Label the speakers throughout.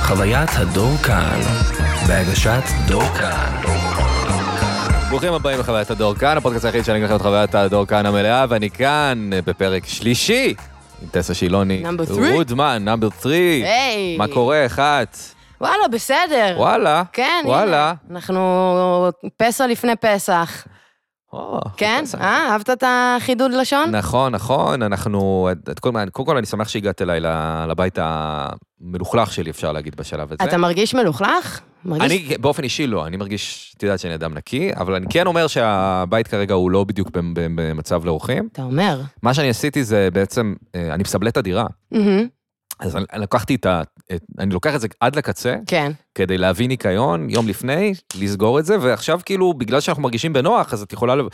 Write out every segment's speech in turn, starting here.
Speaker 1: חוויית הדור כאן, בהגשת דור כאן.
Speaker 2: ברוכים הבאים לחוויית הדור כאן, הפודקאסט היחיד שאני אקח את חוויית הדור כאן המלאה, ואני כאן אה, בפרק שלישי עם טסה שילוני.
Speaker 3: Number three.
Speaker 2: רודמן, נאמבר 3.
Speaker 3: היי.
Speaker 2: מה קורה, אחת?
Speaker 3: וואלה, בסדר.
Speaker 2: וואלה.
Speaker 3: כן,
Speaker 2: וואלה.
Speaker 3: הנה, אנחנו פסח לפני פסח.
Speaker 2: או,
Speaker 3: כן?
Speaker 2: פסח.
Speaker 3: אה, אהבת את החידוד לשון?
Speaker 2: נכון, נכון, אנחנו... את- קודם קודם כל, אני שמח שהגעת אליי ל- לבית המלוכלך שלי, אפשר להגיד, בשלב הזה.
Speaker 3: אתה מרגיש מלוכלך? מרגיש-
Speaker 2: אני באופן אישי לא, אני מרגיש, את יודעת שאני אדם נקי, אבל אני כן אומר שהבית כרגע הוא לא בדיוק במ- במ- במצב לאורחים.
Speaker 3: אתה אומר.
Speaker 2: מה שאני עשיתי זה בעצם, אה, אני מסבלט את הדירה.
Speaker 3: מהמם,
Speaker 2: אז אני, אני לקחתי את ה... את, אני לוקח את זה עד לקצה,
Speaker 3: כן.
Speaker 2: כדי להביא ניקיון יום לפני, לסגור את זה, ועכשיו כאילו, בגלל שאנחנו מרגישים בנוח, אז את יכולה... לב-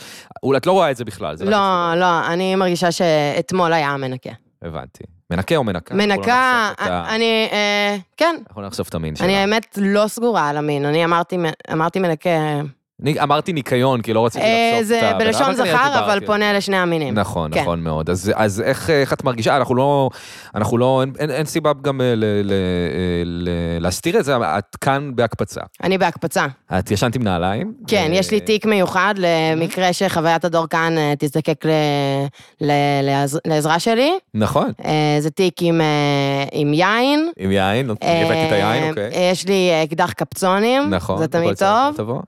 Speaker 2: אולי את לא רואה את זה בכלל. זה רק
Speaker 3: לא,
Speaker 2: אצלנו.
Speaker 3: לא, אני מרגישה שאתמול היה המנקה.
Speaker 2: כן, הבנתי. מנקה או מנקה?
Speaker 3: מנקה,
Speaker 2: אנחנו לא נחשוף את ה-
Speaker 3: אני, אה, כן.
Speaker 2: אנחנו לא נחשוף את המין שלה.
Speaker 3: אני האמת לא סגורה על המין, אני אמרתי אמרתי מנקה,
Speaker 2: אני אמרתי ניקיון, כי לא רציתי
Speaker 3: אה,
Speaker 2: לחשוף
Speaker 3: זה
Speaker 2: את ה...
Speaker 3: בלשון
Speaker 2: אבל אני
Speaker 3: זכר,
Speaker 2: דיברתי על
Speaker 3: אבל
Speaker 2: זה.
Speaker 3: פונה לשני המינים.
Speaker 2: נכון,
Speaker 3: כן.
Speaker 2: נכון מאוד. אז, אז איך, איך את מרגישה? אנחנו לא... אנחנו לא... אין, אין, אין סיבה גם אה, ל, ל, ל, להסתיר את זה, את כאן בהקפצה.
Speaker 3: אני בהקפצה.
Speaker 2: את ישנת עם נעליים? אה,
Speaker 3: כן,
Speaker 2: ו-
Speaker 3: יש לי תיק מיוחד למקרה שחוויית הדור כאן אה, תזדקק ל- ל- לעז- לעזרה שלי.
Speaker 2: נכון.
Speaker 3: אה, זה תיק עם, אה, עם יין.
Speaker 2: עם יין, הבאתי את היין, אוקיי.
Speaker 3: אה, יש לי אה, אקדח קפצונים,
Speaker 2: נכון.
Speaker 3: זה
Speaker 2: בכל
Speaker 3: תמיד
Speaker 2: צד
Speaker 3: טוב.
Speaker 2: תבוא.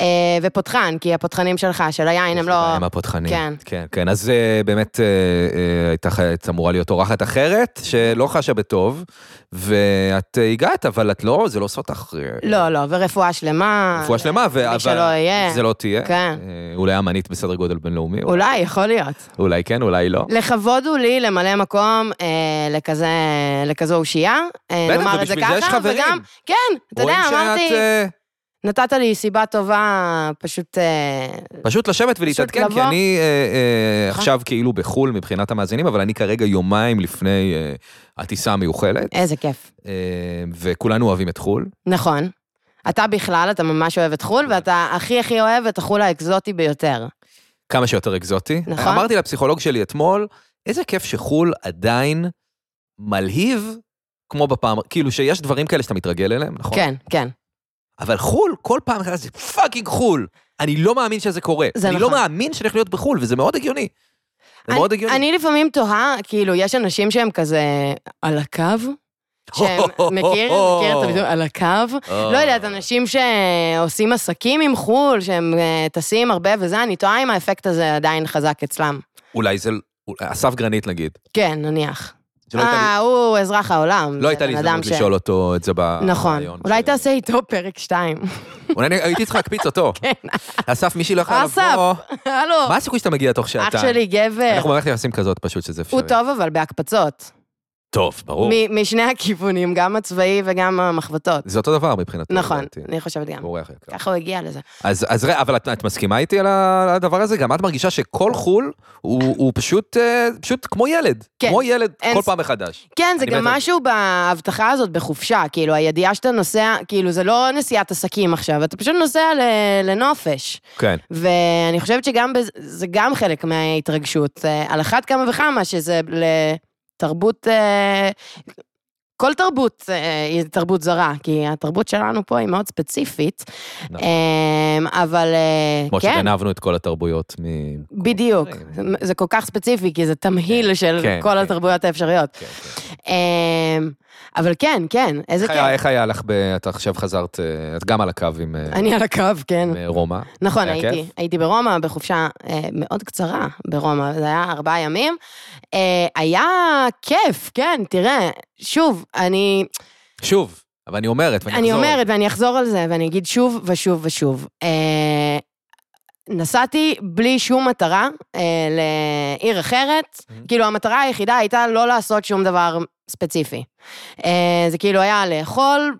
Speaker 3: אה, ופותחן, כי הפותחנים שלך, של היין, הם
Speaker 2: יש
Speaker 3: לא...
Speaker 2: להם הפותחנים.
Speaker 3: כן.
Speaker 2: כן, כן. אז אה, באמת אה, אה, הייתה ח- הייתה אמורה להיות אורחת אחרת, שלא חשה בטוב, ואת אה, הגעת, אבל את לא, זה לא עושה אותך... אה,
Speaker 3: לא, לא, ורפואה שלמה.
Speaker 2: רפואה שלמה, ו-
Speaker 3: מי שלא יהיה.
Speaker 2: זה לא תהיה.
Speaker 3: כן.
Speaker 2: אה, אולי אמנית בסדר גודל בינלאומי.
Speaker 3: אולי, יכול להיות.
Speaker 2: אולי כן, אולי לא.
Speaker 3: לכבוד הוא לי למלא מקום אה, לכזה, לכזו אושייה. אה,
Speaker 2: בטח,
Speaker 3: נאמר את זה
Speaker 2: ובשביל זה יש
Speaker 3: ככה,
Speaker 2: חברים.
Speaker 3: וגם, כן, אתה יודע,
Speaker 2: רואים
Speaker 3: אמרתי,
Speaker 2: שאת אה,
Speaker 3: נתת לי סיבה טובה, פשוט... אה,
Speaker 2: פשוט לשבת ולהתעדכן, כי
Speaker 3: לבוא.
Speaker 2: אני אה, אה,
Speaker 3: נכון.
Speaker 2: עכשיו כאילו בחו"ל מבחינת המאזינים, אבל אני כרגע יומיים לפני אה, הטיסה המיוחלת,
Speaker 3: איזה כיף.
Speaker 2: אה, וכולנו אוהבים את חו"ל.
Speaker 3: נכון. אתה בכלל, אתה ממש אוהב את
Speaker 2: כן.
Speaker 3: חו"ל, ואתה הכי הכי אוהב את החו"ל האקזוטי ביותר.
Speaker 2: כמה שיותר אקזוטי.
Speaker 3: נכון.
Speaker 2: אמרתי לפסיכולוג שלי אתמול, איזה כיף שחו"ל עדיין מלהיב כמו בפעם, כאילו שיש דברים כאלה שאתה מתרגל אליהם, נכון?
Speaker 3: כן, כן.
Speaker 2: אבל חו"ל, כל פעם מחדש זה פאקינג חו"ל. אני לא מאמין שזה קורה.
Speaker 3: זה
Speaker 2: אני לא
Speaker 3: נכון.
Speaker 2: מאמין שאני הולך להיות בחו"ל, וזה מאוד הגיוני. זה
Speaker 3: אני-
Speaker 2: מאוד הגיוני.
Speaker 3: אני לפעמים תוהה, כאילו, יש אנשים שהם כזה על הקו, שהם, מכיר? מכיר את הביטוי? על הקו?
Speaker 2: אה.
Speaker 3: לא יודעת, אנשים שעושים עסקים עם חו"ל, שהם אה, טסים הרבה וזה, אני תוהה אם האפקט הזה עדיין חזק אצלם.
Speaker 2: אולי זה... אולי- אסף גרנית נגיד.
Speaker 3: כן, נניח.
Speaker 2: שלא הייתה לי-
Speaker 3: אה, הוא אזרח העולם.
Speaker 2: לא הייתה לי
Speaker 3: בן אדם
Speaker 2: הזדמנות לשאול אותו את זה ברעיון.
Speaker 3: נכון. אולי
Speaker 2: שלי.
Speaker 3: תעשה איתו פרק שתיים.
Speaker 2: אולי אני- הייתי צריך להקפיץ אותו.
Speaker 3: כן.
Speaker 2: אסף, מישהי לא יכולה
Speaker 3: אסף.
Speaker 2: לבוא.
Speaker 3: הלו,
Speaker 2: מה הסיכוי שאתה מגיע תוך שעתיים?
Speaker 3: אח שלי גבר.
Speaker 2: אנחנו במערכת יחסים כזאת פשוט, שזה אפשרי.
Speaker 3: הוא טוב אבל בהקפצות.
Speaker 2: טוב, ברור.
Speaker 3: מ- משני הכיוונים, גם הצבאי וגם המחבטות.
Speaker 2: זה אותו דבר מבחינתי.
Speaker 3: נכון, כן.
Speaker 2: לדעתי.
Speaker 3: אני חושבת גם.
Speaker 2: אורח יקר.
Speaker 3: ככה הוא הגיע לזה.
Speaker 2: אז, אז ראה, אבל את, את מסכימה איתי על ה- על הדבר הזה? גם את מרגישה שכל חו"ל הוא, הוא פשוט, אה, פשוט כמו ילד.
Speaker 3: כן.
Speaker 2: כמו ילד,
Speaker 3: אין
Speaker 2: כל
Speaker 3: ס-
Speaker 2: פעם מחדש.
Speaker 3: כן, זה
Speaker 2: אני
Speaker 3: גם
Speaker 2: מת על זה.
Speaker 3: משהו בהבטחה הזאת בחופשה, כאילו, הידיעה שאתה נוסע, כאילו, זה לא נסיעת עסקים עכשיו, אתה פשוט נוסע ל- לנופש.
Speaker 2: כן.
Speaker 3: ואני חושבת שגם בזה, זה גם חלק מההתרגשות. אה, על אחת כמה וכמה שזה לתרבות, אה, כל תרבות אה, היא תרבות זרה, כי התרבות שלנו פה היא מאוד ספציפית.
Speaker 2: נכון.
Speaker 3: אה, אבל אה,
Speaker 2: כמו
Speaker 3: כן,
Speaker 2: שגנבנו את כל התרבויות מ...
Speaker 3: בדיוק.
Speaker 2: דברים.
Speaker 3: זה כל כך ספציפי, כי זה תמהיל של
Speaker 2: כן, כן.
Speaker 3: כל התרבויות האפשריות.
Speaker 2: כן, כן.
Speaker 3: אה, אבל כן, כן, איזה
Speaker 2: איך היה-
Speaker 3: כיף.
Speaker 2: איך היה לך, ב... את עכשיו חזרת, אה, את גם על הקו עם אה,
Speaker 3: אני על הקו, כן.
Speaker 2: עם, אה, רומא.
Speaker 3: נכון,
Speaker 2: היה
Speaker 3: הייתי,
Speaker 2: כיף?
Speaker 3: הייתי ברומא בחופשה אה, מאוד קצרה ברומא, זה היה ארבעה ימים. אה, היה כיף, כן, תראה, שוב, אני,
Speaker 2: שוב, אבל אני אומרת, ואני
Speaker 3: אני
Speaker 2: אחזור.
Speaker 3: אומרת ואני אחזור על זה ואני אגיד שוב ושוב ושוב. אה, נסעתי בלי שום מטרה אה, לעיר אחרת,
Speaker 2: Mhm.
Speaker 3: כאילו המטרה היחידה הייתה לא לעשות שום דבר ספציפי. אה, זה כאילו היה לאכול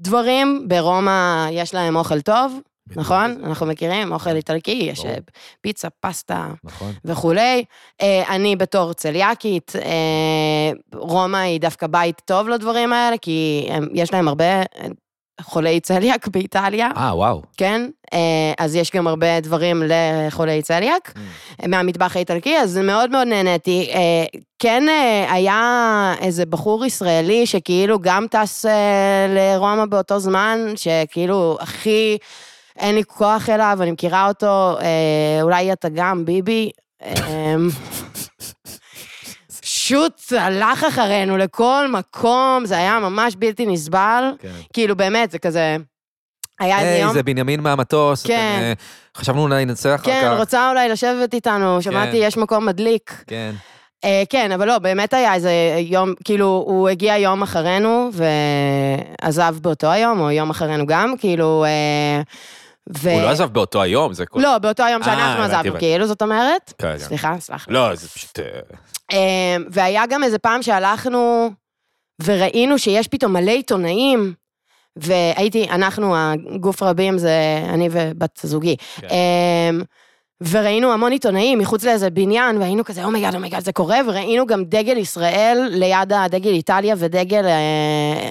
Speaker 3: דברים, ברומא יש להם אוכל טוב,
Speaker 2: בדיוק.
Speaker 3: נכון? אנחנו מכירים, אוכל איטלקי, יש
Speaker 2: כן, אוקיי. ברור.
Speaker 3: אה, פיצה, פסטה
Speaker 2: נכון.
Speaker 3: וכולי. אה, אני בתור צליאקית, אה, רומא היא דווקא בית טוב לדברים האלה, כי הם, יש להם הרבה אה, חולי צליאק באיטליה,
Speaker 2: אה, וואו.
Speaker 3: כן? אה, אז יש גם הרבה דברים לחולי צליאק מהמטבח האיטלקי, אז מאוד מאוד נהניתי. אה, כן אה, היה איזה בחור ישראלי שכאילו גם טס אה, לרומא באותו זמן, שכאילו הכי אין לי כוח אליו, אני מכירה אותו, אה, אולי אתה גם, ביבי. אמ, פשוט הלך אחרינו לכל מקום, זה היה ממש בלתי נסבל.
Speaker 2: כן.
Speaker 3: כאילו, באמת, זה כזה... היה איזה
Speaker 2: היי,
Speaker 3: יום...
Speaker 2: זה בנימין מהמטוס. אתם,
Speaker 3: כן.
Speaker 2: אה, חשבנו אולי ננצח אחר
Speaker 3: כן,
Speaker 2: כך.
Speaker 3: רוצה אולי לשבת איתנו, שמעתי, יש מקום מדליק.
Speaker 2: כן.
Speaker 3: אה, כן, אבל לא, באמת היה איזה יום, כאילו, הוא הגיע יום אחרינו ועזב באותו היום, או יום אחרינו גם, כאילו... אה, ו...
Speaker 2: הוא לא עזב באותו היום, זה כל...
Speaker 3: לא, באותו היום
Speaker 2: אה,
Speaker 3: שאנחנו
Speaker 2: הבנתי,
Speaker 3: עזבנו,
Speaker 2: הבנתי.
Speaker 3: כאילו, זאת אומרת?
Speaker 2: כן, כן.
Speaker 3: סליחה, סלח לי.
Speaker 2: לא, זה פשוט... אה,
Speaker 3: אמ, והיה גם איזה פעם שהלכנו וראינו שיש פתאום מלא עיתונאים, והייתי, אנחנו, הגוף רבים זה אני ובת זוגי.
Speaker 2: כן.
Speaker 3: אמ, וראינו המון עיתונאים מחוץ לאיזה בניין, והיינו כזה, "Oh אומייגאד, אומייגאד, זה קורה, וראינו גם דגל ישראל ליד הדגל איטליה ודגל אה,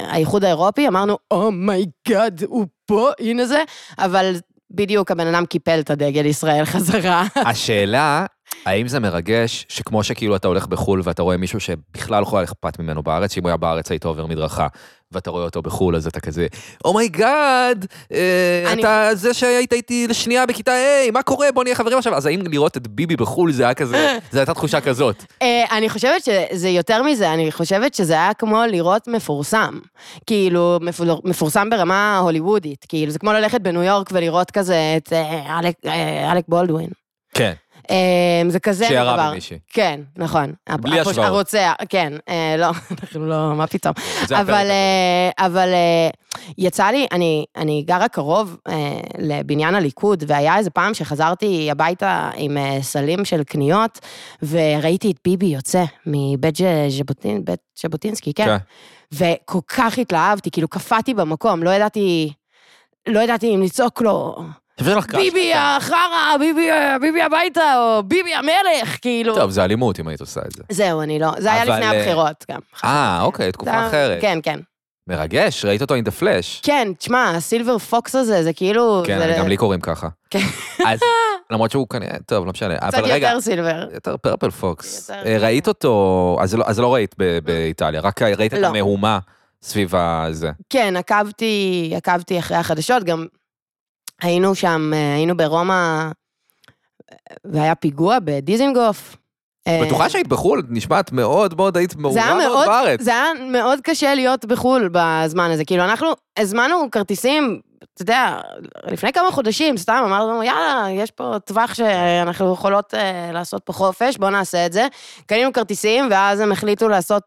Speaker 3: האיחוד האירופי, אמרנו, אומייגאד, הוא פה, הנה זה, אבל בדיוק הבן אדם קיפל את הדגל ישראל חזרה.
Speaker 2: אה, השאלה, האם זה מרגש שכמו שכאילו אתה הולך בחו"ל ואתה רואה מישהו שבכלל לא יכול היה אכפת ממנו בארץ, שאם הוא היה בארץ היית עובר מדרכה, ואתה רואה אותו בחו"ל, אז אתה כזה, אומייגאד, אה,
Speaker 3: אני-
Speaker 2: אתה זה שהיית איתי לשנייה בכיתה A, מה קורה, בוא נהיה חברים עכשיו. אז האם לראות את ביבי בחו"ל זה היה כזה, זו הייתה תחושה כזאת.
Speaker 3: אה, אני חושבת שזה יותר מזה, אני חושבת שזה היה כמו לראות מפורסם. כאילו, מפור- מפורסם ברמה הוליוודית. כאילו, זה כמו ללכת בניו יורק ולראות כזה את אה, אלק, אה, אלק בולדווין.
Speaker 2: כן.
Speaker 3: אה, זה כזה
Speaker 2: שירה
Speaker 3: דבר.
Speaker 2: במישהי.
Speaker 3: כן, נכון.
Speaker 2: בלי
Speaker 3: הפוש-
Speaker 2: השוואות.
Speaker 3: הרוצח, כן, אה, לא, אנחנו לא, מה פתאום.
Speaker 2: זה הפרק
Speaker 3: אבל,
Speaker 2: הזה.
Speaker 3: אה, אבל אה, יצא לי, אני, אני גרה קרוב אה, לבניין הליכוד, והיה איזה פעם שחזרתי הביתה עם אה, סלים של קניות, וראיתי את ביבי יוצא מבית ז'ה- ז'בוטין, בית ז'בוטינסקי, כן.
Speaker 2: כן.
Speaker 3: וכל כך התלהבתי, כאילו קפאתי במקום, לא ידעתי, לא ידעתי אם לצעוק לו,
Speaker 2: תביא לך כן. קהל
Speaker 3: ביבי
Speaker 2: שאתה-
Speaker 3: החרא, ביבי, ביבי הביתה, או ביבי המלך, כאילו.
Speaker 2: טוב, זה אלימות אם היית עושה את זה.
Speaker 3: זהו, אני לא, זה היה
Speaker 2: אבל,
Speaker 3: לפני
Speaker 2: אה,
Speaker 3: הבחירות גם.
Speaker 2: אה, אוקיי,
Speaker 3: אתה-
Speaker 2: תקופה אחרת.
Speaker 3: כן, כן.
Speaker 2: מרגש, ראית אותו in the flash.
Speaker 3: כן, תשמע, הסילבר פוקס הזה, זה כאילו...
Speaker 2: כן,
Speaker 3: זה
Speaker 2: גם לי קוראים ככה.
Speaker 3: כן.
Speaker 2: אז למרות שהוא כנראה, טוב, לא משנה.
Speaker 3: קצת
Speaker 2: אבל רגע,
Speaker 3: יותר סילבר.
Speaker 2: יותר פרפל פוקס.
Speaker 3: יותר-
Speaker 2: אה, ראית אותו, אז לא- אז לא ראית ב- באיטליה, רק ראית את
Speaker 3: לא.
Speaker 2: המהומה סביב הזה.
Speaker 3: כן, עקבתי, עקבתי אחרי החדשות, גם היינו שם, אה, היינו ברומא, אה, והיה פיגוע בדיזינגוף. אה,
Speaker 2: בטוחה שהיית בחו"ל, נשמעת מאוד מאוד, היית
Speaker 3: זה היה
Speaker 2: מהומה מאוד
Speaker 3: מאוד-
Speaker 2: בארץ.
Speaker 3: זה היה מאוד קשה להיות בחו"ל בזמן הזה. כאילו, אנחנו הזמנו כרטיסים, אתה יודע, לפני כמה חודשים, סתם אמרנו, יאללה, יש פה טווח שאנחנו יכולות אה, לעשות פה חופש, בואו נעשה את זה. קנינו כרטיסים, ואז הם החליטו לעשות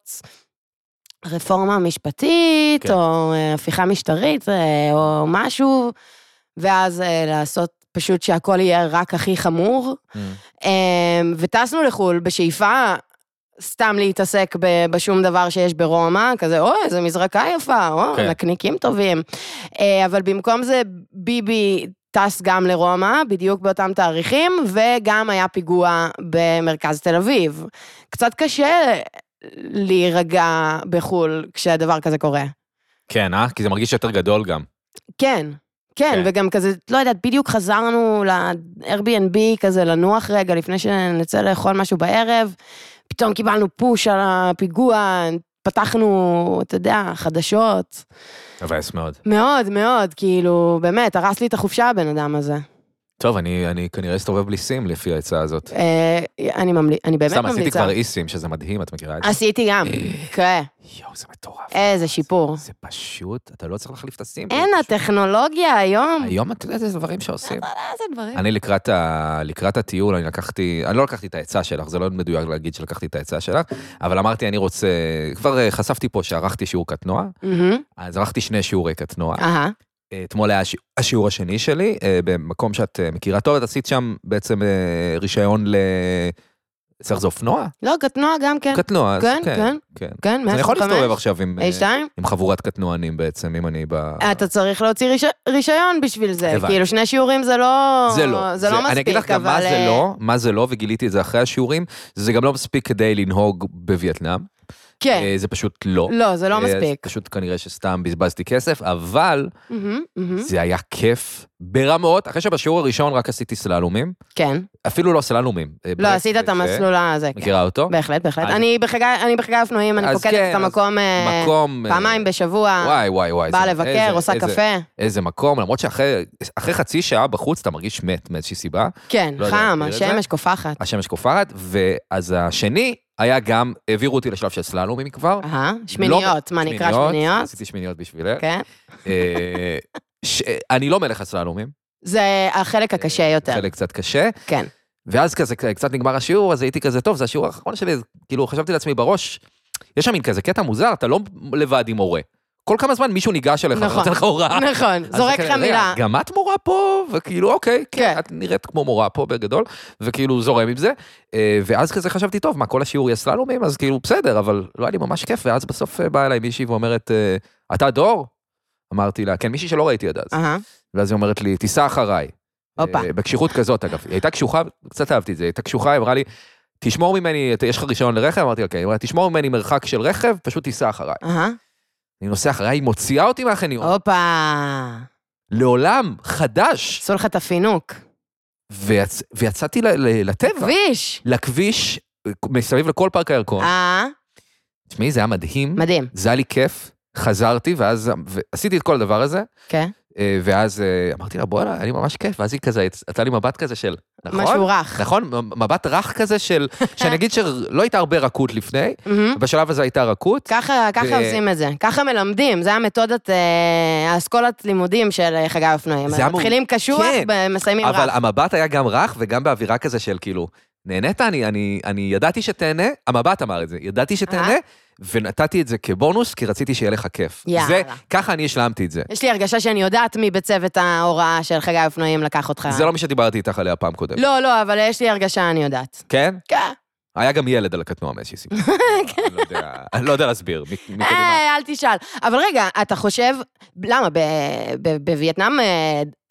Speaker 3: רפורמה משפטית,
Speaker 2: כן.
Speaker 3: כן. או אה, הפיכה משטרית, אה, או משהו, ואז אה, לעשות פשוט שהכל יהיה רק הכי חמור.
Speaker 2: Mm.
Speaker 3: אמ, וטסנו לחו"ל בשאיפה סתם להתעסק ב- בשום דבר שיש ברומא, כזה, אוי, איזה מזרקה יפה, או,
Speaker 2: כן.
Speaker 3: כן. נקניקים טובים. אה, אבל במקום זה, ביבי טס גם לרומא, בדיוק באותם תאריכים, וגם היה פיגוע במרכז תל אביב. קצת קשה להירגע בחו"ל כשהדבר כזה קורה.
Speaker 2: כן, אה? כי זה מרגיש יותר גדול גם.
Speaker 3: כן. כן,
Speaker 2: כן.
Speaker 3: כן, וגם כזה, לא יודעת, בדיוק חזרנו ל-Airbnb כזה לנוח רגע לפני שנצא לאכול משהו בערב, פתאום קיבלנו פוש על הפיגוע, פתחנו, אתה יודע, חדשות.
Speaker 2: מבאס מאוד.
Speaker 3: מאוד, מאוד, כאילו, באמת, הרס לי את החופשה הבן אדם הזה.
Speaker 2: טוב, אני אני כנראה אסתובב בלי סים לפי העצה הזאת.
Speaker 3: אה, אני ממליץ, אני באמת
Speaker 2: סתם,
Speaker 3: ממליצה.
Speaker 2: עשיתי כבר אי סים, שזה מדהים, את מכירה את זה?
Speaker 3: עשיתי גם, כן.
Speaker 2: יואו, זה מטורף.
Speaker 3: איזה שיפור.
Speaker 2: זה פשוט, אתה לא צריך להחליף את הסים.
Speaker 3: אין אה. הטכנולוגיה היום.
Speaker 2: היום את יודעת איזה דברים שעושים.
Speaker 3: איזה דברים.
Speaker 2: אני לקראת, ה... לקראת הטיול, אני לקחתי, אני לא לקחתי את העצה שלך, זה לא מדויק להגיד שלקחתי את העצה שלך, אבל אמרתי, אני רוצה, כבר אה, חשפתי פה שערכתי שיעור קטנוע,
Speaker 3: מהמם,
Speaker 2: אז ערכתי שני שיעורי קטנוע.
Speaker 3: אהה,
Speaker 2: אה, אתמול היה השיעור, השיעור השני שלי, אה, במקום שאת אה, מכירה טוב, את עשית שם בעצם אה, רישיון ל... צריך זה אופנוע?
Speaker 3: לא, קטנוע גם כן.
Speaker 2: קטנוע, אז
Speaker 3: כן, כן.
Speaker 2: כן.
Speaker 3: כן, 125.
Speaker 2: אז אני יכול להסתובב עכשיו עם, אה,
Speaker 3: A2?
Speaker 2: עם חבורת קטנוענים בעצם, אם אני ב...
Speaker 3: אה, אתה צריך להוציא ריש... רישיון בשביל זה.
Speaker 2: הבנתי.
Speaker 3: כאילו, שני שיעורים זה לא...
Speaker 2: זה לא.
Speaker 3: זה לא מספיק,
Speaker 2: אני אגיד לך גם מה
Speaker 3: אבל,
Speaker 2: זה
Speaker 3: אה,
Speaker 2: לא, מה זה לא, וגיליתי את זה אחרי השיעורים, זה גם לא מספיק כדי לנהוג בווייטנאם.
Speaker 3: כן.
Speaker 2: אה, זה פשוט לא.
Speaker 3: לא, זה לא
Speaker 2: אה, אז
Speaker 3: מספיק.
Speaker 2: פשוט כנראה שסתם בזבזתי כסף, אבל
Speaker 3: מהמם, מהמם.
Speaker 2: זה היה כיף ברמות, אחרי שבשיעור הראשון רק עשיתי סללומים,
Speaker 3: כן.
Speaker 2: אפילו לא סללומים. אה,
Speaker 3: לא,
Speaker 2: ברקס
Speaker 3: עשית את
Speaker 2: וזה.
Speaker 3: המסלול הזה. כן.
Speaker 2: מכירה אותו?
Speaker 3: בהחלט, בהחלט.
Speaker 2: אז-
Speaker 3: אני בחגי- אני בחגי אופנועים, אני
Speaker 2: אז
Speaker 3: פוקדת
Speaker 2: כן,
Speaker 3: את
Speaker 2: אז
Speaker 3: המקום אה,
Speaker 2: מקום... אה,
Speaker 3: פעמיים בשבוע,
Speaker 2: וואי, וואי, וואי.
Speaker 3: באה
Speaker 2: זה-
Speaker 3: לבקר,
Speaker 2: איזה-
Speaker 3: עושה
Speaker 2: איזה-
Speaker 3: קפה.
Speaker 2: איזה מקום, למרות שאחרי אחרי חצי שעה בחוץ אתה מרגיש מת מאיזושהי סיבה,
Speaker 3: כן,
Speaker 2: לא יודע,
Speaker 3: חם,
Speaker 2: מכיר את זה?
Speaker 3: השמש קופחת.
Speaker 2: השמש קופחת, ואז השני היה גם, העבירו אותי לשלב של סללומים כבר.
Speaker 3: אהה, שמיניות, מה אה, נקרא שמיניות?
Speaker 2: עשיתי שמיניות בשבילך.
Speaker 3: כן.
Speaker 2: אה, ש- אני לא מלך הסללומים.
Speaker 3: זה החלק הקשה יותר.
Speaker 2: אה, חלק קצת קשה.
Speaker 3: כן.
Speaker 2: ואז כזה, קצת נגמר השיעור, אז הייתי כזה, טוב, זה השיעור האחרון שלי, אז כאילו, חשבתי לעצמי בראש, יש שם מין כזה קטע מוזר, אתה לא לבד עם מורה. כל כמה זמן מישהו ניגש אליך,
Speaker 3: נכון.
Speaker 2: ונותן לך הוראה.
Speaker 3: נכון,
Speaker 2: אה, אז
Speaker 3: זורק
Speaker 2: זה
Speaker 3: לך
Speaker 2: כזה, רגע,
Speaker 3: מילה.
Speaker 2: גם את מורה פה, וכאילו, אוקיי, כן,
Speaker 3: כן.
Speaker 2: את נראית כמו מורה פה בגדול, וכאילו זורם עם זה. אה, ואז כזה חשבתי, טוב, מה, כל השיעור יש סללומים, אז כאילו, בסדר, אבל לא היה לי ממש כיף, ואז בסוף אה, באה אליי מישהי ואומרת, אה, אתה דור? אמרתי לה, כן, מישהי שלא ראיתי עד אז.
Speaker 3: אהה,
Speaker 2: ואז היא אומרת לי, תיסע אחריי.
Speaker 3: אה. הופה.
Speaker 2: אה, בקשיחות כזאת, אגב. היא הייתה קשוחה, קצת אהבתי את זה, היא הייתה קשוחה, היא אמרה לי, תשמור ממני, את- יש לך רישיון לרכב? אמרתי לה, כן. היא אמרה, תשמור ממני מרחק של רכב, פשוט תיסע אחריי.
Speaker 3: אהה,
Speaker 2: אני נוסע אחריי, היא מוציאה אותי מהחניון.
Speaker 3: הופה.
Speaker 2: לעולם, חדש.
Speaker 3: עשו לך את הפינוק.
Speaker 2: ויצ... ויצאתי ל... ל... לטבע,
Speaker 3: כביש.
Speaker 2: לכביש, מסביב לכל פארק הירקון.
Speaker 3: אה,
Speaker 2: תשמעי, זה היה מדהים,
Speaker 3: מדהים. זה
Speaker 2: זה היה לי כיף, חזרתי, ואז עשיתי את כל הדבר הזה,
Speaker 3: כן.
Speaker 2: אה, ואז אה, אמרתי לה, בואנה, היה לי ממש כיף, ואז היא כזה, נתנה לי מבט כזה של, נכון?
Speaker 3: משהו רך.
Speaker 2: נכון? מ- מבט רך כזה של, שאני אגיד שלא הייתה הרבה רכות לפני,
Speaker 3: מהמם.
Speaker 2: בשלב הזה הייתה רכות.
Speaker 3: ככה, ככה
Speaker 2: ו-
Speaker 3: עושים את זה, ככה מלמדים, זה המתודת, אה, האסכולת לימודים של אה, חגי אופנועים.
Speaker 2: זה היה מור-
Speaker 3: מתחילים קשוח,
Speaker 2: כן.
Speaker 3: ב- מסיימים
Speaker 2: אבל
Speaker 3: רע.
Speaker 2: המבט היה גם רך וגם באווירה כזה של כאילו, נהנית? אני, אני, אני ידעתי שתהנה, המבט אמר את זה, ידעתי שתהנה,
Speaker 3: אה.
Speaker 2: ונתתי את זה כבונוס, כי רציתי שיהיה לך כיף.
Speaker 3: יאללה.
Speaker 2: זה, ככה אני השלמתי את זה.
Speaker 3: יש לי הרגשה שאני יודעת מי בצוות ההוראה של חגי אופנועים לקח אותך.
Speaker 2: זה לא מה שדיברתי איתך עליה פעם קודמת.
Speaker 3: לא, לא, אבל יש לי הרגשה, אני יודעת.
Speaker 2: כן?
Speaker 3: כן.
Speaker 2: היה גם ילד על הקטנוע מאיזושהי סיבה. אני לא יודע- אני לא יודע להסביר, מ- מקדימה.
Speaker 3: אה, אל תשאל. אבל רגע, אתה חושב, למה, ב- ב- בווייטנאם אה,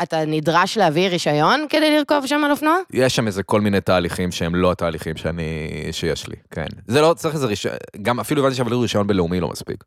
Speaker 3: אתה נדרש להביא רישיון כדי לרכוב שם על אופנוע?
Speaker 2: יש שם איזה כל מיני תהליכים שהם לא התהליכים שאני, שיש לי, כן. זה לא, צריך איזה רישיון, גם אפילו הבנתי שאפילו רישיון בינלאומי לא מספיק.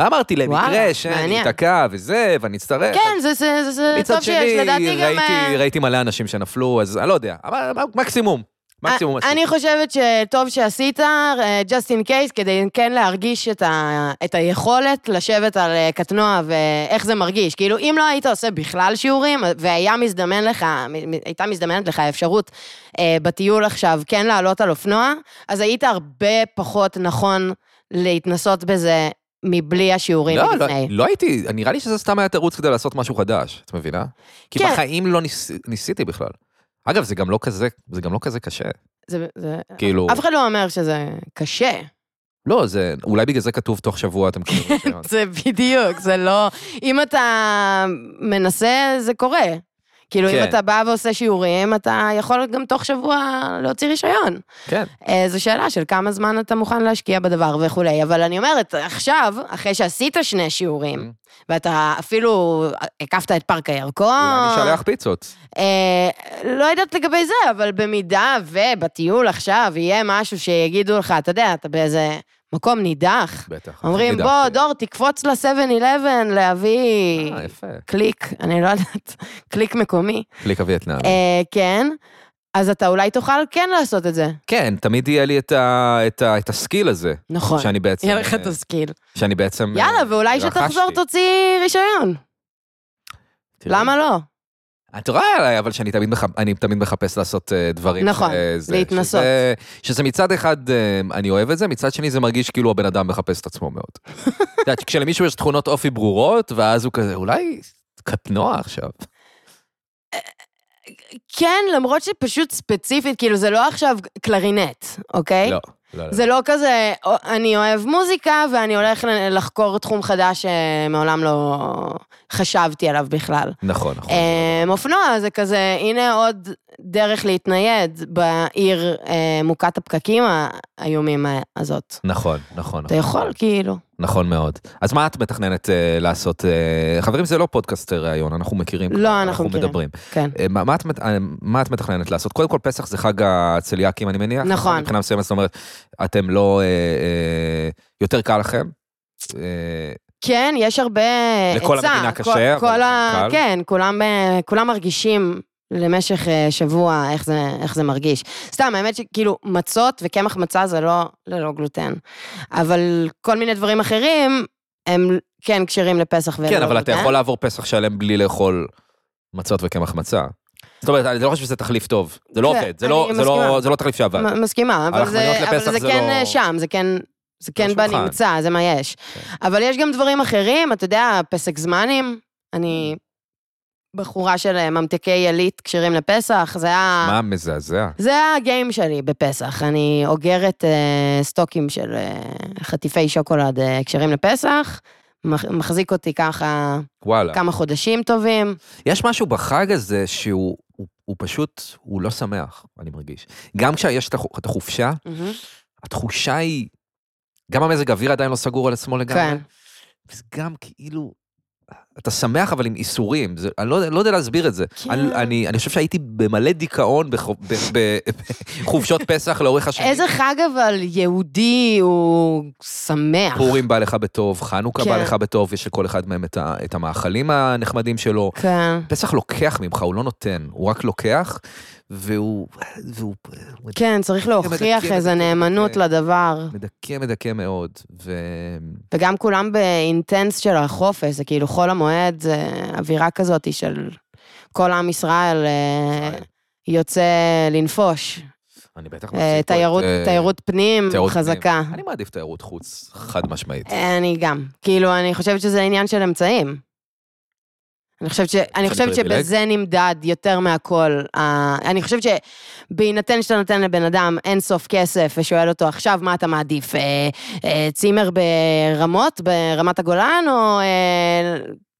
Speaker 2: אמרתי להם,
Speaker 3: וואלה,
Speaker 2: יקרה שאני
Speaker 3: מעניין.
Speaker 2: אתקע וזה, ואני אצטרך.
Speaker 3: כן, זה- זה זה- זה
Speaker 2: מצד
Speaker 3: טוב שיש,
Speaker 2: שני,
Speaker 3: לדעתי גם...
Speaker 2: ראיתי-
Speaker 3: אה,
Speaker 2: ראיתי מלא אנשים שנפלו, אז אני לא יודע, אבל מקסימום, מקסימום.
Speaker 3: אה,
Speaker 2: עשיתי.
Speaker 3: אני אני חושבת שטוב שעשית, אה, just in case, כדי כן להרגיש את, ה, את היכולת לשבת על אה, קטנוע ואיך זה מרגיש. כאילו, אם לא היית עושה בכלל שיעורים, והיה מזדמן לך, מ- מ- הייתה מזדמנת לך האפשרות אה, בטיול עכשיו כן לעלות על אופנוע, אז היית הרבה פחות נכון להתנסות בזה מבלי השיעורים
Speaker 2: לא, לא,
Speaker 3: לפני.
Speaker 2: לא הייתי, נראה לי שזה סתם היה תירוץ כדי לעשות משהו חדש, את מבינה? כי
Speaker 3: כן.
Speaker 2: בחיים לא ניס, ניסיתי בכלל. אגב, זה גם לא כזה, זה גם לא כזה קשה.
Speaker 3: זה, זה,
Speaker 2: כאילו,
Speaker 3: אף אחד לא אומר שזה קשה.
Speaker 2: לא, זה, אולי בגלל זה כתוב תוך שבוע אתם כאילו רישיון.
Speaker 3: זה בדיוק, זה לא... אם אתה מנסה, זה קורה. כאילו, אם
Speaker 2: כן.
Speaker 3: אתה בא ועושה שיעורים, אתה יכול גם תוך שבוע להוציא רישיון.
Speaker 2: כן.
Speaker 3: אה, זו שאלה של כמה זמן אתה מוכן להשקיע בדבר וכולי. אבל אני אומרת, עכשיו, אחרי שעשית שני שיעורים, ואתה אפילו הקפת את פארק הירקון...
Speaker 2: אולי אני אשלח פיצות.
Speaker 3: אה, לא יודעת לגבי זה, אבל במידה ובטיול עכשיו יהיה משהו שיגידו לך, אתה יודע, אתה באיזה מקום נידח.
Speaker 2: בטח.
Speaker 3: אומרים,
Speaker 2: נדע.
Speaker 3: בוא, דור, תקפוץ ל-7-11 להביא
Speaker 2: אה, יפה.
Speaker 3: קליק, אני לא יודעת, קליק מקומי.
Speaker 2: קליק הווייטנאם.
Speaker 3: אה, כן, אז אתה אולי תוכל כן לעשות את זה.
Speaker 2: כן, תמיד יהיה לי את ה- את ה- את הסקיל הזה,
Speaker 3: נכון.
Speaker 2: שאני בעצם...
Speaker 3: יהיה לך
Speaker 2: אה,
Speaker 3: את הסקיל.
Speaker 2: שאני בעצם... אה,
Speaker 3: יאללה, ואולי
Speaker 2: רכשתי.
Speaker 3: שתחזור תוציא רישיון.
Speaker 2: תראי.
Speaker 3: למה לא?
Speaker 2: את רואה עליי, אבל שאני תמיד, מחפ... אני תמיד מחפש לעשות אה, דברים.
Speaker 3: נכון,
Speaker 2: אה, זה,
Speaker 3: להתנסות.
Speaker 2: שזה, שזה מצד אחד, אה, אני אוהב את זה, מצד שני זה מרגיש כאילו הבן אדם מחפש את עצמו מאוד. את יודעת, כשלמישהו יש תכונות אופי ברורות, ואז הוא כזה, אולי קטנוע עכשיו.
Speaker 3: כן, למרות שפשוט ספציפית, כאילו, זה לא עכשיו קלרינט, אוקיי?
Speaker 2: לא, לא, לא.
Speaker 3: זה לא כזה, "או, אני אוהב מוזיקה ואני הולך ל- לחקור תחום חדש שמעולם לא חשבתי עליו בכלל.
Speaker 2: נכון, נכון.
Speaker 3: אמ, אופנוע זה כזה, הנה עוד דרך להתנייד בעיר אה, מוכת הפקקים האיומים ה- הזאת.
Speaker 2: נכון, נכון.
Speaker 3: אתה יכול, כאילו.
Speaker 2: נכון מאוד. אז מה את מתכננת אה, לעשות? אה, חברים, זה לא פודקאסט אה, ראיון, אנחנו מכירים.
Speaker 3: לא,
Speaker 2: כבר,
Speaker 3: אנחנו מכירים.
Speaker 2: מדברים.
Speaker 3: כן.
Speaker 2: אה, מה, מה, את, מת- אה, מה את מתכננת לעשות? קודם כל, פסח זה חג הצליאקים, אני מניח.
Speaker 3: נכון.
Speaker 2: מבחינה מסוימת, זאת אומרת, אתם לא... אה, אה, יותר קל לכם. אה,
Speaker 3: כן, יש הרבה עצה.
Speaker 2: לכל המדינה קשה,
Speaker 3: כל,
Speaker 2: אבל
Speaker 3: כל ה...
Speaker 2: קל.
Speaker 3: כן, כולם, אה, כולם מרגישים למשך אה, שבוע איך זה, איך זה מרגיש. סתם, האמת שכאילו, מצות וקמח מצה זה לא ללא גלוטן. אבל כל מיני דברים אחרים, הם כן כשרים לפסח וללא
Speaker 2: כן, אבל אתה
Speaker 3: גלוטן.
Speaker 2: יכול לעבור פסח שלם בלי לאכול מצות וקמח מצה. זאת אומרת, אני לא חושב שזה תחליף טוב. זה לא
Speaker 3: כן,
Speaker 2: עובד, זה לא-
Speaker 3: אני
Speaker 2: זה לא-
Speaker 3: מסכימה.
Speaker 2: זה לא תחליף שעבד.
Speaker 3: מ- מסכימה, אבל
Speaker 2: הלחמניות
Speaker 3: זה, אבל
Speaker 2: לפסח
Speaker 3: זה
Speaker 2: זה
Speaker 3: כן
Speaker 2: לא-
Speaker 3: אה, שם, זה כן... זה כן
Speaker 2: השולחן. כן.
Speaker 3: בנמצא, זה מה יש. אבל יש גם דברים אחרים, אתה יודע, פסק זמנים, אני
Speaker 2: Mm.
Speaker 3: בחורה של אה, ממתקי עילית כשרים לפסח, זה היה...
Speaker 2: מה מזעזע.
Speaker 3: זה הגיים שלי בפסח. אני אוגרת אה, סטוקים של אה, חטיפי שוקולד אה, כשרים לפסח. מח- מחזיק אותי ככה
Speaker 2: וואלה.
Speaker 3: כמה חודשים טובים.
Speaker 2: יש משהו בחג הזה שהוא הוא- הוא פשוט, הוא לא שמח, אני מרגיש. גם כשיש את החו- את החופשה, Mm-hmm. התחושה היא, גם המזג האוויר עדיין לא סגור על עצמו לגמרי.
Speaker 3: כן.
Speaker 2: וזה גם כאילו, אתה שמח אבל עם איסורים, זה, אני לא, לא יודע להסביר את זה.
Speaker 3: כן.
Speaker 2: אני, אני, אני חושב שהייתי במלא דיכאון בח- ב- ב- בחופשות פסח לאורך השנים.
Speaker 3: איזה חג אבל יהודי הוא שמח.
Speaker 2: פורים בא לך בטוב, חנוכה בא
Speaker 3: כן.
Speaker 2: לך בטוב, יש לכל אחד מהם את, ה, את המאכלים הנחמדים שלו.
Speaker 3: כן.
Speaker 2: פסח לוקח ממך, הוא לא נותן, הוא רק לוקח, והוא... והוא הוא
Speaker 3: כן, צריך להוכיח
Speaker 2: מדכא,
Speaker 3: איזה
Speaker 2: מדכא,
Speaker 3: נאמנות
Speaker 2: מדכא.
Speaker 3: לדבר.
Speaker 2: מדכא, מדכא מאוד, ו...
Speaker 3: וגם כולם באינטנס של החופש, זה כאילו חול המועד, זה אווירה כזאת של כל עם ישראל אה,
Speaker 2: ישראל.
Speaker 3: יוצא לנפוש.
Speaker 2: אני בטח
Speaker 3: אה,
Speaker 2: מפסיק פה את,
Speaker 3: תיירות-
Speaker 2: אה,
Speaker 3: תיירות פנים
Speaker 2: תיירות פנים.
Speaker 3: חזקה.
Speaker 2: אני מעדיף תיירות חוץ, חד משמעית.
Speaker 3: אני גם. כאילו, אני חושבת שזה עניין של אמצעים. אני חושבת, ש... אני חושבת
Speaker 2: פריבילג?
Speaker 3: שבזה נמדד יותר מהכל. ה- אני חושבת שבהינתן שאתה נותן לבן אדם אין סוף כסף ושואל אותו עכשיו, מה אתה מעדיף, אה, אה, צימר ברמות, ברמת הגולן, או אה,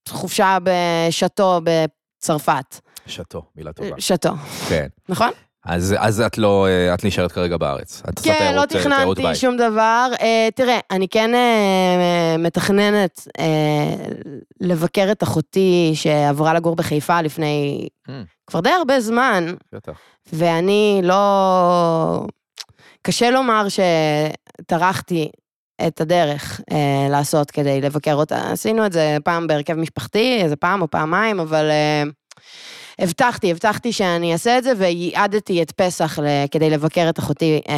Speaker 3: חופשה בשאטו בצרפת?
Speaker 2: שאטו,
Speaker 3: אה,
Speaker 2: מילה טובה.
Speaker 3: שאטו,
Speaker 2: כן.
Speaker 3: נכון?
Speaker 2: אז, אז את לא, אה, את נשארת כרגע בארץ. את עושה
Speaker 3: כן, לא
Speaker 2: תיירות, אה, תיירות
Speaker 3: תכננתי
Speaker 2: בית.
Speaker 3: שום דבר. אה, תראה, אני כן אה, אה, מתכננת אה, לבקר את אחותי שעברה לגור בחיפה לפני
Speaker 2: Mm.
Speaker 3: כבר די הרבה זמן,
Speaker 2: בטח.
Speaker 3: ואני לא... קשה לומר שטרחתי את הדרך אה, לעשות כדי לבקר אותה. עשינו את זה פעם בהרכב משפחתי, איזה פעם או פעמיים, אבל אה, הבטחתי, הבטחתי שאני אעשה את זה, וייעדתי את פסח ל- כדי לבקר את אחותי. אה,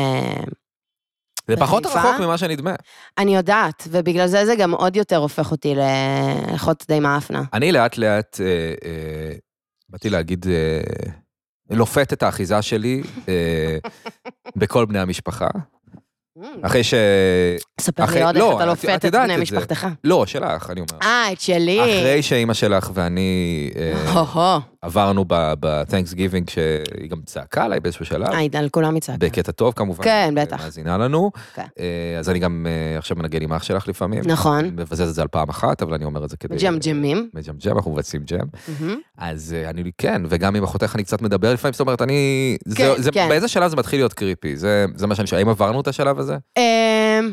Speaker 2: זה פחות
Speaker 3: בחיפה?
Speaker 2: רחוק ממה שנדמה.
Speaker 3: אני יודעת, ובגלל זה זה גם עוד יותר הופך אותי לאחות די מאפנה.
Speaker 2: אני לאט לאט, אה, אה, באתי להגיד, אה, לופת את האחיזה שלי אה, בכל בני המשפחה. אחרי ש...
Speaker 3: ספר
Speaker 2: אחרי-
Speaker 3: לי עוד
Speaker 2: לא,
Speaker 3: איך אתה
Speaker 2: את-
Speaker 3: לופת
Speaker 2: את
Speaker 3: את
Speaker 2: יודעת
Speaker 3: בני
Speaker 2: את זה.
Speaker 3: משפחתך.
Speaker 2: לא, שלך, אני אומר.
Speaker 3: אה, את שלי.
Speaker 2: אחרי שאימא שלך ואני אה,
Speaker 3: הו-הו.
Speaker 2: עברנו ב-thanks giving, כשהיא גם צעקה עליי באיזשהו שלב,
Speaker 3: היי, על כולם יצעק.
Speaker 2: בקטע טוב כמובן.
Speaker 3: אה, כן, בטח.
Speaker 2: מאזינה לנו.
Speaker 3: כן.
Speaker 2: אה, אז אני גם אה, עכשיו מנגן עם אח שלך לפעמים.
Speaker 3: נכון.
Speaker 2: מבזז את זה על פעם אחת, אבל אני אומר את זה כדי...
Speaker 3: מג'מג'מים.
Speaker 2: מג'מג'ם, אנחנו מבצעים ג'ם.
Speaker 3: מהמם.
Speaker 2: אז אה, אני, כן, וגם עם אחותך אני קצת מדבר לפעמים, זאת אומרת, אני... זה,
Speaker 3: כן,
Speaker 2: זה,
Speaker 3: כן.
Speaker 2: באיזה שלב זה מתחיל להיות קריפי? זה, זה מה שאני שואל, האם עברנו את השלב הזה?
Speaker 3: אמ,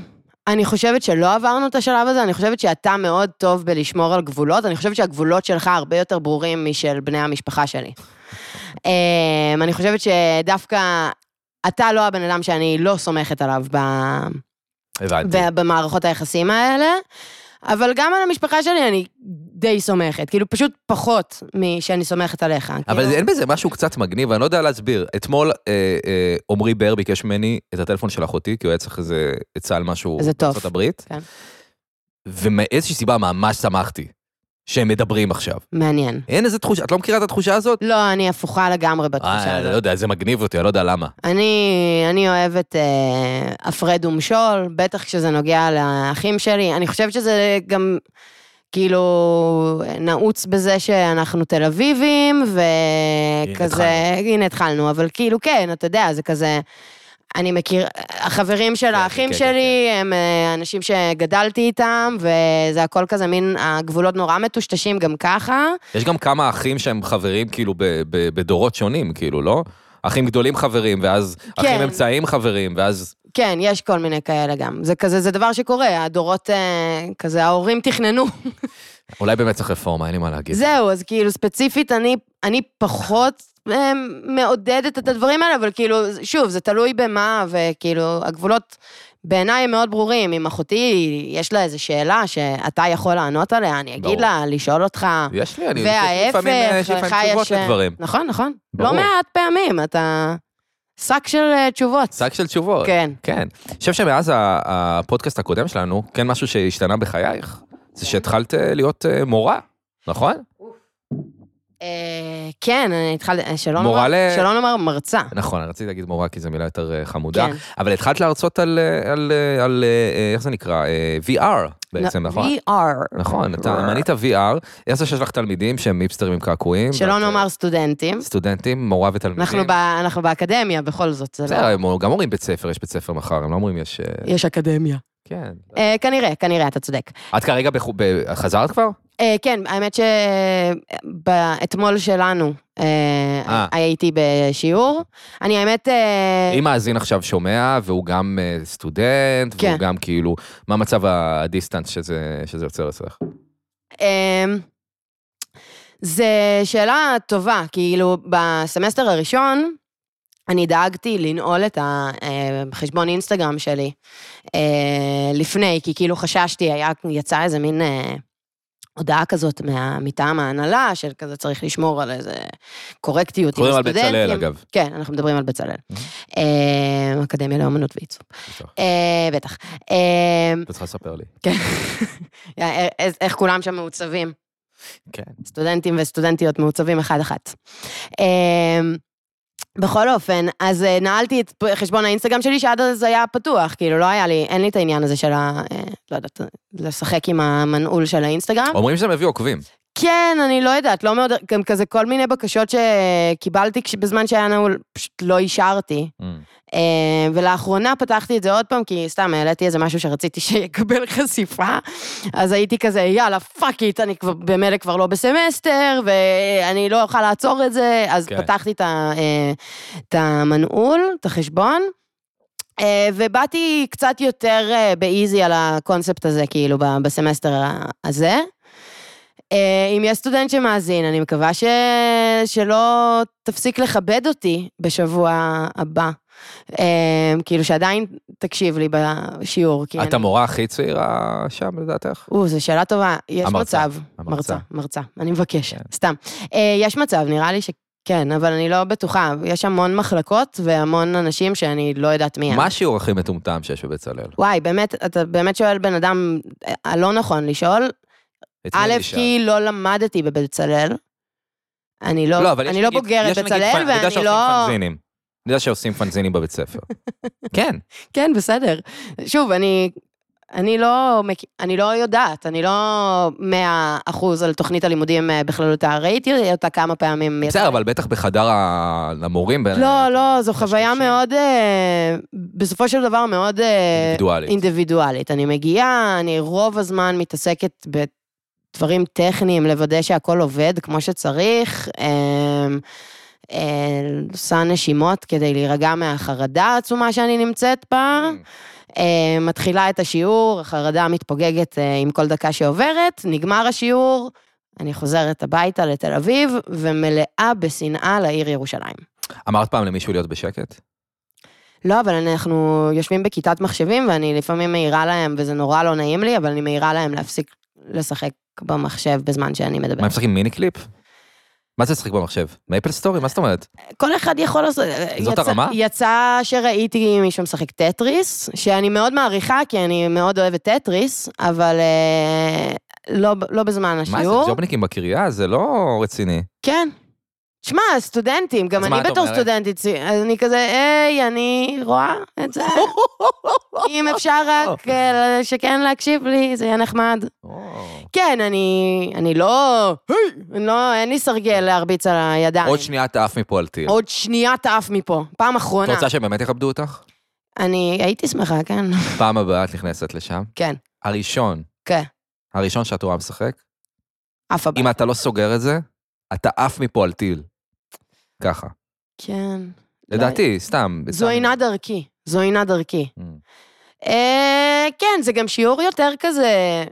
Speaker 3: אני חושבת שלא עברנו את השלב הזה, אני חושבת שאתה מאוד טוב בלשמור על גבולות, אני חושבת שהגבולות שלך הרבה יותר ברורים משל בני המשפחה שלי. אמ, אני חושבת שדווקא אתה לא הבן אדם שאני לא סומכת עליו ב...
Speaker 2: הבנתי.
Speaker 3: ב- במערכות היחסים האלה, אבל גם על המשפחה שלי אני די סומכת, כאילו פשוט פחות משאני סומכת עליך.
Speaker 2: אבל
Speaker 3: כאילו,
Speaker 2: זה- אין בזה משהו קצת מגניב, אני לא יודע להסביר. אתמול אה, אה, עמרי באר ביקש ממני את הטלפון של אחותי, כי הוא היה צריך איזה עצה על משהו
Speaker 3: זה טוב.
Speaker 2: הברית.
Speaker 3: כן.
Speaker 2: ומאיזושהי סיבה ממש שמחתי שהם מדברים עכשיו.
Speaker 3: מעניין.
Speaker 2: אין איזה תחושה, את לא מכירה את התחושה הזאת?
Speaker 3: לא, אני הפוכה לגמרי בתחושה
Speaker 2: אה, לא
Speaker 3: הזאת.
Speaker 2: יודע, זה מגניב אותי, אני לא יודע למה.
Speaker 3: אני, אני אוהבת אה, הפרד ומשול, בטח כשזה נוגע לאחים שלי. אני חושבת שזה גם כאילו נעוץ בזה שאנחנו תל אביבים, וכזה...
Speaker 2: הנה,
Speaker 3: הנה התחלנו, אבל כאילו כן, אתה יודע, זה כזה... אני מכיר, החברים של
Speaker 2: כן,
Speaker 3: האחים
Speaker 2: כן,
Speaker 3: שלי הם אה, אנשים שגדלתי איתם, וזה הכל כזה מין, הגבולות נורא מטושטשים גם ככה.
Speaker 2: יש גם כמה אחים שהם חברים כאילו ב- ב- בדורות שונים, כאילו, לא? אחים גדולים חברים, ואז אחים אמצעיים חברים, ואז...
Speaker 3: כן, יש כל מיני כאלה גם. זה כזה, זה דבר שקורה, הדורות, אה, כזה, ההורים תכננו
Speaker 2: אולי באמת צריך רפורמה, אין לי מה להגיד.
Speaker 3: זהו, אז כאילו, ספציפית, אני, אני פחות אה, מעודדת את הדברים האלה, אבל כאילו, שוב, זה תלוי במה, וכאילו, הגבולות בעיניי הם מאוד ברורים. אם אחותי, יש לה איזו שאלה שאתה יכול לענות עליה, אני אגיד
Speaker 2: ברור.
Speaker 3: לה, לשאול אותך.
Speaker 2: יש לי, אני... יש לי
Speaker 3: וההפך,
Speaker 2: לפעמים אה, יש לי
Speaker 3: לך
Speaker 2: לפעמים תשובות
Speaker 3: יש-
Speaker 2: לדברים.
Speaker 3: נכון, נכון.
Speaker 2: ברור.
Speaker 3: לא מעט פעמים, אתה... שק של אה, תשובות.
Speaker 2: שק של תשובות.
Speaker 3: כן.
Speaker 2: כן. אני חושב שמאז ה- הפודקאסט הקודם שלנו, כן משהו שהשתנה בחייך, זה שהתחלת אה, להיות אה, מורה, נכון?
Speaker 3: אה, כן, אני התחלתי, שלא
Speaker 2: מורה
Speaker 3: נאמר-
Speaker 2: ל-
Speaker 3: שלא נאמר מרצה.
Speaker 2: נכון, אני רציתי להגיד מורה כי זו מילה יותר אה, חמודה.
Speaker 3: כן.
Speaker 2: אבל התחלת להרצות על, אה, על, אה, על, אה, איך זה נקרא? אה, VR בעצם, נכון?
Speaker 3: E VR.
Speaker 2: נכון,
Speaker 3: לא
Speaker 2: אתה מנית VR, איך זה שיש לך תלמידים שהם היפסטרים עם קעקועים?
Speaker 3: שלא
Speaker 2: ואת, אה,
Speaker 3: נאמר סטודנטים.
Speaker 2: סטודנטים, מורה ותלמידים.
Speaker 3: אנחנו ב- אנחנו באקדמיה, בכל זאת. זה לא-
Speaker 2: בסדר, הם גם אומרים בית ספר, יש בית ספר מחר, הם לא אומרים יש... אה,
Speaker 3: יש אקדמיה.
Speaker 2: כן.
Speaker 3: אה, כנראה, כנראה, אתה צודק.
Speaker 2: את כרגע בחו- ב- חזרת כבר?
Speaker 3: אה, כן, האמת שאתמול שלנו
Speaker 2: אה.
Speaker 3: אה, הייתי בשיעור. אני האמת... אה,
Speaker 2: אם מאזין עכשיו שומע, והוא גם אה, סטודנט, והוא
Speaker 3: כן.
Speaker 2: גם כאילו, מה מצב הדיסטנס שזה שזה יוצר אצלך?
Speaker 3: אמ, זה שאלה טובה, כאילו, בסמסטר הראשון, אני דאגתי לנעול את החשבון אינסטגרם שלי אה, לפני, כי כאילו חששתי, היה, יצא איזה מין אה, הודעה כזאת מה, מטעם ההנהלה, של כזה צריך לשמור על איזה קורקטיות עם
Speaker 2: קוראים על
Speaker 3: הסטודנטים.
Speaker 2: בצלאל, אגב. Mm-hmm.
Speaker 3: כן, אנחנו מדברים על בצלאל. אה, אקדמיה לאמנות ועיצוב.
Speaker 2: בטח.
Speaker 3: אה, בטח. אה,
Speaker 2: את צריכה לספר לי.
Speaker 3: כן. איך- איך כולם שם מעוצבים.
Speaker 2: כן.
Speaker 3: סטודנטים וסטודנטיות מעוצבים אחד-אחת. אמ, בכל אופן, אז אה, נעלתי את פ- חשבון האינסטגרם שלי, שעד אז היה פתוח, כאילו, לא היה לי, אין לי את העניין הזה של ה... אה, לא יודעת, לשחק עם המנעול של האינסטגרם.
Speaker 2: אומרים שזה מביא עוקבים.
Speaker 3: כן, אני לא יודעת, לא מאוד... גם כזה כל מיני בקשות שקיבלתי כש- בזמן שהיה נעול, פשוט לא אישרתי. אה, ולאחרונה פתחתי את זה עוד פעם, כי סתם העליתי איזה משהו שרציתי שיקבל חשיפה. אז הייתי כזה, יאללה, פאק איט, אני כבר, במילא כבר לא בסמסטר, ואני לא אוכל לעצור את זה, אז
Speaker 2: כן.
Speaker 3: כן. פתחתי את, ה, אה, את המנעול, את החשבון. אה, ובאתי קצת יותר אה, באיזי על הקונספט הזה, כאילו, ב- בסמסטר ה- הזה. אה, אם יש סטודנט שמאזין, אני מקווה ש... שלא תפסיק לכבד אותי בשבוע הבא. אה, כאילו, שעדיין תקשיב לי בשיעור, כי
Speaker 2: Mm. את
Speaker 3: אני...
Speaker 2: המורה הכי צעירה שם, לדעתך?
Speaker 3: או, זו שאלה טובה. יש
Speaker 2: המרצה,
Speaker 3: מצב.
Speaker 2: המרצה.
Speaker 3: מרצה, מרצה. אני מבקש,
Speaker 2: כן.
Speaker 3: סתם. אה, יש מצב, נראה לי שכן, אבל אני לא בטוחה. יש המון מחלקות והמון אנשים שאני לא יודעת מי הם.
Speaker 2: מה השיעור הכי מטומטם שיש בבצלאל?
Speaker 3: וואי, באמת, אתה באמת שואל בן אדם אה, הלא נכון לשאול.
Speaker 2: את מי
Speaker 3: א',
Speaker 2: אני אשאל?
Speaker 3: כי לא למדתי בבצלאל. אני לא,
Speaker 2: לא, אבל יש
Speaker 3: אני לא
Speaker 2: נגיד-
Speaker 3: בוגרת
Speaker 2: יש נגיד פנ-
Speaker 3: בצלאל,
Speaker 2: אני יודע
Speaker 3: ואני
Speaker 2: שעושים
Speaker 3: לא...
Speaker 2: פנזינים. אני יודע שעושים פנזינים בבית ספר. כן.
Speaker 3: כן, בסדר. שוב, אני... אני לא, מק... אני לא יודעת, אני לא מאה אחוז על תוכנית הלימודים אה, בכללותה, ראיתי אותה כמה פעמים. יצא
Speaker 2: בסדר, אבל בטח בחדר ה- המורים. בין-
Speaker 3: לא, לא, זו חוויה
Speaker 2: קשה.
Speaker 3: מאוד, אה, בסופו של דבר מאוד אה,
Speaker 2: אינדיבידואלית.
Speaker 3: אינדיבידואלית. אני מגיעה, אני רוב הזמן מתעסקת בדברים טכניים, לוודא שהכל עובד כמו שצריך, אה, אה, עושה נשימות כדי להירגע מהחרדה העצומה שאני נמצאת בה.
Speaker 2: Mm.
Speaker 3: אה, מתחילה את השיעור, החרדה מתפוגגת אה, עם כל דקה שעוברת, נגמר השיעור, אני חוזרת הביתה לתל אביב, ומלאה בשנאה לעיר ירושלים.
Speaker 2: אמרת פעם למישהו להיות בשקט?
Speaker 3: לא, אבל אנחנו יושבים בכיתת מחשבים, ואני לפעמים מעירה להם, וזה נורא לא נעים לי, אבל אני מעירה להם להפסיק לשחק במחשב בזמן שאני
Speaker 2: מה, הם
Speaker 3: מדברת.
Speaker 2: משחקים מיני קליפ? מה זה לשחק במחשב? מייפל סטורי? מה זאת אומרת?
Speaker 3: כל אחד יכול לעשות...
Speaker 2: זאת
Speaker 3: יצא-
Speaker 2: הרמה?
Speaker 3: יצא שראיתי מישהו משחק טטריס, שאני מאוד מעריכה, כי אני מאוד אוהבת טטריס, אבל אה, לא, לא בזמן
Speaker 2: מה זה,
Speaker 3: השיעור.
Speaker 2: ג'ובניקים בקריה? זה לא רציני.
Speaker 3: כן. שמע, סטודנטים, גם
Speaker 2: אז מה
Speaker 3: אני
Speaker 2: את
Speaker 3: בתור
Speaker 2: אומרת?
Speaker 3: סטודנטית, אז אני כזה, היי, אני רואה את זה. אם אפשר רק אה, שכן להקשיב לי, זה יהיה נחמד. כן, אני, אני לא, היי, אני לא, אין לי סרגל להרביץ על הידיים.
Speaker 2: עוד שנייה תעף מפה על טיל.
Speaker 3: עוד שנייה תעף מפה, פעם
Speaker 2: את
Speaker 3: אחרונה.
Speaker 2: רוצה שהם באמת יכבדו אותך?
Speaker 3: אני הייתי שמחה, כן.
Speaker 2: פעם הבאה את נכנסת לשם?
Speaker 3: כן,
Speaker 2: הראשון,
Speaker 3: כן,
Speaker 2: הראשון שאת רואה משחק,
Speaker 3: עף הבא.
Speaker 2: אם אתה לא סוגר את זה, אתה עף מפה על טיל. ככה.
Speaker 3: כן.
Speaker 2: לדעתי, סתם.
Speaker 3: זו
Speaker 2: סתם.
Speaker 3: אינה דרכי, זו אינה דרכי.
Speaker 2: Mm.
Speaker 3: אה, כן, זה גם שיעור יותר כזה...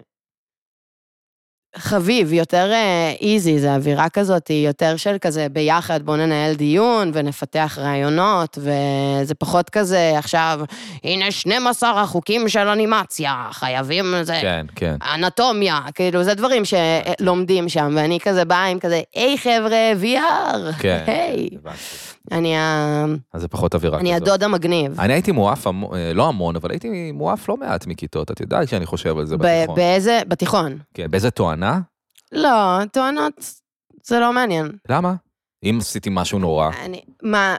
Speaker 3: חביב, יותר איזי, זו אווירה כזאת, היא יותר של כזה ביחד, בוא ננהל דיון ונפתח רעיונות, וזה פחות כזה עכשיו, הנה 12 החוקים של אנימציה, חייבים זה,
Speaker 2: כן, כן.
Speaker 3: אנטומיה, כאילו, זה דברים שלומדים שם, ואני כזה באה עם כזה, היי חבר'ה, VR,
Speaker 2: כן.
Speaker 3: היי.
Speaker 2: הבנתי.
Speaker 3: אני, ה-
Speaker 2: אז זה פחות אווירה
Speaker 3: אני
Speaker 2: כזאת.
Speaker 3: הדוד המגניב.
Speaker 2: אני הייתי מואף, המ- אה, לא המון, אבל הייתי מואף לא מעט מכיתות, את יודעת שאני חושב על זה
Speaker 3: ב-
Speaker 2: בתיכון.
Speaker 3: באיזה, בתיכון.
Speaker 2: כן, באיזה תואנה?
Speaker 3: לא, טוענות, זה לא מעניין.
Speaker 2: למה? אם עשיתי משהו נורא.
Speaker 3: אני, מה...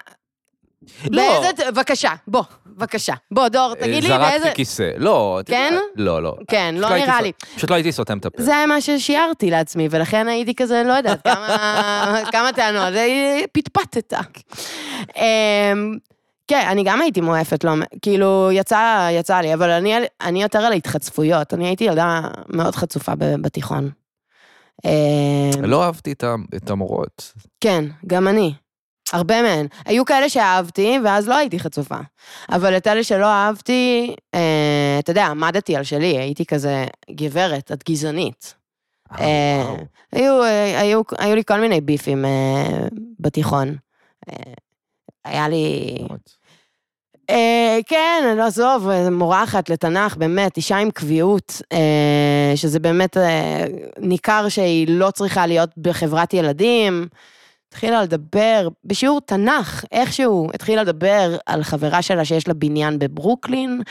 Speaker 2: לא.
Speaker 3: אה,
Speaker 2: אה,
Speaker 3: באיזה... בבקשה, בוא, בבקשה. בוא, דור, תגיד לי
Speaker 2: זרקתי
Speaker 3: באיזה...
Speaker 2: כיסא. לא. את
Speaker 3: כן?
Speaker 2: יודעת, לא, לא.
Speaker 3: כן,
Speaker 2: פשוט
Speaker 3: לא
Speaker 2: הייתי
Speaker 3: נראה
Speaker 2: סות-
Speaker 3: לי.
Speaker 2: פשוט לא הייתי סותם את הפה.
Speaker 3: זה היה מה ששיערתי לעצמי, ולכן הייתי כזה, לא יודעת, כמה, כמה טענות, אה, פטפטת. אמ, כן, אני גם הייתי מועפת, לא, מ- כאילו, יצא, יצא לי, אבל אני, על- אני יותר על ההתחצפויות. אני הייתי ילדה מאוד חצופה ב- בתיכון. אמ,
Speaker 2: לא אהבתי את ה- את המורות.
Speaker 3: כן, גם אני. הרבה מהן. היו כאלה שאהבתי, ואז לא הייתי חצופה. אבל את אלה שלא אהבתי, אה, אתה יודע, עמדתי על שלי, הייתי כזה, גברת, את גזענית. אה,
Speaker 2: וואו.
Speaker 3: היו, אה, היו, היו לי כל מיני ביפים אה, בתיכון. אה, היה לי...
Speaker 2: מורות.
Speaker 3: אה, כן, לא, עזוב, אה, מורה אחת לתנ"ך, באמת, אישה עם קביעות, אה, שזה באמת אה, ניכר שהיא לא צריכה להיות בחברת ילדים. התחילה לדבר, בשיעור תנ"ך, איכשהו, התחילה לדבר על חברה שלה שיש לה בניין בברוקלין,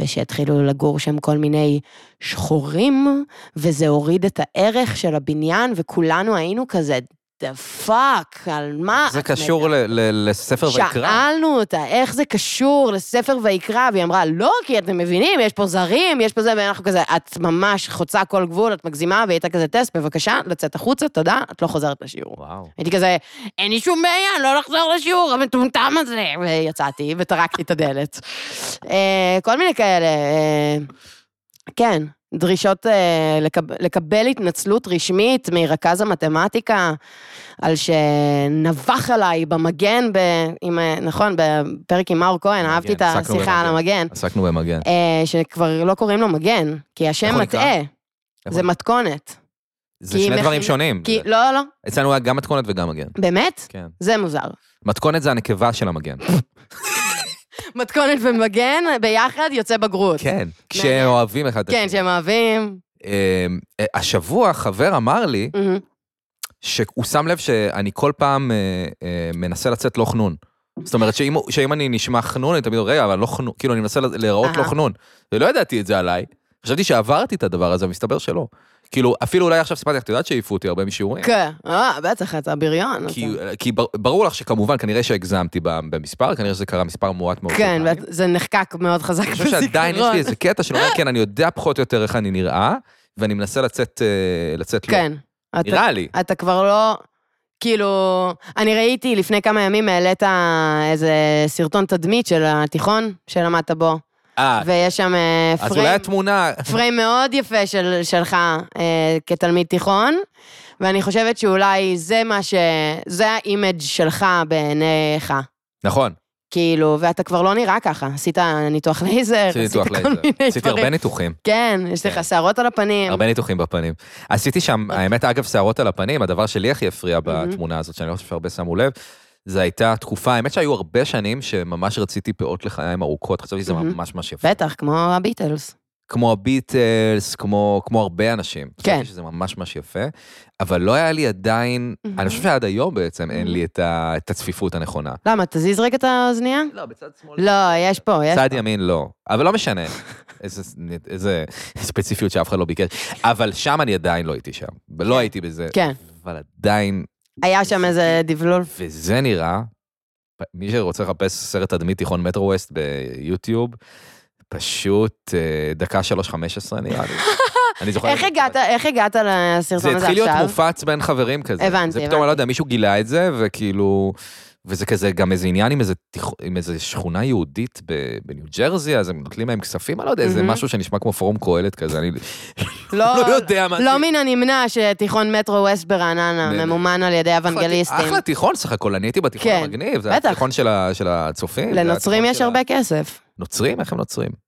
Speaker 3: ושהתחילו לגור שם כל מיני שחורים, וזה הוריד את הערך של הבניין, וכולנו היינו כזה, דה פאק, על מה
Speaker 2: זה
Speaker 3: אה, את
Speaker 2: קשור ל- ל- לספר ויקרא.
Speaker 3: שאלנו אותה, איך זה קשור לספר ויקרא, והיא אמרה, לא, כי אתם מבינים, יש פה זרים, יש פה זה, ואנחנו כזה, את ממש חוצה כל גבול, את מגזימה, והיא הייתה כזה טסט, בבקשה, לצאת החוצה, תודה, את לא חוזרת לשיעור.
Speaker 2: וואו.
Speaker 3: הייתי כזה, אין לי שום בעיה, לא לחזור לשיעור המטומטם הזה. ויצאתי וטרקתי את הדלת. אה, כל מיני כאלה, אה, כן, דרישות אה, לקב- לקבל התנצלות רשמית מרכז המתמטיקה על שנבח עליי במגן, ב, עם, אה, נכון, בפרק עם מאור כהן, אהבתי את
Speaker 2: עסקנו
Speaker 3: השיחה על המגן,
Speaker 2: עסקנו במגן.
Speaker 3: אה, שכבר לא קוראים לו מגן, כי
Speaker 2: איך
Speaker 3: השם
Speaker 2: הוא
Speaker 3: מטעה,
Speaker 2: נקרא?
Speaker 3: זה מתכונת.
Speaker 2: זה
Speaker 3: כי
Speaker 2: שני דברים
Speaker 3: מכינה-
Speaker 2: שונים.
Speaker 3: כי, לא, לא,
Speaker 2: אצלנו היה גם מתכונת וגם מגן.
Speaker 3: באמת?
Speaker 2: כן.
Speaker 3: זה מוזר.
Speaker 2: מתכונת זה הנקבה של המגן.
Speaker 3: מתכונת ומגן ביחד יוצא בגרות.
Speaker 2: כן. כשאוהבים אחד את
Speaker 3: כן,
Speaker 2: השני.
Speaker 3: שהם אוהבים.
Speaker 2: אה, השבוע חבר אמר לי
Speaker 3: מהמם.
Speaker 2: שהוא שם לב שאני כל פעם אה, אה, מנסה לצאת לא חנון. זאת אומרת שאם, הוא- שאם אני נשמע חנון, אני תמיד אומר, רגע, אבל לא חנון, כאילו אני מנסה להיראות לא
Speaker 3: אהה.
Speaker 2: חנון. ולא ידעתי את זה עליי. חשבתי שעברתי את הדבר הזה, מסתבר שלא. כאילו, אפילו אולי עכשיו סיפרתי לך, את יודעת שהעיפו אותי הרבה משיעורים?
Speaker 3: כן, אה, בטח, אתה בריון.
Speaker 2: כי, אה,
Speaker 3: אתה-
Speaker 2: כי בר- ברור לך שכמובן, כנראה שהגזמתי ב- במספר, כנראה שזה קרה מספר מועט מאוד. של
Speaker 3: כן,
Speaker 2: פעמים.
Speaker 3: ואת- זה נחקק מאוד חזק
Speaker 2: אוקיי. אני
Speaker 3: בזיכרון.
Speaker 2: חושב שעדיין יש לי איזה קטע שאומר, כן, אני יודע פחות או יותר איך אני נראה, ואני מנסה לצאת, אה, לצאת לא.
Speaker 3: כן. אתה-
Speaker 2: נראה לי.
Speaker 3: אתה כבר לא... כאילו, אני ראיתי לפני כמה ימים העלית איזה סרטון תדמית של התיכון שלמדת בו,
Speaker 2: אה,
Speaker 3: ויש שם אה,
Speaker 2: אז אולי
Speaker 3: פריים,
Speaker 2: התמונה...
Speaker 3: פריים מאוד יפה של, שלך אה, כתלמיד תיכון, ואני חושבת שאולי זה מה ש... זה האימג' שלך בעיניך.
Speaker 2: נכון,
Speaker 3: כאילו, ואתה כבר לא נראה ככה. עשית ניתוח לייזר,
Speaker 2: עשיתי ניתוח
Speaker 3: כל
Speaker 2: לייזר.
Speaker 3: מיני
Speaker 2: עשיתי הרבה
Speaker 3: דברים.
Speaker 2: ניתוחים,
Speaker 3: כן, יש
Speaker 2: כן.
Speaker 3: לך שערות על הפנים.
Speaker 2: הרבה ניתוחים בפנים. עשיתי שם, האמת, אגב, שערות על הפנים, הדבר שלי הכי הפריע
Speaker 3: אוקיי. מהמם.
Speaker 2: בתמונה הזאת, שאני לא חושב שהרבה שמו לב, זה הייתה תקופה, האמת שהיו הרבה שנים שממש רציתי פאות לחיים ארוכות, חשבתי שזה
Speaker 3: מהמם.
Speaker 2: ממש ממש יפה.
Speaker 3: בטח, כמו הביטלס.
Speaker 2: כמו הביטלס, כמו, כמו הרבה אנשים.
Speaker 3: כן.
Speaker 2: חשבתי שזה ממש ממש יפה, אבל לא היה לי עדיין,
Speaker 3: מהמם.
Speaker 2: אני חושב שעד היום בעצם אין
Speaker 3: מהמם.
Speaker 2: לי את, ה, את הצפיפות הנכונה.
Speaker 3: למה, תזיז רגע את האוזנייה?
Speaker 2: לא, בצד שמאל.
Speaker 3: לא, יש פה, יש
Speaker 2: צד
Speaker 3: פה.
Speaker 2: ימין לא, אבל לא משנה. איזה, איזה ספציפיות שאף אחד לא ביקש. אבל שם אני עדיין לא הייתי שם, ולא הייתי בזה.
Speaker 3: כן.
Speaker 2: אבל עדיין,
Speaker 3: היה שם איזה דבלול.
Speaker 2: וזה נראה, מי שרוצה לחפש סרט תדמית תיכון מטרו ווסט ביוטיוב, פשוט אה, דקה 3.15 נראה לי. אני זוכר...
Speaker 3: איך
Speaker 2: את זה.
Speaker 3: הגעת, איך הגעת
Speaker 2: זה
Speaker 3: לסרטון הזה
Speaker 2: התחיל להיות
Speaker 3: עכשיו?
Speaker 2: מופץ בין חברים כזה.
Speaker 3: הבנתי,
Speaker 2: זה פתאום,
Speaker 3: הבנתי.
Speaker 2: אני לא יודע, מישהו גילה את זה, וכאילו... וזה כזה גם איזה עניין עם איזה, תיכ... עם איזה שכונה יהודית ב... בניו ג'רזי, אז הם נוטלים להם כספים, אני לא יודע, איזה
Speaker 3: מהמם.
Speaker 2: משהו שנשמע כמו פורום קהלת כזה, אני
Speaker 3: לא
Speaker 2: לא יודע מה...
Speaker 3: לא מן הנמנע שתיכון מטרו ווסט
Speaker 2: ב-
Speaker 3: ברעננה ממומן על ידי
Speaker 2: אחלה-
Speaker 3: אוונגליסטים.
Speaker 2: אחלה תיכון סך הכל, אני הייתי בתיכון
Speaker 3: כן,
Speaker 2: המגניב, זה היה
Speaker 3: בטח.
Speaker 2: התיכון של, ה... של הצופים. זה היה
Speaker 3: לנוצרים
Speaker 2: התיכון
Speaker 3: יש
Speaker 2: של ה-
Speaker 3: הרבה כסף.
Speaker 2: נוצרים? איך הם נוצרים?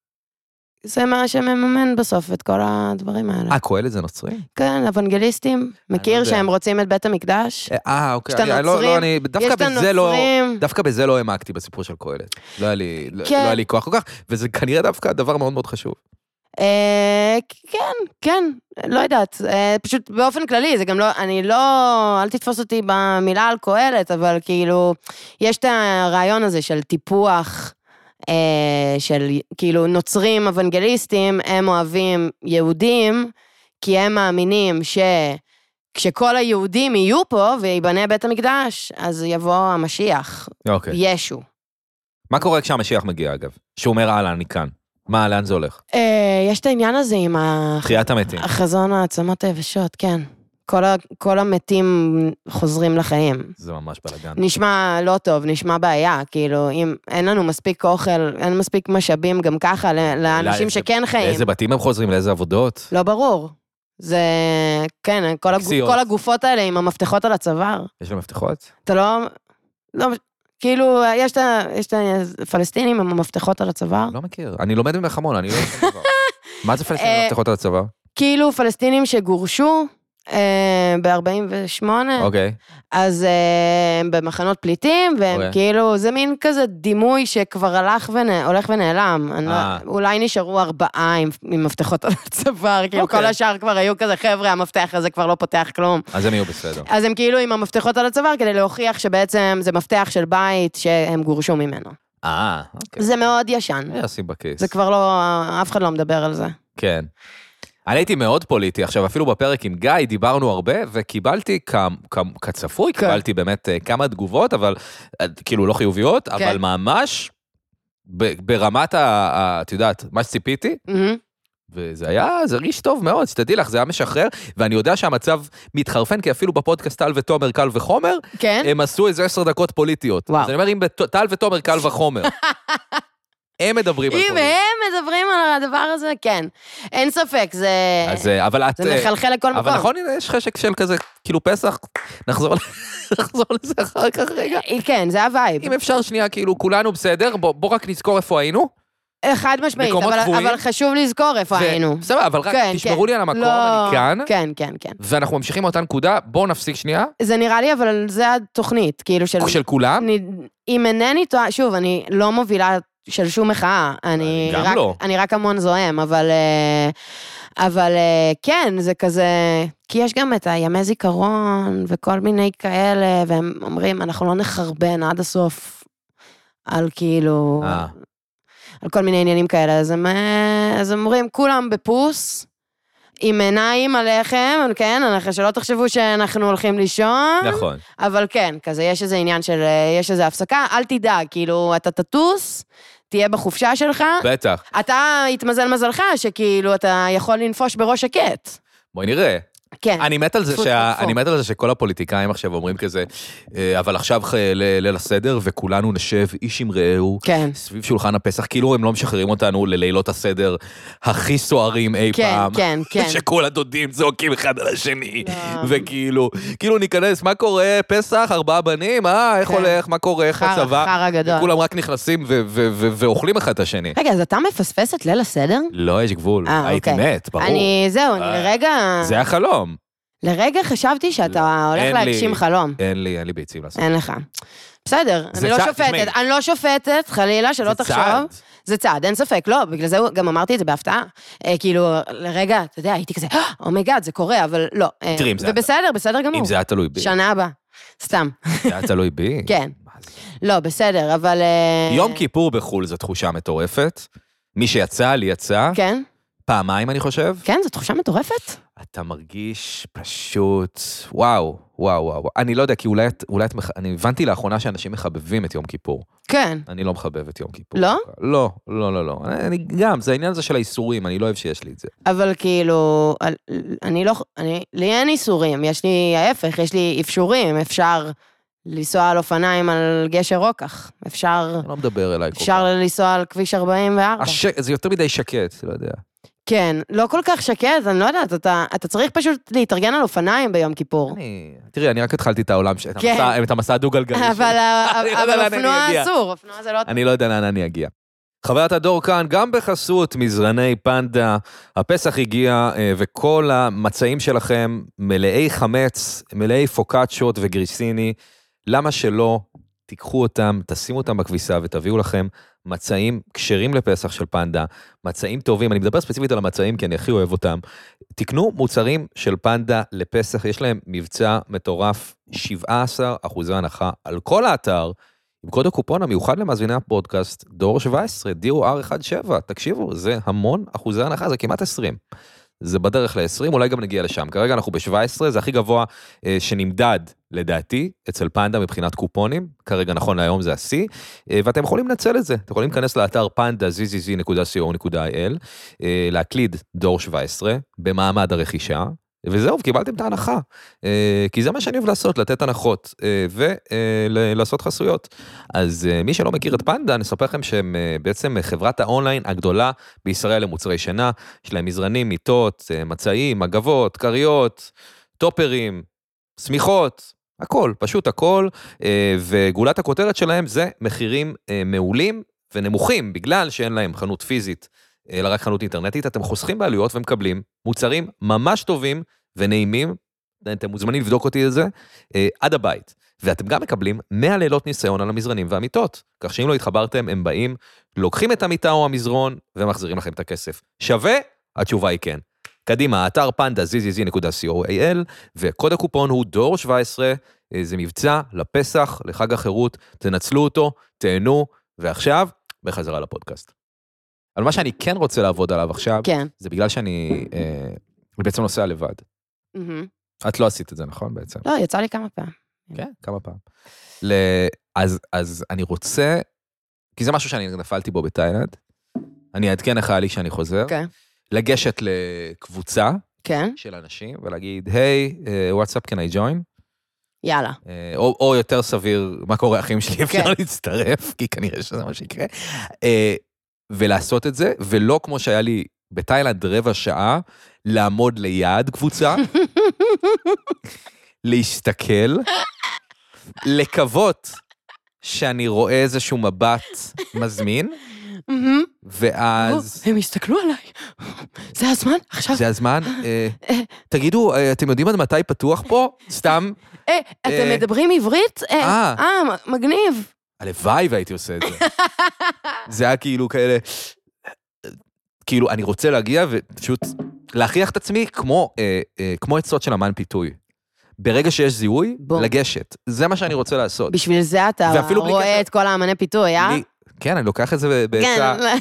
Speaker 3: זה מה שמממן בסוף את כל הדברים האלה.
Speaker 2: אה, קהלת זה נוצרי?
Speaker 3: כן, אוונגליסטים. מכיר
Speaker 2: לא יודע.
Speaker 3: שהם רוצים את בית המקדש?
Speaker 2: אה, אוקיי.
Speaker 3: יש את
Speaker 2: אני- לא, לא,
Speaker 3: הנוצרים,
Speaker 2: אני,
Speaker 3: כן. יש
Speaker 2: דווקא
Speaker 3: את
Speaker 2: בזה לא...
Speaker 3: הנוצרים.
Speaker 2: דווקא בזה לא העמקתי בסיפור של קהלת. לא היה לי, לא,
Speaker 3: כן.
Speaker 2: לא היה לי כוח כל כך, וזה כנראה דווקא דבר מאוד מאוד חשוב.
Speaker 3: אה, כן, כן, לא יודעת. אה, פשוט באופן כללי, זה גם לא, אני לא, אל תתפוס אותי במילה על קהלת, אבל כאילו, יש את הרעיון הזה של טיפוח. אה, של כאילו נוצרים אוונגליסטים, הם אוהבים יהודים, כי הם מאמינים שכשכל היהודים יהיו פה וייבנה בית המקדש, אז יבוא המשיח,
Speaker 2: אוקיי.
Speaker 3: ישו.
Speaker 2: מה קורה כשהמשיח מגיע, אגב? שהוא אומר, אהלן, אני כאן. מה, לאן זה הולך?
Speaker 3: אה, יש את העניין הזה עם ה...
Speaker 2: תחיית המתים.
Speaker 3: החזון העצמות היבשות, כן. כל, ה, כל המתים חוזרים לחיים.
Speaker 2: זה ממש בלאגן.
Speaker 3: נשמע לא טוב, נשמע בעיה, כאילו, אם אין לנו מספיק אוכל, אין מספיק משאבים גם ככה ל- לאנשים
Speaker 2: לאיזה-
Speaker 3: שכן חיים.
Speaker 2: לאיזה בתים הם חוזרים? לאיזה עבודות?
Speaker 3: לא ברור. זה, כן, כל, הגו,
Speaker 2: טקסיות.
Speaker 3: כל הגופות האלה עם המפתחות על הצוואר.
Speaker 2: יש להם מפתחות?
Speaker 3: אתה לא, לא, כאילו, יש את ה- יש את הפלסטינים עם המפתחות על הצוואר.
Speaker 2: לא מכיר. אני לומד ממך המון, אני לא יודע שום דבר. מה זה פלסטינים עם
Speaker 3: אה,
Speaker 2: מפתחות על הצבא?
Speaker 3: כאילו, פלסטינים שגורשו אה, ב-48,
Speaker 2: אוקיי.
Speaker 3: אז אה, הם במחנות פליטים, והם
Speaker 2: אוקיי.
Speaker 3: okay. כאילו, זה מין כזה דימוי שכבר הלך ונה, הולך ונעלם. אני לא,
Speaker 2: אה.
Speaker 3: אולי נשארו ארבעה עם, עם מפתחות על הצוואר, כאילו
Speaker 2: אוקיי.
Speaker 3: כל השאר כבר היו כזה, חבר'ה, המפתח הזה כבר לא פותח כלום.
Speaker 2: אז הם יהיו בסדר.
Speaker 3: אז הם כאילו עם המפתחות על הצוואר כדי להוכיח שבעצם זה מפתח של בית שהם גורשו ממנו.
Speaker 2: אה, אוקיי.
Speaker 3: זה מאוד ישן.
Speaker 2: אה, ישים בכיס.
Speaker 3: זה כבר לא, אף אחד לא מדבר על זה.
Speaker 2: כן. אני הייתי מאוד פוליטי עכשיו, אפילו בפרק עם גיא דיברנו הרבה, וקיבלתי, כ- כ- כצפוי,
Speaker 3: כן.
Speaker 2: קיבלתי באמת אה, כמה תגובות, אבל אה, כאילו לא חיוביות, אבל
Speaker 3: כן.
Speaker 2: ממש ב- ברמת ה... ה- את יודעת, מה שציפיתי,
Speaker 3: מהמם.
Speaker 2: וזה היה, זה הרגיש טוב מאוד, שתדעי לך, זה היה משחרר, ואני יודע שהמצב מתחרפן, כי אפילו בפודקאסט טל ותומר, קל וחומר,
Speaker 3: כן?
Speaker 2: הם עשו איזה עשר דקות פוליטיות.
Speaker 3: וואו.
Speaker 2: אז אני אומר, אם בת- טל ותומר, קל וחומר. הם מדברים על
Speaker 3: אם
Speaker 2: פוליטיקה.
Speaker 3: הם מדברים על הדבר הזה, כן. אין ספק, זה...
Speaker 2: אז, אה, אבל את...
Speaker 3: זה
Speaker 2: אה,
Speaker 3: מחלחל לכל מקום.
Speaker 2: אבל נכון, הנה, יש חשק של כזה, כאילו פסח, נחזור ל- נחזור לזה אחר כך רגע.
Speaker 3: כן, זה הווייב.
Speaker 2: אם אפשר שנייה, כאילו, כולנו בסדר, בוא בוא רק נזכור איפה היינו.
Speaker 3: חד משמעית,
Speaker 2: מקומות
Speaker 3: אבל,
Speaker 2: קבועים.
Speaker 3: אבל חשוב לזכור איפה
Speaker 2: ו-
Speaker 3: היינו.
Speaker 2: סבבה, אבל רק
Speaker 3: כן,
Speaker 2: תשמרו
Speaker 3: כן.
Speaker 2: לי על המקום,
Speaker 3: לא-
Speaker 2: אני כאן,
Speaker 3: כן, כן, כן.
Speaker 2: ואנחנו ממשיכים מאותה נקודה, בואו נפסיק שנייה,
Speaker 3: זה נראה לי, אבל זה התוכנית, כאילו של...
Speaker 2: של כולם.
Speaker 3: אני, אם אינני טועה, שוב, אני לא מובילה של שום מחאה. אני
Speaker 2: גם
Speaker 3: רק,
Speaker 2: לא.
Speaker 3: אני רק המון זועם, אבל... אה, אבל אה, כן, זה כזה... כי יש גם את הימי זיכרון וכל מיני כאלה, והם אומרים, אנחנו לא נחרבן עד הסוף על כאילו...
Speaker 2: אה,
Speaker 3: על כל מיני עניינים כאלה, אז הם, אה, אז הם אומרים, כולם בפוס, עם עיניים עליכם, כן, אנחנו- שלא תחשבו שאנחנו הולכים לישון,
Speaker 2: נכון.
Speaker 3: אבל כן, כזה, יש איזה עניין של, אה, יש איזה הפסקה, אל תדאג, כאילו, אתה תטוס, תהיה בחופשה שלך,
Speaker 2: בטח.
Speaker 3: אתה התמזל מזלך שכאילו אתה יכול לנפוש בראש שקט.
Speaker 2: בואי נראה.
Speaker 3: כן,
Speaker 2: אני מת על זה
Speaker 3: טפו,
Speaker 2: שה-
Speaker 3: טפו.
Speaker 2: אני מת על זה שכל הפוליטיקאים עכשיו אומרים כזה, "אה, אבל עכשיו ח- ל- ליל הסדר, וכולנו נשב איש עם רעהו,
Speaker 3: כן.
Speaker 2: סביב שולחן הפסח, כאילו הם לא משחררים אותנו ללילות הסדר הכי סוערים אי
Speaker 3: כן,
Speaker 2: פעם.
Speaker 3: כן, כן.
Speaker 2: שכל הדודים זועקים אחד על השני,
Speaker 3: לא.
Speaker 2: וכאילו, כאילו ניכנס, מה קורה, פסח, ארבעה בנים, אה, איך
Speaker 3: כן.
Speaker 2: הולך, מה קורה, איך
Speaker 3: חרא,
Speaker 2: בצבא,
Speaker 3: חרא לא. גדול.
Speaker 2: וכולם רק נכנסים ו- ו- ו- ואוכלים אחד את השני.
Speaker 3: רגע, אז אתה מפספס את ליל הסדר?
Speaker 2: לא, יש גבול,
Speaker 3: אה,
Speaker 2: הייתי
Speaker 3: אוקיי.
Speaker 2: מת, ברור.
Speaker 3: אני, זהו, אני
Speaker 2: אה,
Speaker 3: לרגע,
Speaker 2: זה היה חלום.
Speaker 3: לרגע חשבתי שאתה
Speaker 2: לא, אין
Speaker 3: הולך
Speaker 2: לי.
Speaker 3: להגשים חלום.
Speaker 2: אין לי, אין לי ביצים לעשות.
Speaker 3: אין לך. בסדר,
Speaker 2: זה
Speaker 3: אני לא
Speaker 2: צעד,
Speaker 3: שופטת,
Speaker 2: תשמעי.
Speaker 3: אני לא שופטת, חלילה, שלא
Speaker 2: זה
Speaker 3: תחשוב.
Speaker 2: צעד.
Speaker 3: זה צעד, אין ספק, לא, בגלל זה גם אמרתי את זה בהפתעה. אה, כאילו, לרגע, אתה יודע, הייתי כזה, "אה, אומייגאד, זה קורה, אבל לא. אה,
Speaker 2: תראי, אם זה-
Speaker 3: ובסדר, בסדר גמור.
Speaker 2: אם זה היה תלוי בי,
Speaker 3: שנה הבאה. סתם.
Speaker 2: זה היה תלוי בי.
Speaker 3: כן.
Speaker 2: מה זה?
Speaker 3: לא, בסדר, אבל... אה,
Speaker 2: יום כיפור בחו"ל זו תחושה מטורפת. מי שיצא, לי יצא.
Speaker 3: כן,
Speaker 2: פעמיים, אני חושב.
Speaker 3: כן, זו תחושה מטורפת.
Speaker 2: אתה מרגיש פשוט, וואו, וואו, וואו. וואו. אני לא יודע, כי אולי את, אולי את, מח... אני הבנתי לאחרונה שאנשים מחבבים את יום כיפור.
Speaker 3: כן.
Speaker 2: אני לא מחבב את יום כיפור.
Speaker 3: לא?
Speaker 2: לא, לא, לא, לא. אני- אני גם, זה העניין הזה של האיסורים, אני לא אוהב שיש לי את זה.
Speaker 3: אבל כאילו, על- אני לא, אני, לי אין איסורים, יש לי ההפך, יש לי אפשורים, אפשר לנסוע על אופניים על גשר רוקח, אפשר,
Speaker 2: אני לא מדבר אליי כל כך.
Speaker 3: אפשר לנסוע על כביש 44.
Speaker 2: הש... זה יותר מדי שקט, לא יודע.
Speaker 3: כן, לא כל כך שקט, אני לא יודעת, אתה, אתה צריך פשוט להתארגן על אופניים ביום כיפור.
Speaker 2: אני... תראי, אני רק התחלתי את העולם, ש... את
Speaker 3: כן.
Speaker 2: המסע- את המסע הדו-גלגלי שלי.
Speaker 3: אבל, ה-
Speaker 2: אני לא יודע
Speaker 3: אבל
Speaker 2: לאן אני
Speaker 3: אופנוע
Speaker 2: אגיע.
Speaker 3: אסור, אופנוע זה לא...
Speaker 2: אני לא יודע לאן אני אגיע. חוויית הדור כאן, גם בחסות מזרני פנדה, הפסח הגיע אה, וכל המצעים שלכם מלאי חמץ, מלאי פוקאצ'ות וגריסיני. למה שלא תיקחו אותם, תשימו אותם בכביסה ותביאו לכם מצעים כשרים לפסח של פנדה, מצעים טובים, אני מדבר ספציפית על המצעים כי אני הכי אוהב אותם. תקנו מוצרים של פנדה לפסח, יש להם מבצע מטורף, 17 אחוזי הנחה על כל האתר, עם קוד הקופון המיוחד למאזיני הפודקאסט, דור 17, DOR17, תקשיבו, זה המון אחוזי הנחה, זה כמעט 20. זה בדרך ל-20, אולי גם נגיע לשם. כרגע אנחנו ב-17, זה הכי גבוה אה, שנמדד, לדעתי, אצל פנדה מבחינת קופונים. כרגע, נכון להיום, זה השיא. אה, ואתם יכולים לנצל את זה. אתם יכולים להיכנס לאתר panda.zzz.co.il, אה, להקליד דור 17 במעמד הרכישה. וזהו, קיבלתם את ההנחה, אה, כי זה מה שאני אוהב לעשות, לתת הנחות אה, ולעשות חסויות. אז אה, מי שלא מכיר את פנדה, אני אספר לכם שהם אה, בעצם חברת האונליין הגדולה בישראל למוצרי שינה. יש להם מזרנים, מיטות, אה, מצעים, מגבות, כריות, טופרים, שמיכות, הכל, פשוט הכל. אה, וגולת הכותרת שלהם זה מחירים אה, מעולים ונמוכים, בגלל שאין להם חנות פיזית, אה, אלא רק חנות אינטרנטית. אתם חוסכים בעלויות ומקבלים מוצרים ממש טובים ונעימים. אתם מוזמנים לבדוק אותי את זה, אה, עד הבית. ואתם גם מקבלים 100 לילות ניסיון על המזרנים והמיטות. כך שאם לא התחברתם, הם באים, לוקחים את המיטה או המזרון ומחזירים לכם את הכסף. שווה? התשובה היא כן. קדימה, אתר פנדה zzz.co.il, וקוד הקופון הוא דור 17, אה, זה מבצע לפסח, לחג החירות, תנצלו אותו, תהנו, ועכשיו, בחזרה לפודקאסט. אבל מה שאני כן רוצה לעבוד עליו עכשיו,
Speaker 3: כן.
Speaker 2: זה בגלל שאני אה, בעצם נוסע לבד.
Speaker 3: מהמם.
Speaker 2: את לא עשית את זה, נכון בעצם?
Speaker 3: לא, יצא לי כמה פעמים.
Speaker 2: כן, כמה פעם. ל... אז, אז אני רוצה, כי זה משהו שאני נפלתי בו בתאילנד, אני אעדכן לך עלי שאני חוזר,
Speaker 3: כן.
Speaker 2: לגשת לקבוצה
Speaker 3: כן?
Speaker 2: של אנשים ולהגיד, היי, וואטסאפ, can I join?
Speaker 3: יאללה.
Speaker 2: אה, או, או יותר סביר, מה קורה אחים שלי, אפשר
Speaker 3: כן.
Speaker 2: להצטרף, כי כנראה שזה מה שיקרה. אה, ולעשות את זה, ולא כמו שהיה לי בתאילנד רבע שעה, לעמוד ליד קבוצה, להסתכל, לקוות שאני רואה איזשהו מבט מזמין,
Speaker 3: מהמם.
Speaker 2: ואז...
Speaker 3: או, הם הסתכלו עליי. זה הזמן? עכשיו?
Speaker 2: זה הזמן, אה, תגידו, אה, אתם יודעים עד מתי פתוח פה? סתם,
Speaker 3: אה, אתם
Speaker 2: אה.
Speaker 3: מדברים עברית?
Speaker 2: אה.
Speaker 3: אה, אה, מ- מגניב.
Speaker 2: הלוואי והייתי עושה את זה. זה היה כאילו כאלה, כאילו, אני רוצה להגיע ופשוט להכריח את עצמי כמו, אה, אה, כמו עצות של אמן פיתוי. ברגע שיש זיהוי,
Speaker 3: בום.
Speaker 2: לגשת. זה מה שאני רוצה לעשות.
Speaker 3: בשביל זה אתה
Speaker 2: ואפילו בלי קשר-
Speaker 3: רואה את כל האמני פיתוי, אה?
Speaker 2: אני- כן, אני לוקח את זה בעצה...
Speaker 3: כן,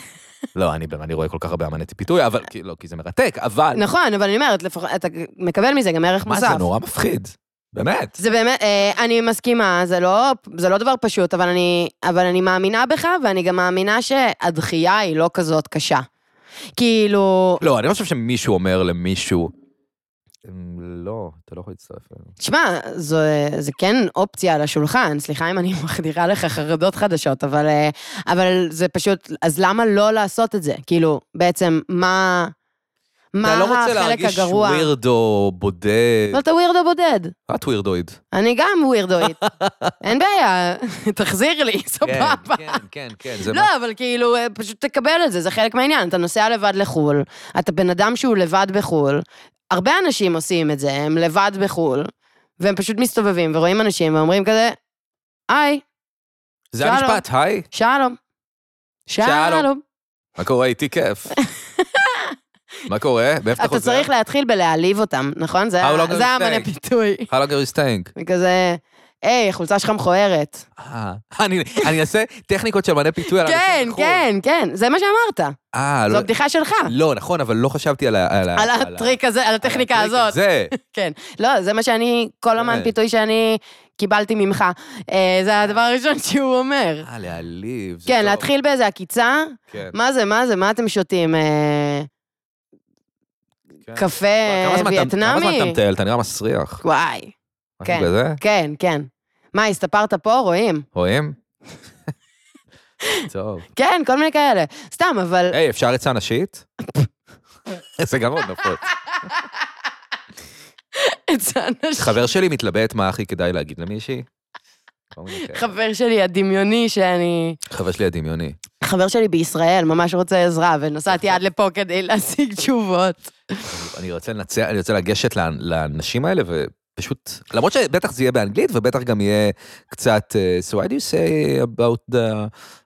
Speaker 2: לא, אני באמת אני רואה כל כך הרבה אמני פיתוי, אבל, כי- לא, כי זה מרתק, אבל...
Speaker 3: נכון, אבל אני אומרת, לפחות אתה מקבל מזה גם ערך
Speaker 2: מה,
Speaker 3: מוסף.
Speaker 2: זה נורא מפחיד. באמת.
Speaker 3: זה באמת, אה, אני מסכימה, זה לא, זה לא דבר פשוט, אבל אני, אבל אני מאמינה בך, ואני גם מאמינה שהדחייה היא לא כזאת קשה. כאילו,
Speaker 2: לא, אני לא חושב שמישהו אומר למישהו... "אמ, לא, אתה לא יכול להצטרף אלינו.
Speaker 3: תשמע, זו, זה כן אופציה על השולחן, סליחה אם אני מחדירה לך חרדות חדשות, אבל, אה, אבל זה פשוט, אז למה לא לעשות את זה? כאילו, בעצם, מה, מה
Speaker 2: אתה לא רוצה
Speaker 3: החלק
Speaker 2: להרגיש
Speaker 3: הגרוע? לא,
Speaker 2: ווירדו, בודד.
Speaker 3: אבל אתה ווירדו בודד.
Speaker 2: את ווירדואיד.
Speaker 3: אני גם ווירדואית. אין בעיה, תחזיר לי, סבבה.
Speaker 2: כן, כן, כן, זה
Speaker 3: לא, אבל כאילו, אה, פשוט תקבל את זה, זה חלק מהעניין. אתה נוסע לבד לחו"ל, אתה בן אדם שהוא לבד בחו"ל, הרבה אנשים עושים את זה, הם לבד בחו"ל, והם פשוט מסתובבים ורואים אנשים ואומרים כזה, היי,
Speaker 2: זה
Speaker 3: שלום.
Speaker 2: המשפט, היי,
Speaker 3: שלום.
Speaker 2: שלום.
Speaker 3: שלום.
Speaker 2: מה קורה איתי כיף? מה קורה? מאיפה אתה
Speaker 3: אתה
Speaker 2: חוזר? אה, לא
Speaker 3: צריך להתחיל בלהעליב אותם, נכון? זה
Speaker 2: How long are
Speaker 3: זה
Speaker 2: you
Speaker 3: המנה
Speaker 2: staying?
Speaker 3: פיתוי.
Speaker 2: How long are you staying?
Speaker 3: וכזה, היי, החולצה שלך מכוערת.
Speaker 2: אה, אני אני אעשה טכניקות של מנה פיתוי על
Speaker 3: כן,
Speaker 2: אנשים בחו"ל.
Speaker 3: כן, כן, זה מה שאמרת.
Speaker 2: אה,
Speaker 3: זו
Speaker 2: לא-
Speaker 3: הבדיחה שלך.
Speaker 2: לא, נכון, אבל לא חשבתי על ה... ה-
Speaker 3: על
Speaker 2: ה-
Speaker 3: הטריק הזה, על
Speaker 2: על
Speaker 3: הטכניקה
Speaker 2: הטריק
Speaker 3: הזאת.
Speaker 2: הזה.
Speaker 3: כן. לא, זה מה שאני, כל אמן
Speaker 2: כן.
Speaker 3: פיתוי שאני קיבלתי ממך. אה, זה הדבר הראשון שהוא אומר.
Speaker 2: אה, להעליב. זה
Speaker 3: כן,
Speaker 2: טוב.
Speaker 3: להתחיל באיזה עקיצה,
Speaker 2: כן,
Speaker 3: מה זה, מה זה, מה אתם שותים? אה,
Speaker 2: כן.
Speaker 3: קפה
Speaker 2: כמה זמן אתה- כמה זמן אתה
Speaker 3: וייטנאמי?
Speaker 2: מטייל? אתה נראה מסריח.
Speaker 3: וואי,
Speaker 2: משהו
Speaker 3: כן.
Speaker 2: כזה?
Speaker 3: כן, כן. מה, הסתפרת פה? רואים.
Speaker 2: רואים? טוב.
Speaker 3: כן, כל מיני כאלה. סתם, אבל...
Speaker 2: היי, אפשר עצה נשית? זה גם עוד נפוץ.
Speaker 3: אצל אנשים-
Speaker 2: אה. חבר שלי מתלבט מה הכי כדאי להגיד למישהי. כל מיני כאלה.
Speaker 3: חבר שלי הדמיוני שאני...
Speaker 2: חבר שלי הדמיוני.
Speaker 3: חבר שלי בישראל ממש רוצה עזרה, ונסעתי עד לפה כדי להשיג תשובות.
Speaker 2: אני רוצה לנצח, אני רוצה לגשת לאנ- לאנשים האלה ופשוט, למרות שבטח זה יהיה באנגלית ובטח גם יהיה קצת, אה, so what do you say about the,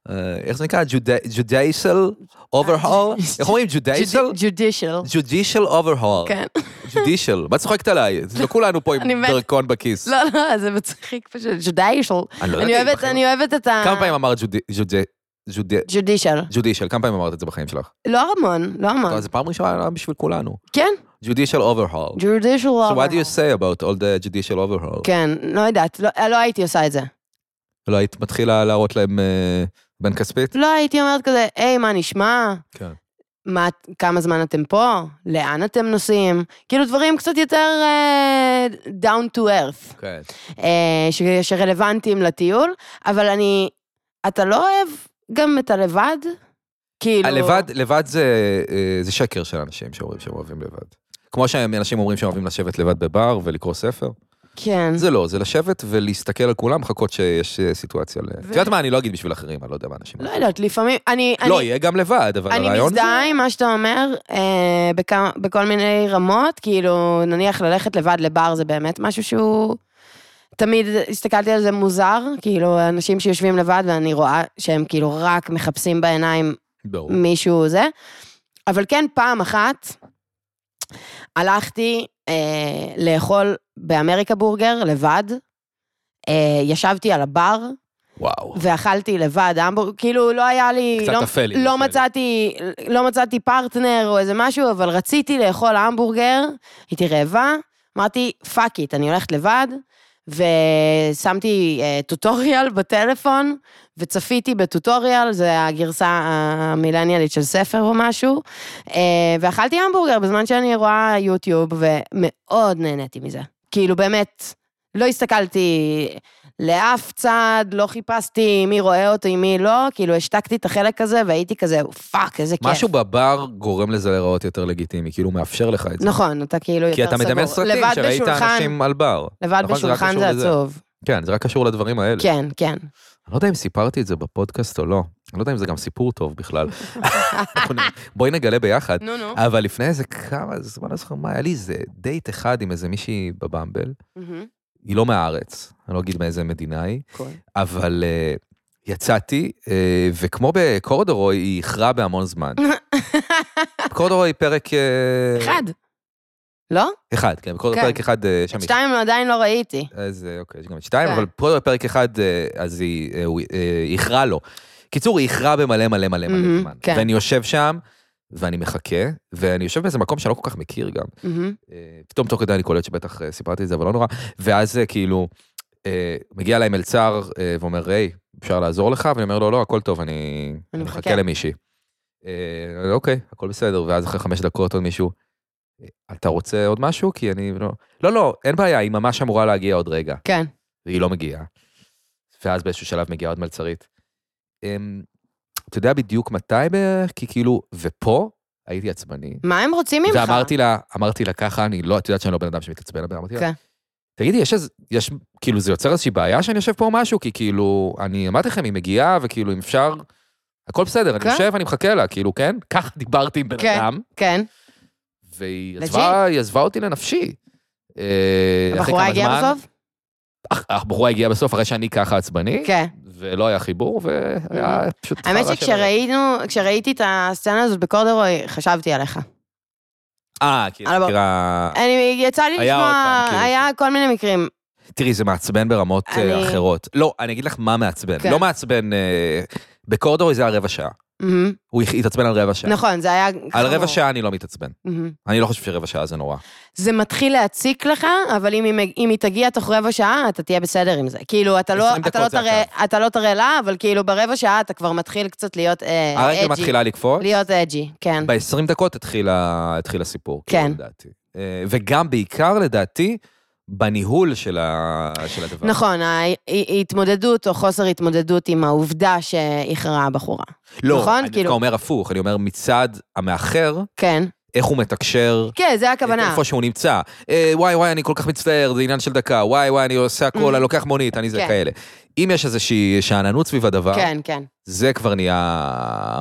Speaker 2: אה, איך זה נקרא? Juda- judicial overhaul? איך אומרים? judicial?
Speaker 3: ג'ודישל.
Speaker 2: judicial overhaul.
Speaker 3: כן.
Speaker 2: judicial. מה צוחקת עליי? לא כולנו פה
Speaker 3: אני
Speaker 2: עם
Speaker 3: מת.
Speaker 2: דרכון בכיס.
Speaker 3: לא, לא, זה מצחיק פשוט, ג'ודיישל.
Speaker 2: אני לא
Speaker 3: אני
Speaker 2: יודע,
Speaker 3: אוהבת,
Speaker 2: בחיים.
Speaker 3: אני אוהבת את ה...
Speaker 2: כמה פעמים אמרת judi- judi- judi-
Speaker 3: ג'ודישל.
Speaker 2: judicial? כמה פעמים אמרת את זה בחיים שלך?
Speaker 3: לא המון, לא המון.
Speaker 2: טוב, זו פעם ראשונה בשביל כולנו.
Speaker 3: כן,
Speaker 2: judicial overhaul.
Speaker 3: ג'ודישל.
Speaker 2: אוקיי. So what do you say about all the judicial overhaul?
Speaker 3: כן, לא יודעת, לא- לא הייתי עושה את זה.
Speaker 2: לא היית מתחילה להראות להם אה, בן כספית?
Speaker 3: לא הייתי אומרת כזה, היי, מה נשמע?
Speaker 2: כן.
Speaker 3: מה, כמה זמן אתם פה? לאן אתם נוסעים? כאילו דברים קצת יותר אה, down to earth,
Speaker 2: כן.
Speaker 3: אה, ש, שרלוונטיים לטיול, אבל אני, אתה לא אוהב גם את הלבד? כאילו...
Speaker 2: לבד, לבד זה, אה, זה שקר של אנשים שאומרים שהם אוהבים לבד. כמו שאנשים אומרים שהם אוהבים לשבת לבד בבר ולקרוא ספר.
Speaker 3: כן.
Speaker 2: זה לא, זה לשבת ולהסתכל על כולם, לחכות שיש אה, סיטואציה ל... את יודעת מה, אני לא אגיד בשביל אחרים, אני לא יודע מה אנשים...
Speaker 3: לא יודעת, לפעמים... אני...
Speaker 2: לא,
Speaker 3: אני,
Speaker 2: יהיה גם לבד, אבל
Speaker 3: אני
Speaker 2: הרעיון... זה-
Speaker 3: מזדהה עם מה שאתה אומר אה, בכמה, בכל מיני רמות, כאילו, נניח ללכת לבד לבר זה באמת משהו שהוא... תמיד הסתכלתי על זה מוזר, כאילו, אנשים שיושבים לבד ואני רואה שהם כאילו רק מחפשים בעיניים
Speaker 2: ברור.
Speaker 3: מישהו זה. אבל כן, פעם אחת הלכתי אה, לאכול באמריקה בורגר לבד, אה, ישבתי על הבר
Speaker 2: וואו.
Speaker 3: ואכלתי לבד המבורגר, כאילו לא היה לי...
Speaker 2: קצת
Speaker 3: לא,
Speaker 2: אפל, אם
Speaker 3: לא
Speaker 2: אפל.
Speaker 3: מצאתי, לא מצאתי פרטנר או איזה משהו, אבל רציתי לאכול המבורגר, הייתי רעבה, אמרתי, פאק איט, אני הולכת לבד, ושמתי אה, טוטוריאל בטלפון, וצפיתי בטוטוריאל, זה הגרסה המילניאלית של ספר או משהו, אה, ואכלתי המבורגר בזמן שאני רואה יוטיוב, ומאוד נהניתי מזה. כאילו באמת, לא הסתכלתי לאף צד, לא חיפשתי מי רואה אותי, מי לא, כאילו השתקתי את החלק הזה והייתי כזה, פאק, איזה כיף.
Speaker 2: משהו בבר גורם לזה להיראות יותר לגיטימי, כאילו הוא מאפשר לך את זה.
Speaker 3: נכון, אתה כאילו יותר
Speaker 2: כי
Speaker 3: סגור.
Speaker 2: אתה מדמיין סרטים
Speaker 3: לבד
Speaker 2: שראית
Speaker 3: בשולחן-
Speaker 2: אנשים על בר.
Speaker 3: לבד
Speaker 2: נכון, זה רק
Speaker 3: בשולחן
Speaker 2: קשור
Speaker 3: זה
Speaker 2: לזה.
Speaker 3: עצוב.
Speaker 2: כן, זה רק קשור לדברים האלה.
Speaker 3: כן, כן.
Speaker 2: אני לא יודע אם סיפרתי את זה בפודקאסט או לא. אני לא יודע אם זה גם סיפור טוב בכלל. אנחנו נ- בואי נגלה ביחד.
Speaker 3: נו, נו.
Speaker 2: אבל לפני איזה כמה זמן, אני לא זוכר מה, היה לי איזה דייט אחד עם איזה מישהי בבמבל. היא לא מהארץ, אני לא אגיד מאיזה מדינה היא, אבל אה, יצאתי, אה, וכמו בקורדורוי, היא איחרה בהמון זמן. קורדורוי פרק... אה,
Speaker 3: אחד. לא?
Speaker 2: אחד, כן, בקורדורוי
Speaker 3: כן.
Speaker 2: פרק אחד אה, שם.
Speaker 3: את
Speaker 2: היא-
Speaker 3: שתיים עדיין לא ראיתי.
Speaker 2: אז אה, אוקיי, יש גם את שתיים,
Speaker 3: כן.
Speaker 2: אבל פה בפרק אחד, אה, אז היא אה, הוא, אה, איחרה לו. קיצור, היא איחרה במלא מלא מלא מלא
Speaker 3: מהמם,
Speaker 2: זמן.
Speaker 3: כן.
Speaker 2: ואני יושב שם, ואני מחכה, ואני יושב באיזה מקום שאני לא כל כך מכיר גם.
Speaker 3: מהמם.
Speaker 2: אה, פתאום תוך כדי אני קולט שבטח אה, סיפרתי את זה, אבל לא נורא. ואז אה, כאילו, אה, מגיע אליי מלצר אה, ואומר, היי, אפשר לעזור לך? ואני אומר לו, לא, הכל טוב, אני אני מחכה
Speaker 3: מחכה."
Speaker 2: למישהי. אה, אוקיי, הכל בסדר. ואז אחרי חמש דקות עוד מישהו, "אה, אתה רוצה עוד משהו? כי אני לא... לא, לא, אין בעיה, היא ממש אמורה להגיע עוד רגע.
Speaker 3: כן.
Speaker 2: והיא לא מגיעה. ואז באיזשהו שלב מגיעה עוד מלצרית. אמ, אתה יודע בדיוק מתי בערך? כי כאילו, ופה הייתי עצבני.
Speaker 3: מה הם רוצים ממך?
Speaker 2: ואמרתי לה, אמרתי לה ככה, אני לא, את יודעת שאני לא בן אדם שמתעצבן הרבה, אמרתי לה,
Speaker 3: כן.
Speaker 2: תגידי, יש איזה, יש, כאילו, זה יוצר איזושהי בעיה שאני יושב פה או משהו? כי כאילו, אני אמרתי לכם, היא מגיעה, וכאילו, אם אפשר, הכל בסדר, אני
Speaker 3: כן.
Speaker 2: יושב, אני מחכה לה, כאילו, כן? ככה דיברתי עם בן
Speaker 3: כן.
Speaker 2: אדם,
Speaker 3: כן.
Speaker 2: והיא
Speaker 3: לג'י.
Speaker 2: עזבה, היא עזבה אותי לנפשי. אה, אחרי
Speaker 3: הבחורה
Speaker 2: כמה
Speaker 3: הגיעה
Speaker 2: זמן-
Speaker 3: בסוף?
Speaker 2: אך- הבחורה הגיעה בסוף, אחרי שאני ככה עצבני,
Speaker 3: כן.
Speaker 2: ולא היה חיבור, והיה פשוט...
Speaker 3: Mm-hmm. האמת
Speaker 2: חרא של-
Speaker 3: שכשראינו, כשראיתי את הסצנה הזאת בקורדרוי, חשבתי עליך.
Speaker 2: אה, כי
Speaker 3: על הבא-
Speaker 2: מכירה...
Speaker 3: אני, יצא לי
Speaker 2: היה עוד
Speaker 3: לשמוע,
Speaker 2: פעם, כאילו.
Speaker 3: היה כל מיני מקרים.
Speaker 2: תראי, זה מעצבן ברמות אה,
Speaker 3: אני-
Speaker 2: אחרות. לא, אני אגיד לך מה מעצבן.
Speaker 3: כן.
Speaker 2: לא מעצבן... אה, בקורדורי זה הרבע שעה.
Speaker 3: מהמם.
Speaker 2: הוא הח- התעצבן על רבע שעה.
Speaker 3: נכון, זה היה...
Speaker 2: כן. על
Speaker 3: חמור. אה,
Speaker 2: רבע שעה אני לא מתעצבן.
Speaker 3: מהמם.
Speaker 2: אני לא חושב שרבע שעה זה נורא.
Speaker 3: זה מתחיל להציק לך, אבל אם היא, אם היא תגיע תוך רבע שעה, אתה תהיה בסדר עם זה. כאילו, אתה לא,
Speaker 2: 20
Speaker 3: אתה לא,
Speaker 2: דקות זה
Speaker 3: תראה, אתה לא תראה לה, אבל כאילו ברבע שעה אתה כבר מתחיל קצת להיות אה, אג'י.
Speaker 2: הרגל מתחילה לקפוץ.
Speaker 3: להיות אג'י, כן.
Speaker 2: ב-20 דקות התחילה- התחיל הסיפור. כאילו,
Speaker 3: כן.
Speaker 2: לדעתי. אה, וגם, בעיקר, לדעתי, בניהול של ה- של הדבר.
Speaker 3: נכון, ההי- ההתמודדות או חוסר התמודדות עם העובדה שאיחרה הבחורה.
Speaker 2: לא,
Speaker 3: נכון?
Speaker 2: אני דווקא
Speaker 3: כאילו-
Speaker 2: אומר הפוך, אני אומר מצד המאחר,
Speaker 3: כן,
Speaker 2: איך הוא מתקשר.
Speaker 3: כן, זה הכוונה.
Speaker 2: איפה שהוא נמצא. אה, וואי וואי, אני כל כך מצטער, זה עניין של דקה. וואי וואי, אני עושה הכל,
Speaker 3: Mm.
Speaker 2: אני לוקח מונית, אני זה
Speaker 3: כן.
Speaker 2: כאלה. אם יש איזושהי שאננות סביב הדבר,
Speaker 3: כן, כן.
Speaker 2: זה כבר נהיה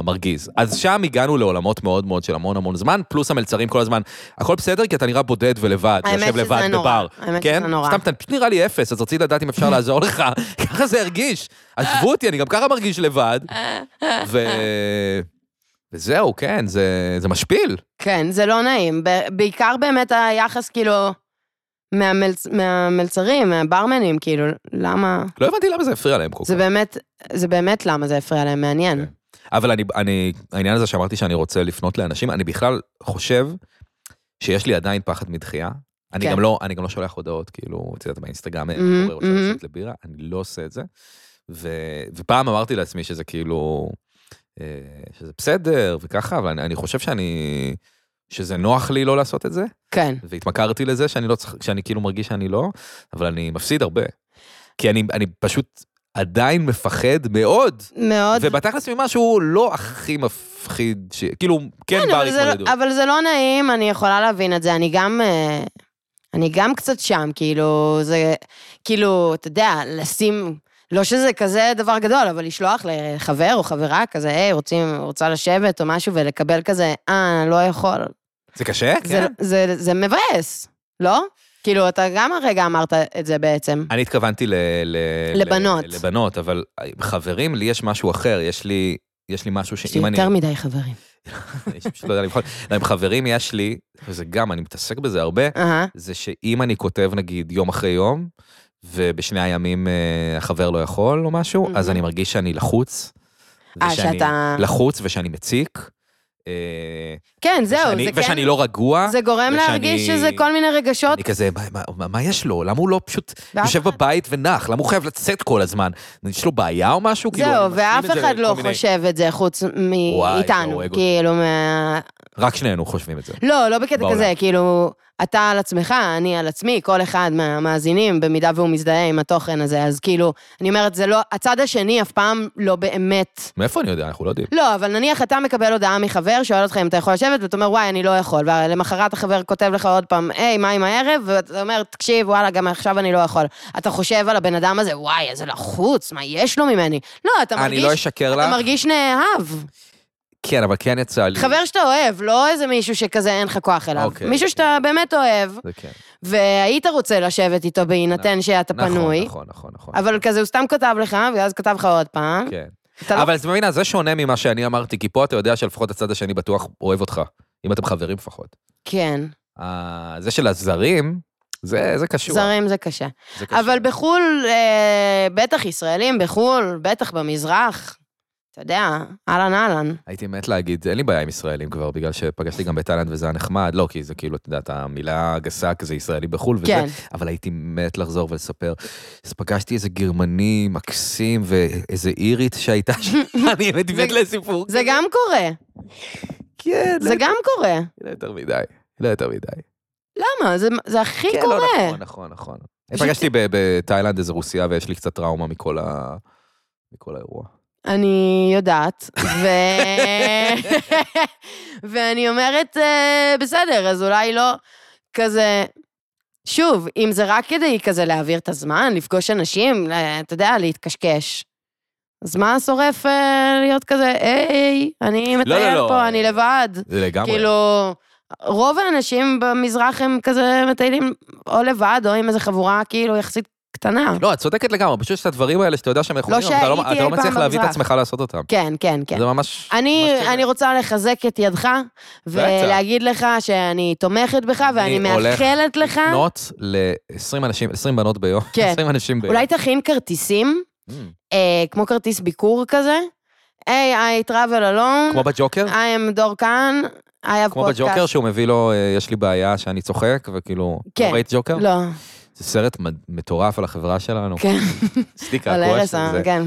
Speaker 2: מרגיז. אז שם הגענו לעולמות מאוד מאוד של המון המון זמן, פלוס המלצרים כל הזמן. הכל בסדר, כי אתה נראה בודד ולבד,
Speaker 3: האמת
Speaker 2: יושב
Speaker 3: שזה
Speaker 2: לבד
Speaker 3: נורא.
Speaker 2: בבר.
Speaker 3: האמת
Speaker 2: כן?
Speaker 3: שזה נורא.
Speaker 2: סתם, אתה פשוט נראה לי אפס, אז רציתי לדעת אם אפשר לעזור לך. ככה זה הרגיש. עזבו אותי, אני גם ככה מרגיש לבד. ו... וזהו, כן, זה, זה משפיל.
Speaker 3: כן, זה לא נעים. ב- בעיקר באמת היחס, כאילו, מהמלצ... מהמלצרים, מהברמנים, כאילו, למה...
Speaker 2: לא הבנתי למה זה הפריע להם כל כך.
Speaker 3: זה באמת, זה באמת למה זה הפריע להם, מעניין.
Speaker 2: כן. אבל אני, אני, העניין הזה שאמרתי שאני רוצה לפנות לאנשים, אני בכלל חושב שיש לי עדיין פחד מדחייה. אני,
Speaker 3: כן.
Speaker 2: גם לא, אני גם לא שולח הודעות, כאילו, את יודעת, באינסטגרם, אני
Speaker 3: מהמם,
Speaker 2: רוצה
Speaker 3: מהמם.
Speaker 2: לצאת לבירה, אני לא עושה את זה. ו, ופעם אמרתי לעצמי שזה כאילו, אה, שזה בסדר וככה, אבל אני, אני חושב שאני, שזה נוח לי לא לעשות את זה,
Speaker 3: כן.
Speaker 2: והתמכרתי לזה שאני לא צריך, שאני כאילו מרגיש שאני לא, אבל אני מפסיד הרבה. כי אני, אני פשוט עדיין מפחד מאוד
Speaker 3: מאוד.
Speaker 2: ובתכלס ממשהו לא הכי מפחיד, ש... כאילו, כן
Speaker 3: כן,
Speaker 2: בר
Speaker 3: אבל זה לא-
Speaker 2: התמודדות.
Speaker 3: אבל זה לא נעים, אני יכולה להבין את זה. אני גם... אה, אני גם קצת שם, כאילו, זה... כאילו, אתה יודע, לשים... לא שזה כזה דבר גדול, אבל לשלוח לחבר או חברה כזה, היי, רוצים, רוצה לשבת או משהו, ולקבל כזה, אה, לא יכול.
Speaker 2: זה קשה?
Speaker 3: זה, לא-
Speaker 2: כן.
Speaker 3: זה, זה מבאס, לא? כאילו, אתה גם הרגע אמרת את זה בעצם.
Speaker 2: אני התכוונתי ל... ל...
Speaker 3: לבנות.
Speaker 2: ל... לבנות, אבל אה, חברים, לי יש משהו אחר, יש לי, יש לי משהו
Speaker 3: יש לי
Speaker 2: שאם אני...
Speaker 3: יותר מדי חברים.
Speaker 2: אני פשוט לא יודע לבחון. לא, עם חברים יש לי, וזה גם, אני מתעסק בזה הרבה,
Speaker 3: אהה,
Speaker 2: זה שאם אני כותב נגיד יום אחרי יום, ובשני הימים אה, החבר לא יכול או משהו, אז
Speaker 3: Mhm.
Speaker 2: אני מרגיש שאני לחוץ. זה
Speaker 3: אה,
Speaker 2: שאני
Speaker 3: שאתה-
Speaker 2: לחוץ ושאני מציק. אה,
Speaker 3: כן, זהו,
Speaker 2: ושאני-
Speaker 3: זה
Speaker 2: ושאני
Speaker 3: כן...
Speaker 2: לא רגוע.
Speaker 3: זה גורם
Speaker 2: ושאני-
Speaker 3: להרגיש שזה כל מיני רגשות.
Speaker 2: אני כזה, מה- מה- מה- מה יש לו? למה הוא לא פשוט
Speaker 3: ואף
Speaker 2: יושב
Speaker 3: אחד-
Speaker 2: בבית ונח? למה הוא חייב לצאת כל הזמן? יש לו בעיה או משהו? כאילו, אני
Speaker 3: זהו,
Speaker 2: משלים
Speaker 3: ואף
Speaker 2: את זה
Speaker 3: אחד
Speaker 2: לכל
Speaker 3: לא
Speaker 2: מיני-
Speaker 3: חושב את זה חוץ
Speaker 2: וואי, זה
Speaker 3: מאיתנו.
Speaker 2: הורג אותי.
Speaker 3: כאילו, מה...
Speaker 2: רק שנינו חושבים את זה.
Speaker 3: לא, לא בקטע
Speaker 2: בעולם.
Speaker 3: כזה, כאילו, אתה על עצמך, אני על עצמי, כל אחד מהמאזינים, במידה והוא מזדהה עם התוכן הזה, אז כאילו, אני אומרת, זה לא, הצד השני אף פעם לא באמת
Speaker 2: מאיפה אני יודע? אנחנו לא יודעים.
Speaker 3: לא, אבל נניח אתה מקבל הודעה מחבר, שואל אותך אם אתה יכול לשבת, ואתה אומר, וואי, אני לא יכול. ולמחרת החבר כותב לך עוד פעם, היי, מה עם הערב? ואתה אומר, תקשיב, וואלה, גם עכשיו אני לא יכול. אתה חושב על הבן אדם הזה, וואי, איזה לחוץ, מה יש לו ממני? לא, אתה
Speaker 2: אני
Speaker 3: מרגיש...
Speaker 2: לא אשקר
Speaker 3: אתה
Speaker 2: לך.
Speaker 3: מרגיש נאהב.
Speaker 2: כן, אבל כן יצא לי.
Speaker 3: חבר שאתה אוהב, לא איזה מישהו שכזה אין לך כוח אליו.
Speaker 2: אוקיי.
Speaker 3: מישהו שאתה באמת אוהב,
Speaker 2: זה כן.
Speaker 3: והיית רוצה לשבת איתו בהינתן שאתה
Speaker 2: נכון,
Speaker 3: פנוי,
Speaker 2: נכון, נכון, נכון.
Speaker 3: אבל כזה הוא סתם כתב לך, ואז כתב לך עוד פעם.
Speaker 2: כן.
Speaker 3: אתה לא-
Speaker 2: אבל את מבינה, זה שונה ממה שאני אמרתי, כי פה אתה יודע שלפחות הצד השני בטוח אוהב אותך. אם אתם חברים לפחות.
Speaker 3: כן,
Speaker 2: אה, זה של הזרים, זה זה קשור.
Speaker 3: זרים זה קשה.
Speaker 2: זה קשור.
Speaker 3: אבל בחו"ל, אה, בטח ישראלים בחו"ל, בטח במזרח, אתה יודע, אהלן אהלן.
Speaker 2: הייתי מת להגיד, אין לי בעיה עם ישראלים כבר, בגלל שפגשתי גם בתאילנד וזה היה נחמד, לא, כי זה כאילו, אתה יודע, את המילה הגסה כזה ישראלי בחו"ל וזה,
Speaker 3: כן.
Speaker 2: אבל הייתי מת לחזור ולספר. אז פגשתי איזה גרמני מקסים ואיזה אירית שהייתה שם, אני הייתי מת
Speaker 3: זה-
Speaker 2: לסיפור.
Speaker 3: זה גם קורה,
Speaker 2: כן, לא-
Speaker 3: זה גם קורה.
Speaker 2: לא יותר מדי, לא יותר מדי.
Speaker 3: למה? זה- זה הכי
Speaker 2: כן, לא,
Speaker 3: קורה.
Speaker 2: נכון, נכון, נכון. אני
Speaker 3: פשוט-
Speaker 2: פגשתי ב- בתאילנד איזה רוסיה ויש לי קצת טראומה מכל ה- מכל האירוע.
Speaker 3: אני יודעת, ו... ואני אומרת, אה, בסדר, אז אולי לא כזה... שוב, אם זה רק כדי כזה להעביר את הזמן, לפגוש אנשים, ל- אתה יודע, להתקשקש. אז מה שורף אה, להיות כזה, היי, אני מטייל
Speaker 2: לא,
Speaker 3: פה,
Speaker 2: לא.
Speaker 3: אני לבד.
Speaker 2: זה לגמרי.
Speaker 3: כאילו, רוב האנשים במזרח הם כזה מטיילים או לבד, או עם איזו חבורה כאילו יחסית קטנה.
Speaker 2: לא, את צודקת לגמרי, פשוט יש את הדברים האלה שאתה יודע שהם איכותיים, אבל אתה לא-
Speaker 3: שהייתי
Speaker 2: אתה
Speaker 3: אי
Speaker 2: לא
Speaker 3: פעם
Speaker 2: מצליח להביא את
Speaker 3: במזרח.
Speaker 2: עצמך לעשות אותם.
Speaker 3: כן, כן, כן.
Speaker 2: זה ממש...
Speaker 3: אני,
Speaker 2: ממש כן.
Speaker 3: אני רוצה לחזק את ידך, ולהגיד לך שאני תומכת בך, ואני
Speaker 2: אני הולך
Speaker 3: מאחלת לך.
Speaker 2: לקנות ל-20 אנשים, 20 בנות ביום.
Speaker 3: כן.
Speaker 2: 20 אנשים ביום.
Speaker 3: אולי תכין כרטיסים,
Speaker 2: Mm,
Speaker 3: אה, כמו כרטיס ביקור כזה. היי, I travel
Speaker 2: כמו
Speaker 3: alone,
Speaker 2: בג'וקר?
Speaker 3: I am דור כאן, I have
Speaker 2: כמו
Speaker 3: podcast.
Speaker 2: בג'וקר שהוא מביא לו, אה, יש לי בעיה שאני צוחק, וכאילו...
Speaker 3: כן.
Speaker 2: לא ראית ג'וקר?
Speaker 3: לא,
Speaker 2: זה סרט מד- מטורף על החברה שלנו.
Speaker 3: כן.
Speaker 2: סטיקה,
Speaker 3: על
Speaker 2: הכוח
Speaker 3: הרס,
Speaker 2: של זה.
Speaker 3: כן.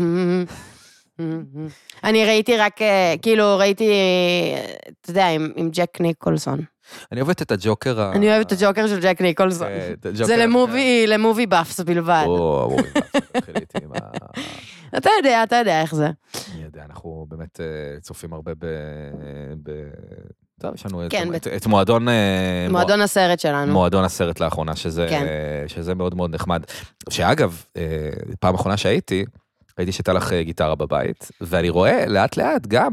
Speaker 3: אני ראיתי רק, אה, כאילו, ראיתי, אה, אתה יודע, עם עם ג'ק ניקולסון.
Speaker 2: אני אוהבת את הג'וקר ה...
Speaker 3: אני אוהבת את הג'וקר של ג'ק ניקולסון.
Speaker 2: אה, כן. את הג'וקר.
Speaker 3: זה למובי, למובי באפס בלבד.
Speaker 2: או, אמורים להתחיל איתי עם ה...
Speaker 3: אתה יודע, אתה יודע איך זה.
Speaker 2: אני יודע, אנחנו באמת אה, צופים הרבה ב... ב- טוב, יש לנו את-
Speaker 3: כן,
Speaker 2: את- את מועדון... אה,
Speaker 3: מועדון הסרט שלנו.
Speaker 2: מועדון הסרט לאחרונה, שזה,
Speaker 3: כן.
Speaker 2: כן. שזה מאוד מאוד נחמד. שאגב, אה, פעם אחרונה שהייתי, ראיתי שהייתה לך אה, גיטרה בבית, ואני רואה לאט לאט גם,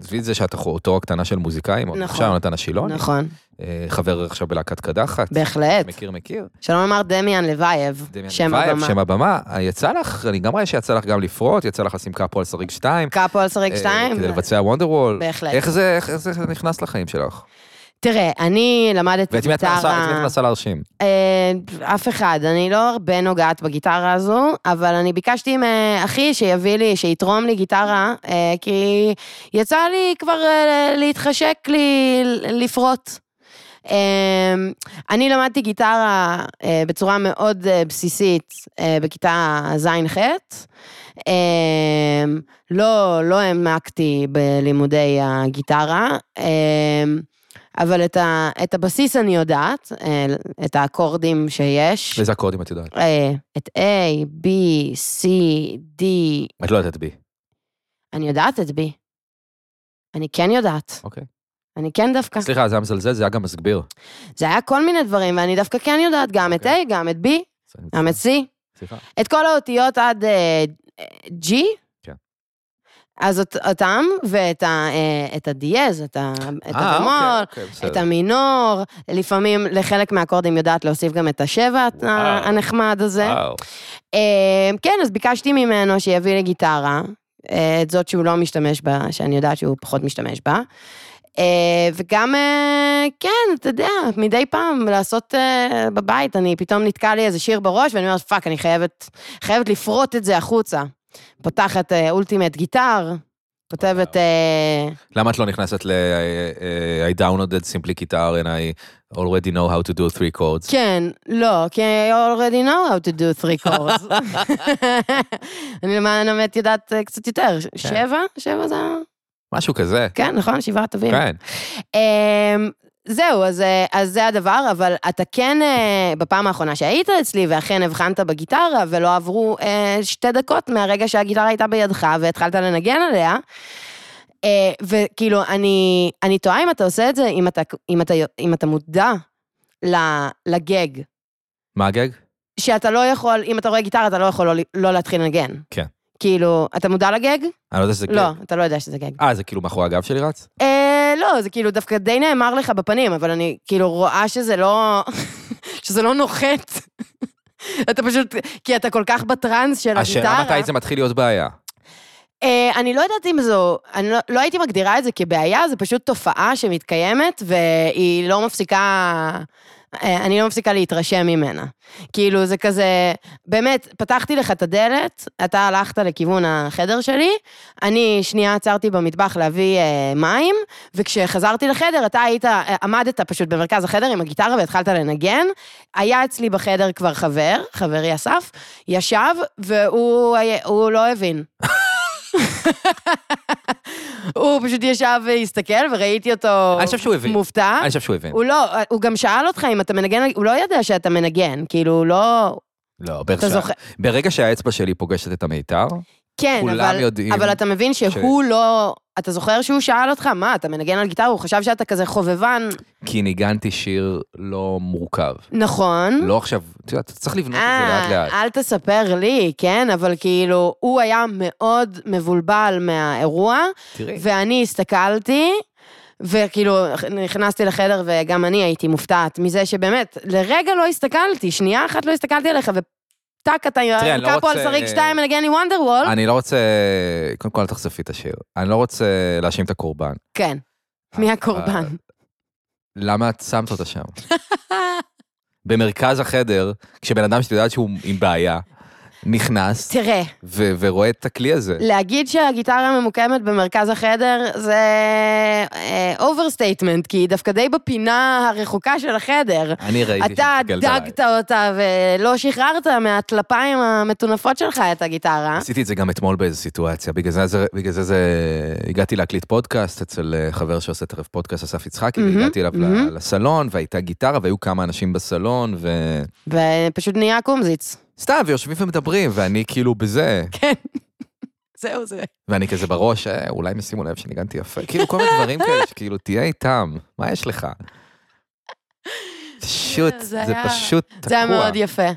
Speaker 2: עזבי את זה שאתה חורתו הקטנה של מוזיקאים,
Speaker 3: נכון.
Speaker 2: נכון. עכשיו נתן השילון, נכון.
Speaker 3: נכון,
Speaker 2: חבר עכשיו בלהקת קדחת,
Speaker 3: בהחלט.
Speaker 2: מכיר מכיר,
Speaker 3: שלום אמר דמיאן לוייב,
Speaker 2: דמיאן
Speaker 3: שם
Speaker 2: לוייב,
Speaker 3: הבמה.
Speaker 2: שם הבמה, אה, יצא לך, אני גם רואה שיצא לך גם לפרוט, יצא לך לשים קאפו על שריג 2,
Speaker 3: קאפו על שריג 2.
Speaker 2: אה, כדי לבצע וונדר וול,
Speaker 3: אה, בהחלט.
Speaker 2: איך זה, איך איך זה נכנס לחיים שלך?
Speaker 3: תראה, אני למדתי
Speaker 2: ואת מי את מנסה- את מי את
Speaker 3: גיטרה,
Speaker 2: מנסה להרשים?
Speaker 3: אה, אף אחד, אני לא הרבה נוגעת בגיטרה הזו, אבל אני ביקשתי מאחי שיביא לי, שיתרום לי גיטרה, אה, כי יצא לי כבר אה, להתחשק לי לפרוט. אה, אני למדתי גיטרה אה, בצורה מאוד אה, בסיסית אה, בכיתה ז'-ח'. אה, לא, לא העמקתי בלימודי הגיטרה, אה, אבל את, ה, את הבסיס אני יודעת, אה, את האקורדים שיש.
Speaker 2: איזה אקורדים את יודעת?
Speaker 3: אה, את A, B, C, D,
Speaker 2: את לא יודעת בי.
Speaker 3: אני יודעת את B. אני כן יודעת.
Speaker 2: אוקיי.
Speaker 3: אני כן דווקא.
Speaker 2: סליחה, זה היה מזלזל, זה היה גם מסביר.
Speaker 3: זה היה כל מיני דברים, ואני דווקא כן יודעת גם את A,
Speaker 2: אוקיי.
Speaker 3: גם את B, גם את C.
Speaker 2: סליחה.
Speaker 3: את כל האותיות עד אה, אה, G.
Speaker 2: כן.
Speaker 3: אז אות- אותם, ואת ה- אה, את הדיאז, את ה- את
Speaker 2: אה,
Speaker 3: הבמול,
Speaker 2: אוקיי, אוקיי,
Speaker 3: את
Speaker 2: בסדר.
Speaker 3: המינור, לפעמים לחלק מהאקורדים יודעת להוסיף גם את השבע
Speaker 2: וואו.
Speaker 3: הנחמד הזה.
Speaker 2: וואו.
Speaker 3: אה, כן, אז ביקשתי ממנו שיביא לי גיטרה, אה, את זאת שהוא לא משתמש בה, שאני יודעת שהוא פחות משתמש בה. אה, וגם, אה, כן, אתה יודע, מדי פעם לעשות אה, בבית, אני פתאום נתקע לי איזה שיר בראש, ואני אומרת, פאק, אני חייבת, חייבת לפרוט את זה החוצה. פותחת אולטימט גיטר, כותבת... אה,
Speaker 2: למה את לא נכנסת ל... אה, אה, I downloaded simply guitar and I already know how to do three chords.
Speaker 3: כן, לא, כי I already know how to do three chords. אני למען האמת יודעת אה, קצת יותר. שבע? שבע זה... ה-
Speaker 2: משהו כזה.
Speaker 3: כן, נכון, שבעה טובים.
Speaker 2: כן.
Speaker 3: אמ, זהו, אז, אה, אז זה הדבר, אבל אתה כן, אה, בפעם האחרונה שהיית אצלי, ואכן הבחנת בגיטרה, ולא עברו אה, שתי דקות מהרגע שהגיטרה הייתה בידך, והתחלת לנגן עליה. אה, וכאילו, אני, אני תוהה אם אתה עושה את זה, אם אתה, אם אתה, אם אתה מודע ל- לגג.
Speaker 2: מה הגג?
Speaker 3: שאתה לא יכול, אם אתה רואה גיטרה, אתה לא יכול לא, לא להתחיל לנגן.
Speaker 2: כן.
Speaker 3: כאילו, אתה מודע לגג?
Speaker 2: אני לא יודע שזה גג.
Speaker 3: לא, אתה לא יודע שזה גג.
Speaker 2: אה, זה כאילו מאחורי הגב שלי רץ?
Speaker 3: אה, לא, זה כאילו דווקא די נאמר לך בפנים, אבל אני כאילו רואה שזה לא... שזה לא נוחת. אתה פשוט... כי אתה כל כך בטראנס של הגיטרה.
Speaker 2: השאלה מתי זה מתחיל להיות בעיה.
Speaker 3: אה, אני לא יודעת אם זו... אני לא, לא הייתי מגדירה את זה כבעיה, זה פשוט תופעה שמתקיימת, והיא לא מפסיקה... אה, אני לא מפסיקה להתרשם ממנה. כאילו, זה כזה... באמת, פתחתי לך את הדלת, אתה הלכת לכיוון החדר שלי, אני שנייה עצרתי במטבח להביא אה, מים, וכשחזרתי לחדר, אתה היית... אה, עמדת פשוט במרכז החדר עם הגיטרה והתחלת לנגן. היה אצלי בחדר כבר חבר, חברי אסף, ישב, והוא היה- הוא לא הבין. הוא פשוט ישב והסתכל, וראיתי אותו
Speaker 2: אני חושב שהוא הבין.
Speaker 3: מופתע.
Speaker 2: אני חושב שהוא הבין.
Speaker 3: הוא לא, הוא גם שאל אותך אם אתה מנגן, הוא לא ידע שאתה מנגן, כאילו, הוא לא...
Speaker 2: לא,
Speaker 3: אתה זוכר...
Speaker 2: ברגע שהאצבע שלי פוגשת את המיתר,
Speaker 3: כן,
Speaker 2: כולם
Speaker 3: אבל...
Speaker 2: יודעים
Speaker 3: אבל אתה מבין שהוא לא... אתה זוכר שהוא שאל אותך, מה, אתה מנגן על גיטרה? הוא חשב שאתה כזה חובבן.
Speaker 2: כי ניגנתי שיר לא מורכב.
Speaker 3: נכון.
Speaker 2: לא עכשיו, את יודעת, צריך לבנות לא, את זה לאט לאט.
Speaker 3: אה, אל תספר לי, כן, אבל כאילו, הוא היה מאוד מבולבל מהאירוע,
Speaker 2: תראי.
Speaker 3: ואני הסתכלתי, וכאילו, נכנסתי לחדר וגם אני הייתי מופתעת מזה שבאמת, לרגע לא הסתכלתי, שנייה אחת לא הסתכלתי עליך, וטאק, אתה
Speaker 2: תראי, אני לא
Speaker 3: קאפו על
Speaker 2: רוצה-
Speaker 3: שריג 2 מנגן לי וונדר וול.
Speaker 2: אני לא רוצה, קודם כל אל תחשפי את השיר. אני לא רוצה להאשים את הקורבן.
Speaker 3: כן, מי
Speaker 2: אה,
Speaker 3: הקורבן?
Speaker 2: למה את שמת אותה שם? במרכז החדר, כשבן אדם שאת יודעת שהוא עם בעיה, נכנס
Speaker 3: תראה,
Speaker 2: ו- ורואה את הכלי הזה.
Speaker 3: להגיד שהגיטרה ממוקמת במרכז החדר זה אוברסטייטמנט, כי היא דווקא די בפינה הרחוקה של החדר.
Speaker 2: אני ראיתי
Speaker 3: אתה
Speaker 2: שמסתכלת עליי.
Speaker 3: דגת אותה ולא שחררת מהטלפיים המטונפות שלך את הגיטרה.
Speaker 2: עשיתי את זה גם אתמול באיזו סיטואציה, בגלל זה, זה- בגלל זה, זה הגעתי להקליט פודקאסט אצל אה, חבר שעושה את ערב פודקאסט, אסף יצחקי,
Speaker 3: מהמם,
Speaker 2: והגעתי אליו
Speaker 3: מהמם.
Speaker 2: ל- לסלון, והייתה גיטרה, והיו כמה אנשים בסלון, ו...
Speaker 3: ופשוט נהיה קומזיץ.
Speaker 2: סתם, ויושבים ומדברים, ואני כאילו בזה.
Speaker 3: כן. זהו זה.
Speaker 2: ואני כזה בראש, "אה, אולי הם ישימו לב שניגנתי יפה. כאילו, כל מיני דברים כאלה, שכאילו, תהיה איתם, מה יש לך? פשוט,
Speaker 3: זה
Speaker 2: זה
Speaker 3: היה-
Speaker 2: פשוט תקוע.
Speaker 3: זה היה מאוד יפה.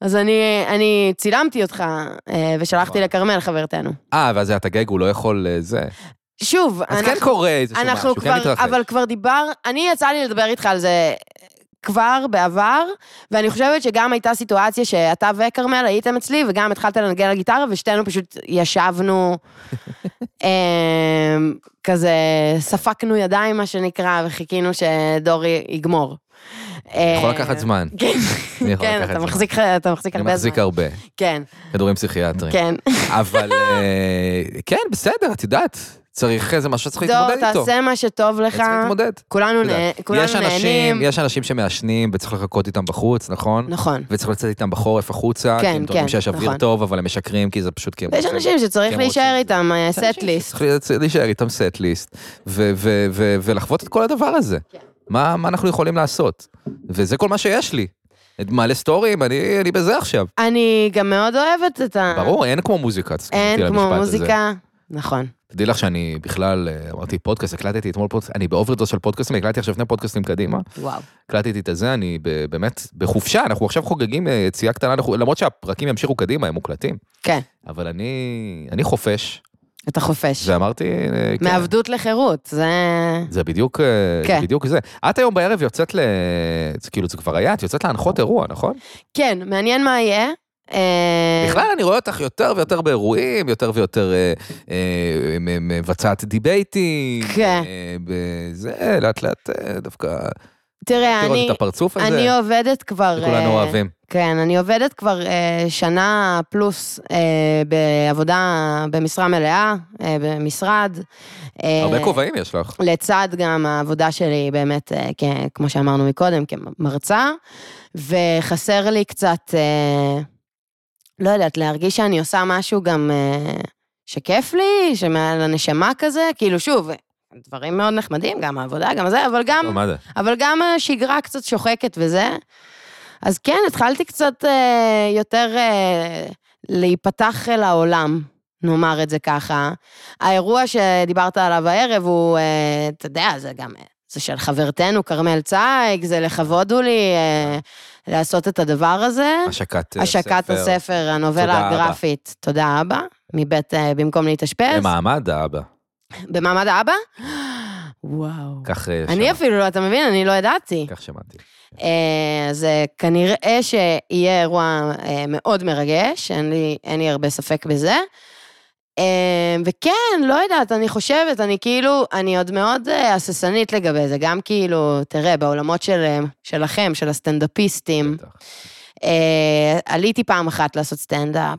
Speaker 3: אז אני, אני צילמתי אותך אה, ושלחתי
Speaker 2: נכון.
Speaker 3: לכרמל, חברתנו.
Speaker 2: אה, ואז היה את הגג, הוא לא יכול אה, זה.
Speaker 3: שוב,
Speaker 2: אז כן קורה איזשהו
Speaker 3: אנחנו
Speaker 2: משהו, כן
Speaker 3: כבר,
Speaker 2: מתרחש.
Speaker 3: אבל כבר דיבר, אני יצא לי לדבר איתך על זה כבר בעבר, ואני חושבת שגם הייתה סיטואציה שאתה וכרמל הייתם אצלי, וגם התחלת לנגן על גיטרה, ושתינו פשוט ישבנו, אמ, כזה ספקנו ידיים, מה שנקרא, וחיכינו שדור י- יגמור.
Speaker 2: יכול
Speaker 3: אה,
Speaker 2: לקחת זמן.
Speaker 3: כן,
Speaker 2: אני יכול
Speaker 3: כן,
Speaker 2: לקחת
Speaker 3: אתה
Speaker 2: זמן.
Speaker 3: מחזיק, אתה מחזיק
Speaker 2: אני
Speaker 3: הרבה זמן.
Speaker 2: מחזיק הרבה.
Speaker 3: כן,
Speaker 2: כדורים פסיכיאטרים.
Speaker 3: כן.
Speaker 2: אבל אה, כן, בסדר, את יודעת. צריך איזה משהו שצריך
Speaker 3: דור,
Speaker 2: להתמודד איתו.
Speaker 3: תעשה מה שטוב לך.
Speaker 2: צריך להתמודד.
Speaker 3: כולנו
Speaker 2: את יודעת.
Speaker 3: נה- כולנו
Speaker 2: יש אנשים-
Speaker 3: נהנים.
Speaker 2: יש אנשים שמעשנים וצריך לחכות איתם בחוץ, נכון?
Speaker 3: נכון.
Speaker 2: וצריך לצאת איתם בחורף החוצה, כי
Speaker 3: כן,
Speaker 2: הם טוענים
Speaker 3: כן,
Speaker 2: שיש אוויר
Speaker 3: נכון.
Speaker 2: טוב, אבל הם משקרים כי זה פשוט כי הם...
Speaker 3: ויש
Speaker 2: רוצים.
Speaker 3: אנשים
Speaker 2: כן,
Speaker 3: שצריך להישאר
Speaker 2: רוצים.
Speaker 3: איתם אה,
Speaker 2: יש אנשים
Speaker 3: סט-ליסט.
Speaker 2: שצריך לצ- להישאר איתם סט-ליסט, ו- ו- ו- ולחוות את כל הדבר הזה.
Speaker 3: כן.
Speaker 2: מה מה אנחנו יכולים לעשות? וזה כל מה שיש לי. מעלה סטורים, אני אני בזה עכשיו.
Speaker 3: אני גם מאוד אוהבת את ה...
Speaker 2: ברור, אין כמו מוזיקה, תסכימי איתי
Speaker 3: אה. אין
Speaker 2: על
Speaker 3: כמו
Speaker 2: המשפט הזה.
Speaker 3: מוזיקה. נכון.
Speaker 2: תדעי לך שאני בכלל, אה, אמרתי פודקאסט, הקלטתי אתמול פודקאסט, אני באוברדוס של פודקאסטים, הקלטתי עכשיו שני פודקאסטים קדימה.
Speaker 3: וואו.
Speaker 2: הקלטתי את זה, אני ב- באמת בחופשה, אנחנו עכשיו חוגגים אה, יציאה קטנה, לחו- למרות שהפרקים ימשיכו קדימה, הם מוקלטים.
Speaker 3: כן,
Speaker 2: אבל אני, אני חופש,
Speaker 3: אתה חופש.
Speaker 2: ואמרתי, אה, כן,
Speaker 3: מעבדות לחירות, זה...
Speaker 2: זה בדיוק, אה, זה
Speaker 3: כן.
Speaker 2: בדיוק זה. את היום בערב יוצאת ל... זה כאילו זה כבר היה, את יוצאת להנחות אירוע, נכון?
Speaker 3: כן, מעניין מה יהיה. אה,
Speaker 2: בכלל אני רואה אותך יותר ויותר באירועים, יותר ויותר אה, אה, מ- מ- מבצעת דיבייטים.
Speaker 3: כן.
Speaker 2: אה, בזה, לאט לאט אה, דווקא...
Speaker 3: תראה,
Speaker 2: לראות
Speaker 3: אני...
Speaker 2: את הפרצוף הזה.
Speaker 3: אני עובדת כבר...
Speaker 2: שכולנו
Speaker 3: אה,
Speaker 2: אוהבים.
Speaker 3: כן, אני עובדת כבר אה, שנה פלוס אה, בעבודה במשרה מלאה, אה, במשרד. אה,
Speaker 2: הרבה כובעים יש לך.
Speaker 3: לצד גם העבודה שלי באמת, אה, כ- כמו שאמרנו מקודם, כמרצה, וחסר לי קצת, אה, לא יודעת, להרגיש שאני עושה משהו גם אה, שכיף לי, שמעל הנשמה כזה, כאילו שוב, דברים מאוד נחמדים, גם העבודה, גם זה, אבל
Speaker 2: לא,
Speaker 3: גם,
Speaker 2: מה זה?
Speaker 3: אבל גם השגרה קצת שוחקת וזה. אז כן, התחלתי קצת אה, יותר אה, להיפתח אל העולם, נאמר את זה ככה. האירוע שדיברת עליו הערב הוא, אה, אתה יודע, זה גם, אה, זה של חברתנו כרמל צייג, זה לכבוד הוא לי אה, לעשות את הדבר הזה.
Speaker 2: השקת אה,
Speaker 3: השקת
Speaker 2: ספר.
Speaker 3: הספר,
Speaker 2: תודה,
Speaker 3: הנובלה
Speaker 2: אבא.
Speaker 3: הגרפית, תודה אבא, מבית אה, במקום להתאשפז.
Speaker 2: במעמד האבא.
Speaker 3: במעמד האבא? וואו.
Speaker 2: כך אה,
Speaker 3: אני
Speaker 2: שמע-
Speaker 3: אפילו, לא- אתה מבין, אני לא ידעתי.
Speaker 2: כך שמעתי.
Speaker 3: אה, אז אה, כנראה שיהיה אירוע אה, מאוד מרגש, אין לי, אין לי הרבה ספק בזה. אה, וכן, לא יודעת, אני חושבת, אני כאילו, אני עוד מאוד אה, הססנית לגבי זה, גם כאילו, תראה, בעולמות של, אה, שלכם, של הסטנדאפיסטים,
Speaker 2: בטח.
Speaker 3: אה, עליתי פעם אחת לעשות סטנדאפ.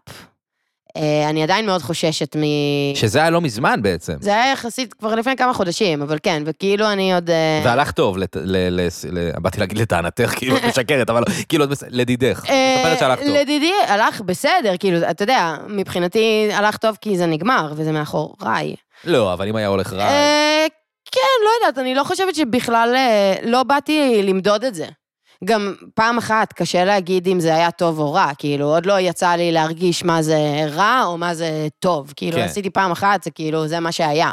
Speaker 3: אה, אני עדיין מאוד חוששת מ...
Speaker 2: שזה היה לא מזמן בעצם.
Speaker 3: זה היה יחסית כבר לפני כמה חודשים, אבל כן, וכאילו אני עוד... אה,
Speaker 2: והלך טוב, לת- ל- ל- ל- באתי להגיד לטענתך, כאילו את משקרת, אבל לא, כאילו את מס- לדידך.
Speaker 3: אה,
Speaker 2: מספרת שהלך טוב.
Speaker 3: לדידי, הלך בסדר, כאילו, אתה יודע, מבחינתי הלך טוב כי זה נגמר, וזה מאחוריי.
Speaker 2: לא, אבל אם היה הולך רע,
Speaker 3: אה, כן, לא יודעת, אני לא חושבת שבכלל, אה, לא באתי למדוד את זה. גם פעם אחת קשה להגיד אם זה היה טוב או רע, כאילו, עוד לא יצא לי להרגיש מה זה רע או מה זה טוב. כאילו,
Speaker 2: כן. Mm.
Speaker 3: עשיתי פעם אחת, זה כאילו, זה מה שהיה.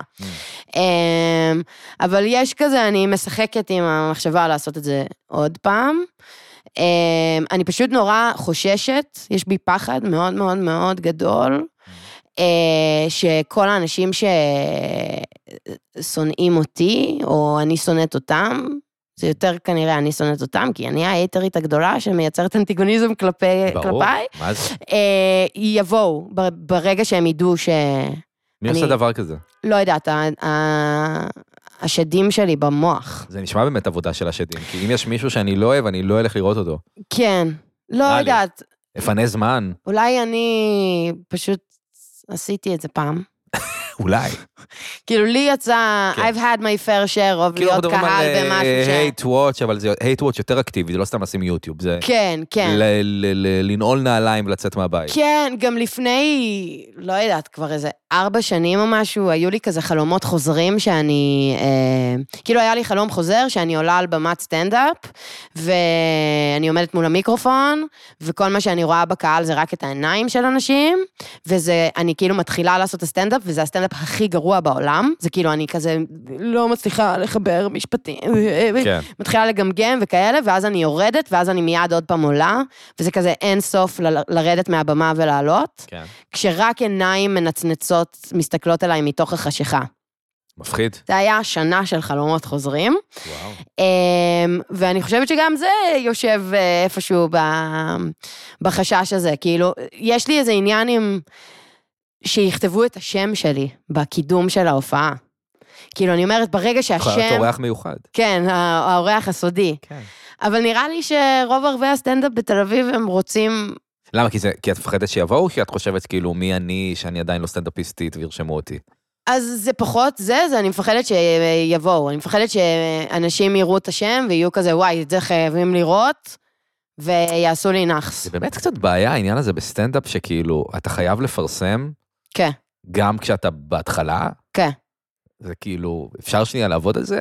Speaker 3: אמ, אבל יש כזה, אני משחקת עם המחשבה לעשות את זה עוד פעם. אמ, אני פשוט נורא חוששת, יש בי פחד מאוד מאוד מאוד גדול, אה, שכל האנשים ששונאים אותי, או אני שונאת אותם, זה יותר כנראה אני שונאת אותם, כי אני ההייטרית הגדולה שמייצרת אנטיגוניזם כלפי,
Speaker 2: ברור.
Speaker 3: כלפיי,
Speaker 2: מה זה?
Speaker 3: אה, יבואו ב- ברגע שהם ידעו ש...
Speaker 2: מי
Speaker 3: אני-
Speaker 2: עושה דבר כזה?
Speaker 3: לא יודעת, ה- ה- השדים שלי במוח.
Speaker 2: זה נשמע באמת עבודה של השדים, כי אם יש מישהו שאני לא אוהב, אני לא אלך לראות אותו.
Speaker 3: כן, לא
Speaker 2: רע לי.
Speaker 3: יודעת,
Speaker 2: אפנה זמן.
Speaker 3: אולי אני פשוט עשיתי את זה פעם.
Speaker 2: אולי.
Speaker 3: כאילו, לי יצא,
Speaker 2: כן.
Speaker 3: I've had my fair share of
Speaker 2: כאילו
Speaker 3: להיות
Speaker 2: אנחנו מדברים
Speaker 3: קהל במשהו ש...
Speaker 2: על וואץ', אבל זה הייט וואץ' יותר אקטיבי, זה לא סתם לשים יוטיוב, זה
Speaker 3: כן, כן.
Speaker 2: ל- ל- ל- לנעול נעליים ולצאת מהבית.
Speaker 3: כן, גם לפני, לא יודעת, כבר איזה ארבע שנים או משהו, היו לי כזה חלומות חוזרים שאני... אה, כאילו, היה לי חלום חוזר שאני עולה על במת סטנדאפ, ואני עומדת מול המיקרופון, וכל מה שאני רואה בקהל זה רק את העיניים של אנשים, וזה, אני כאילו מתחילה לעשות את הסטנדאפ, וזה הסטנדאפ הכי גרוע בעולם. זה כאילו, אני כזה לא מצליחה לחבר משפטים, אה,
Speaker 2: כן.
Speaker 3: מתחילה לגמגם וכאלה, ואז אני יורדת, ואז אני מיד עוד פעם עולה, וזה כזה אין סוף ל- לרדת מהבמה ולעלות,
Speaker 2: כן.
Speaker 3: כשרק עיניים מנצנצות מסתכלות עליי מתוך החשיכה.
Speaker 2: מפחיד.
Speaker 3: זה היה שנה של חלומות חוזרים,
Speaker 2: וואו.
Speaker 3: אמ, ואני חושבת שגם זה יושב אה, איפשהו ב- בחשש הזה. כאילו, יש לי איזה עניין עם... שיכתבו את השם שלי בקידום של ההופעה. כאילו, אני אומרת, ברגע
Speaker 2: יכול להיות
Speaker 3: שהשם...
Speaker 2: אורח מיוחד.
Speaker 3: כן, הא- האורח הסודי.
Speaker 2: כן.
Speaker 3: אבל נראה לי שרוב ערבי הסטנדאפ בתל אביב הם רוצים...
Speaker 2: למה? כי זה- כי את מפחדת שיבואו, או כי את חושבת כאילו מי אני, שאני עדיין לא סטנדאפיסטית וירשמו אותי?
Speaker 3: אז זה פחות זה, זה אני מפחדת שיבואו. אני מפחדת שאנשים יראו את השם ויהיו כזה, וואי, את זה חייבים לראות, ויעשו לי נאחס.
Speaker 2: זה באמת קצת בעיה העניין הזה בסטנדאפ, שכאילו, אתה חייב לפרסם,
Speaker 3: כן,
Speaker 2: גם כשאתה בהתחלה,
Speaker 3: כן.
Speaker 2: זה כאילו, אפשר שנייה לעבוד על זה?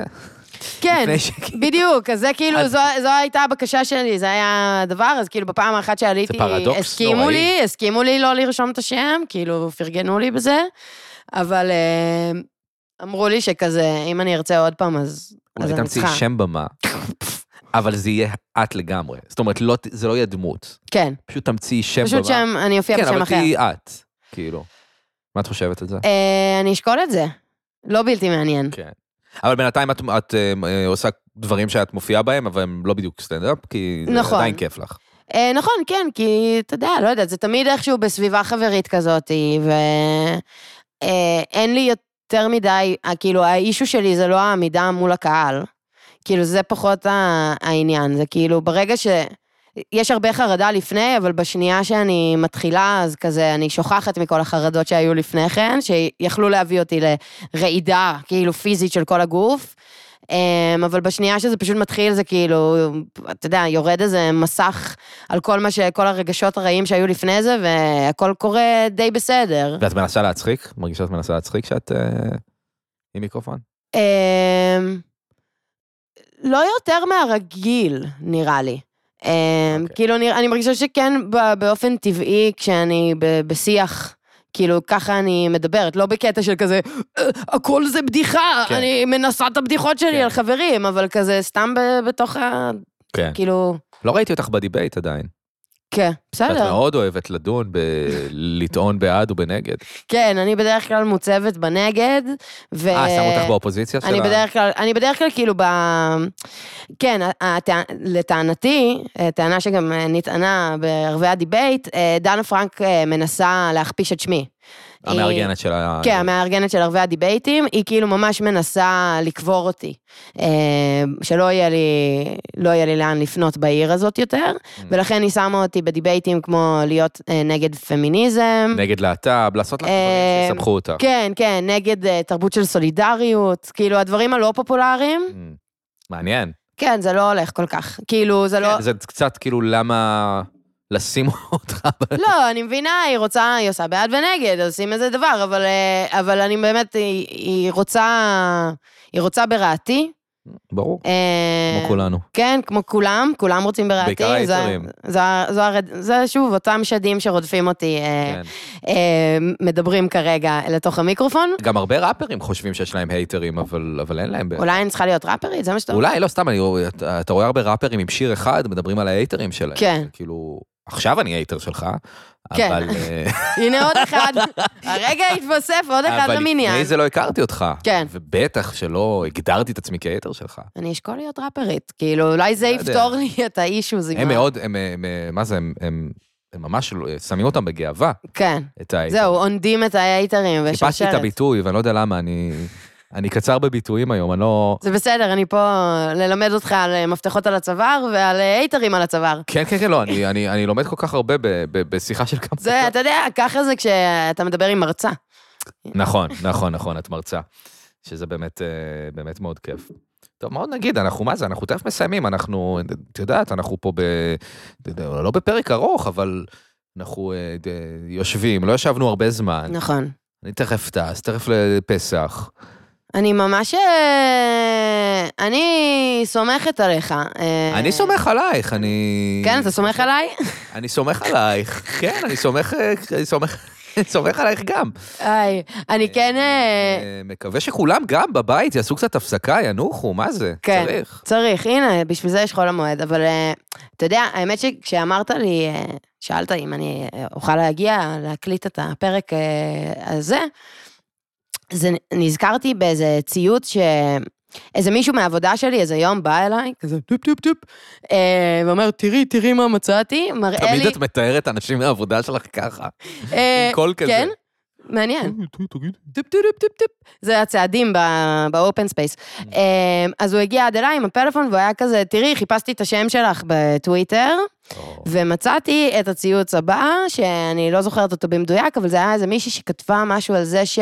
Speaker 3: כן,
Speaker 2: לפני שכאילו-
Speaker 3: בדיוק, אז זה כאילו,
Speaker 2: אז-
Speaker 3: זו, זו הייתה הבקשה שלי, זה היה הדבר, אז כאילו בפעם האחת שעליתי,
Speaker 2: זה פרדוקס
Speaker 3: הסכימו
Speaker 2: נוראי.
Speaker 3: לי, הסכימו לי לא לרשום את השם, כאילו, פרגנו לי בזה, אבל אה, אמרו לי שכזה, אם אני ארצה עוד פעם, אז, אז
Speaker 2: אולי
Speaker 3: אני
Speaker 2: תמציאי
Speaker 3: צריכה.
Speaker 2: שם במה, אבל זה יהיה את לגמרי. זאת אומרת, לא ת- זה לא יהיה דמות.
Speaker 3: כן,
Speaker 2: פשוט תמציאי שם במה.
Speaker 3: פשוט שם, אני אופיע
Speaker 2: כן,
Speaker 3: בשם
Speaker 2: אבל
Speaker 3: אחר.
Speaker 2: תהיי את, כאילו. מה את חושבת על זה?
Speaker 3: אה, אני אשקול את זה. לא בלתי מעניין.
Speaker 2: כן. אבל בינתיים את, את אה, עושה דברים שאת מופיעה בהם, אבל הם לא בדיוק סטנדאפ, כי זה
Speaker 3: נכון.
Speaker 2: עדיין כיף לך.
Speaker 3: אה, נכון, כן, כי אתה יודע, לא יודעת, זה תמיד איכשהו בסביבה חברית כזאת, ואין אה, לי יותר מדי, אה, כאילו, האישו שלי זה לא העמידה מול הקהל. כאילו, זה פחות ה- העניין, זה כאילו, ברגע ש... יש הרבה חרדה לפני, אבל בשנייה שאני מתחילה, אז כזה, אני שוכחת מכל החרדות שהיו לפני כן, שיכלו להביא אותי לרעידה, כאילו, פיזית של כל הגוף. אמ, אבל בשנייה שזה פשוט מתחיל, זה כאילו, אתה יודע, יורד איזה מסך על כל מה ש... כל הרגשות הרעים שהיו לפני זה, והכל קורה די בסדר.
Speaker 2: ואת מנסה להצחיק? מרגישה שאת מנסה להצחיק כשאת אה, עם מיקרופון?
Speaker 3: אמ, לא יותר מהרגיל, נראה לי. אמ,
Speaker 2: אוקיי.
Speaker 3: כאילו, נרא- אני מרגישה שכן, ב- באופן טבעי, כשאני ב- בשיח... כאילו, ככה אני מדברת, לא בקטע של כזה, "אה, הכל זה בדיחה,
Speaker 2: כן.
Speaker 3: אני מנסה את הבדיחות שלי
Speaker 2: כן.
Speaker 3: על חברים, אבל כזה סתם ב- בתוך ה...
Speaker 2: כן.
Speaker 3: כאילו,
Speaker 2: לא ראיתי אותך בדיבייט עדיין.
Speaker 3: כן,
Speaker 2: את
Speaker 3: בסדר.
Speaker 2: מאוד אוהבת לדון, ב- לטעון בעד ובנגד.
Speaker 3: כן, אני בדרך כלל מוצבת בנגד, ו...
Speaker 2: אה, שמו אותך באופוזיציה שלה?
Speaker 3: אני בדרך כלל, אני בדרך כלל כאילו ב... כן, הטע... לטענתי, אה, טענה שגם אה, נטענה בערבי הדיבייט, אה, דנה פרנק אה, מנסה להכפיש את שמי.
Speaker 2: המארגנת של ה...
Speaker 3: כן, המארגנת של ערבי הדיבייטים, היא כאילו ממש מנסה לקבור אותי. אה, שלא יהיה לי, לא יהיה לי לאן לפנות בעיר הזאת יותר,
Speaker 2: Mm.
Speaker 3: ולכן היא שמה אותי בדיבייטים כמו להיות אה, נגד פמיניזם.
Speaker 2: נגד להט"ב, לעשות לך דברים
Speaker 3: אה,
Speaker 2: שיסמכו אותך.
Speaker 3: כן, כן, נגד אה, תרבות של סולידריות, כאילו הדברים הלא פופולריים.
Speaker 2: Mm, מעניין.
Speaker 3: כן, זה לא הולך כל כך. כאילו, זה לא...
Speaker 2: כן, זה קצת כאילו למה לשים אותך ב-
Speaker 3: לא, אני מבינה, היא רוצה, היא עושה בעד ונגד, אז עושים איזה דבר, אבל, אה, אבל אני באמת, היא, היא רוצה, היא רוצה ברעתי.
Speaker 2: ברור,
Speaker 3: אה,
Speaker 2: כמו כולנו.
Speaker 3: כן, כמו כולם, כולם רוצים ברעתי.
Speaker 2: בעיקר
Speaker 3: זה-
Speaker 2: היצרים.
Speaker 3: זה, זה, הרד- זה שוב, אותם שדים שרודפים אותי, אה,
Speaker 2: כן.
Speaker 3: אה, מדברים כרגע לתוך המיקרופון.
Speaker 2: גם הרבה ראפרים חושבים שיש להם הייטרים, אבל אבל אין להם... בעיה.
Speaker 3: אולי אני צריכה להיות ראפרית, זה מה שאתה אומר?
Speaker 2: אולי, לא, סתם, אני רואה- אתה- אתה רואה הרבה ראפרים עם שיר אחד, מדברים על ההייטרים שלהם.
Speaker 3: כן.
Speaker 2: כאילו, עכשיו אני הייטר שלך,
Speaker 3: כן.
Speaker 2: אבל... אה,
Speaker 3: הנה עוד אחד. הרגע התווסף עוד אחד
Speaker 2: אבל
Speaker 3: למניין.
Speaker 2: לפני זה לא הכרתי אותך.
Speaker 3: כן.
Speaker 2: ובטח שלא הגדרתי את עצמי כהייטר שלך.
Speaker 3: אני אשקול להיות ראפרית, כאילו, אולי זה
Speaker 2: לא יודע.
Speaker 3: יפתור לי את האישוז עם
Speaker 2: הם מאוד, הם, הם, הם- מה זה, הם, הם, הם ממש לא- שמים אותם בגאווה,
Speaker 3: כן.
Speaker 2: את ההייטרים.
Speaker 3: זהו, עונדים את ההייטרים בשרשרת.
Speaker 2: חיפשתי את הביטוי, ואני לא יודע למה, אני, אני קצר בביטויים היום, אני לא...
Speaker 3: זה בסדר, אני פה ללמד אותך על אה, מפתחות על הצוואר ועל אה, הייטרים על הצוואר.
Speaker 2: כן, כן, כן, לא, אני, אני, אני לומד כל כך הרבה ב, ב, בשיחה של כמה...
Speaker 3: זה, אתה יודע, ככה זה כשאתה מדבר עם מרצה.
Speaker 2: נכון, נכון, נכון, את מרצה. שזה באמת, אה, באמת מאוד כיף. טוב, מה עוד נגיד? אנחנו, מה זה, אנחנו תכף מסיימים, אנחנו, את יודעת, אנחנו פה ב... לא בפרק ארוך, אבל אנחנו אה, ד- יושבים, לא ישבנו הרבה זמן.
Speaker 3: נכון.
Speaker 2: אני תכף טס, תכף לפסח.
Speaker 3: אני ממש... אה, אני סומכת עליך. אה,
Speaker 2: אני סומך עלייך, אני...
Speaker 3: כן, אתה סומך עליי?
Speaker 2: אני סומך עלייך, כן, אני סומך, אה, אני סומך, אני סומך עלייך גם.
Speaker 3: היי, אני כן... אה,
Speaker 2: אה, מקווה שכולם גם בבית יעשו קצת הפסקה, ינוחו, מה זה?
Speaker 3: כן.
Speaker 2: צריך.
Speaker 3: צריך, הנה, בשביל זה יש חול המועד. אבל אה, אתה יודע, האמת שכשאמרת לי, אה, שאלת אם אני אה, אוכל להגיע להקליט את הפרק אה, הזה, זה, נזכרתי באיזה ציוץ ש... איזה מישהו מהעבודה שלי איזה יום בא אליי, כזה טופ טופ טופ, אה, ואומר, תראי, תראי מה מצאתי, מראה
Speaker 2: תמיד
Speaker 3: לי...
Speaker 2: את מתארת אנשים מהעבודה שלך ככה.
Speaker 3: אה,
Speaker 2: עם קול כזה.
Speaker 3: כן? מעניין. טיפ טיפ טיפ טיפ טיפ. זה הצעדים באופן ספייס. אמ, אז הוא הגיע עד אליי עם הפלאפון והוא היה כזה, תראי, חיפשתי את השם שלך בטוויטר,
Speaker 2: או,
Speaker 3: ומצאתי את הציוץ הבא, שאני לא זוכרת אותו במדויק, אבל זה היה איזה מישהי שכתבה משהו על זה ש...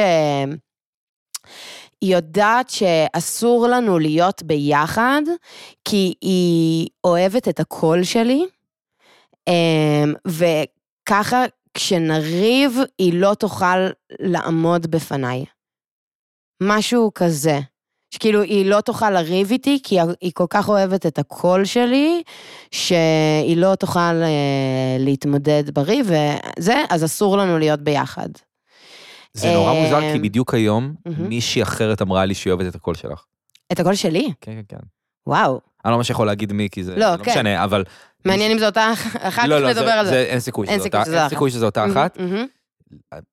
Speaker 3: היא יודעת שאסור לנו להיות ביחד, כי היא אוהבת את הקול שלי, אמ, וככה כשנריב, היא לא תוכל לעמוד בפניי. משהו כזה. שכאילו, היא לא תוכל לריב איתי, כי היא כל כך אוהבת את הקול שלי, שהיא לא תוכל אה, להתמודד בריא, וזה, אז אסור לנו להיות ביחד.
Speaker 2: זה נורא
Speaker 3: אה,
Speaker 2: מוזר, כי בדיוק היום
Speaker 3: מהמם.
Speaker 2: מישהי אחרת אמרה לי שהיא אוהבת את הקול שלך.
Speaker 3: את הקול שלי?
Speaker 2: כן, כן, כן.
Speaker 3: וואו.
Speaker 2: אני לא ממש יכול להגיד מי, כי זה
Speaker 3: לא,
Speaker 2: לא
Speaker 3: כן.
Speaker 2: משנה, אבל...
Speaker 3: מעניין אם זו אותה, אחר
Speaker 2: לא,
Speaker 3: כך
Speaker 2: לא, זה-
Speaker 3: נדבר על
Speaker 2: זה-
Speaker 3: זה.
Speaker 2: אין סיכוי
Speaker 3: אין
Speaker 2: שזו
Speaker 3: סיכוי
Speaker 2: אותה-
Speaker 3: שזו
Speaker 2: אין סיכוי שזו אותה אחת.
Speaker 3: מהמם, מהמם.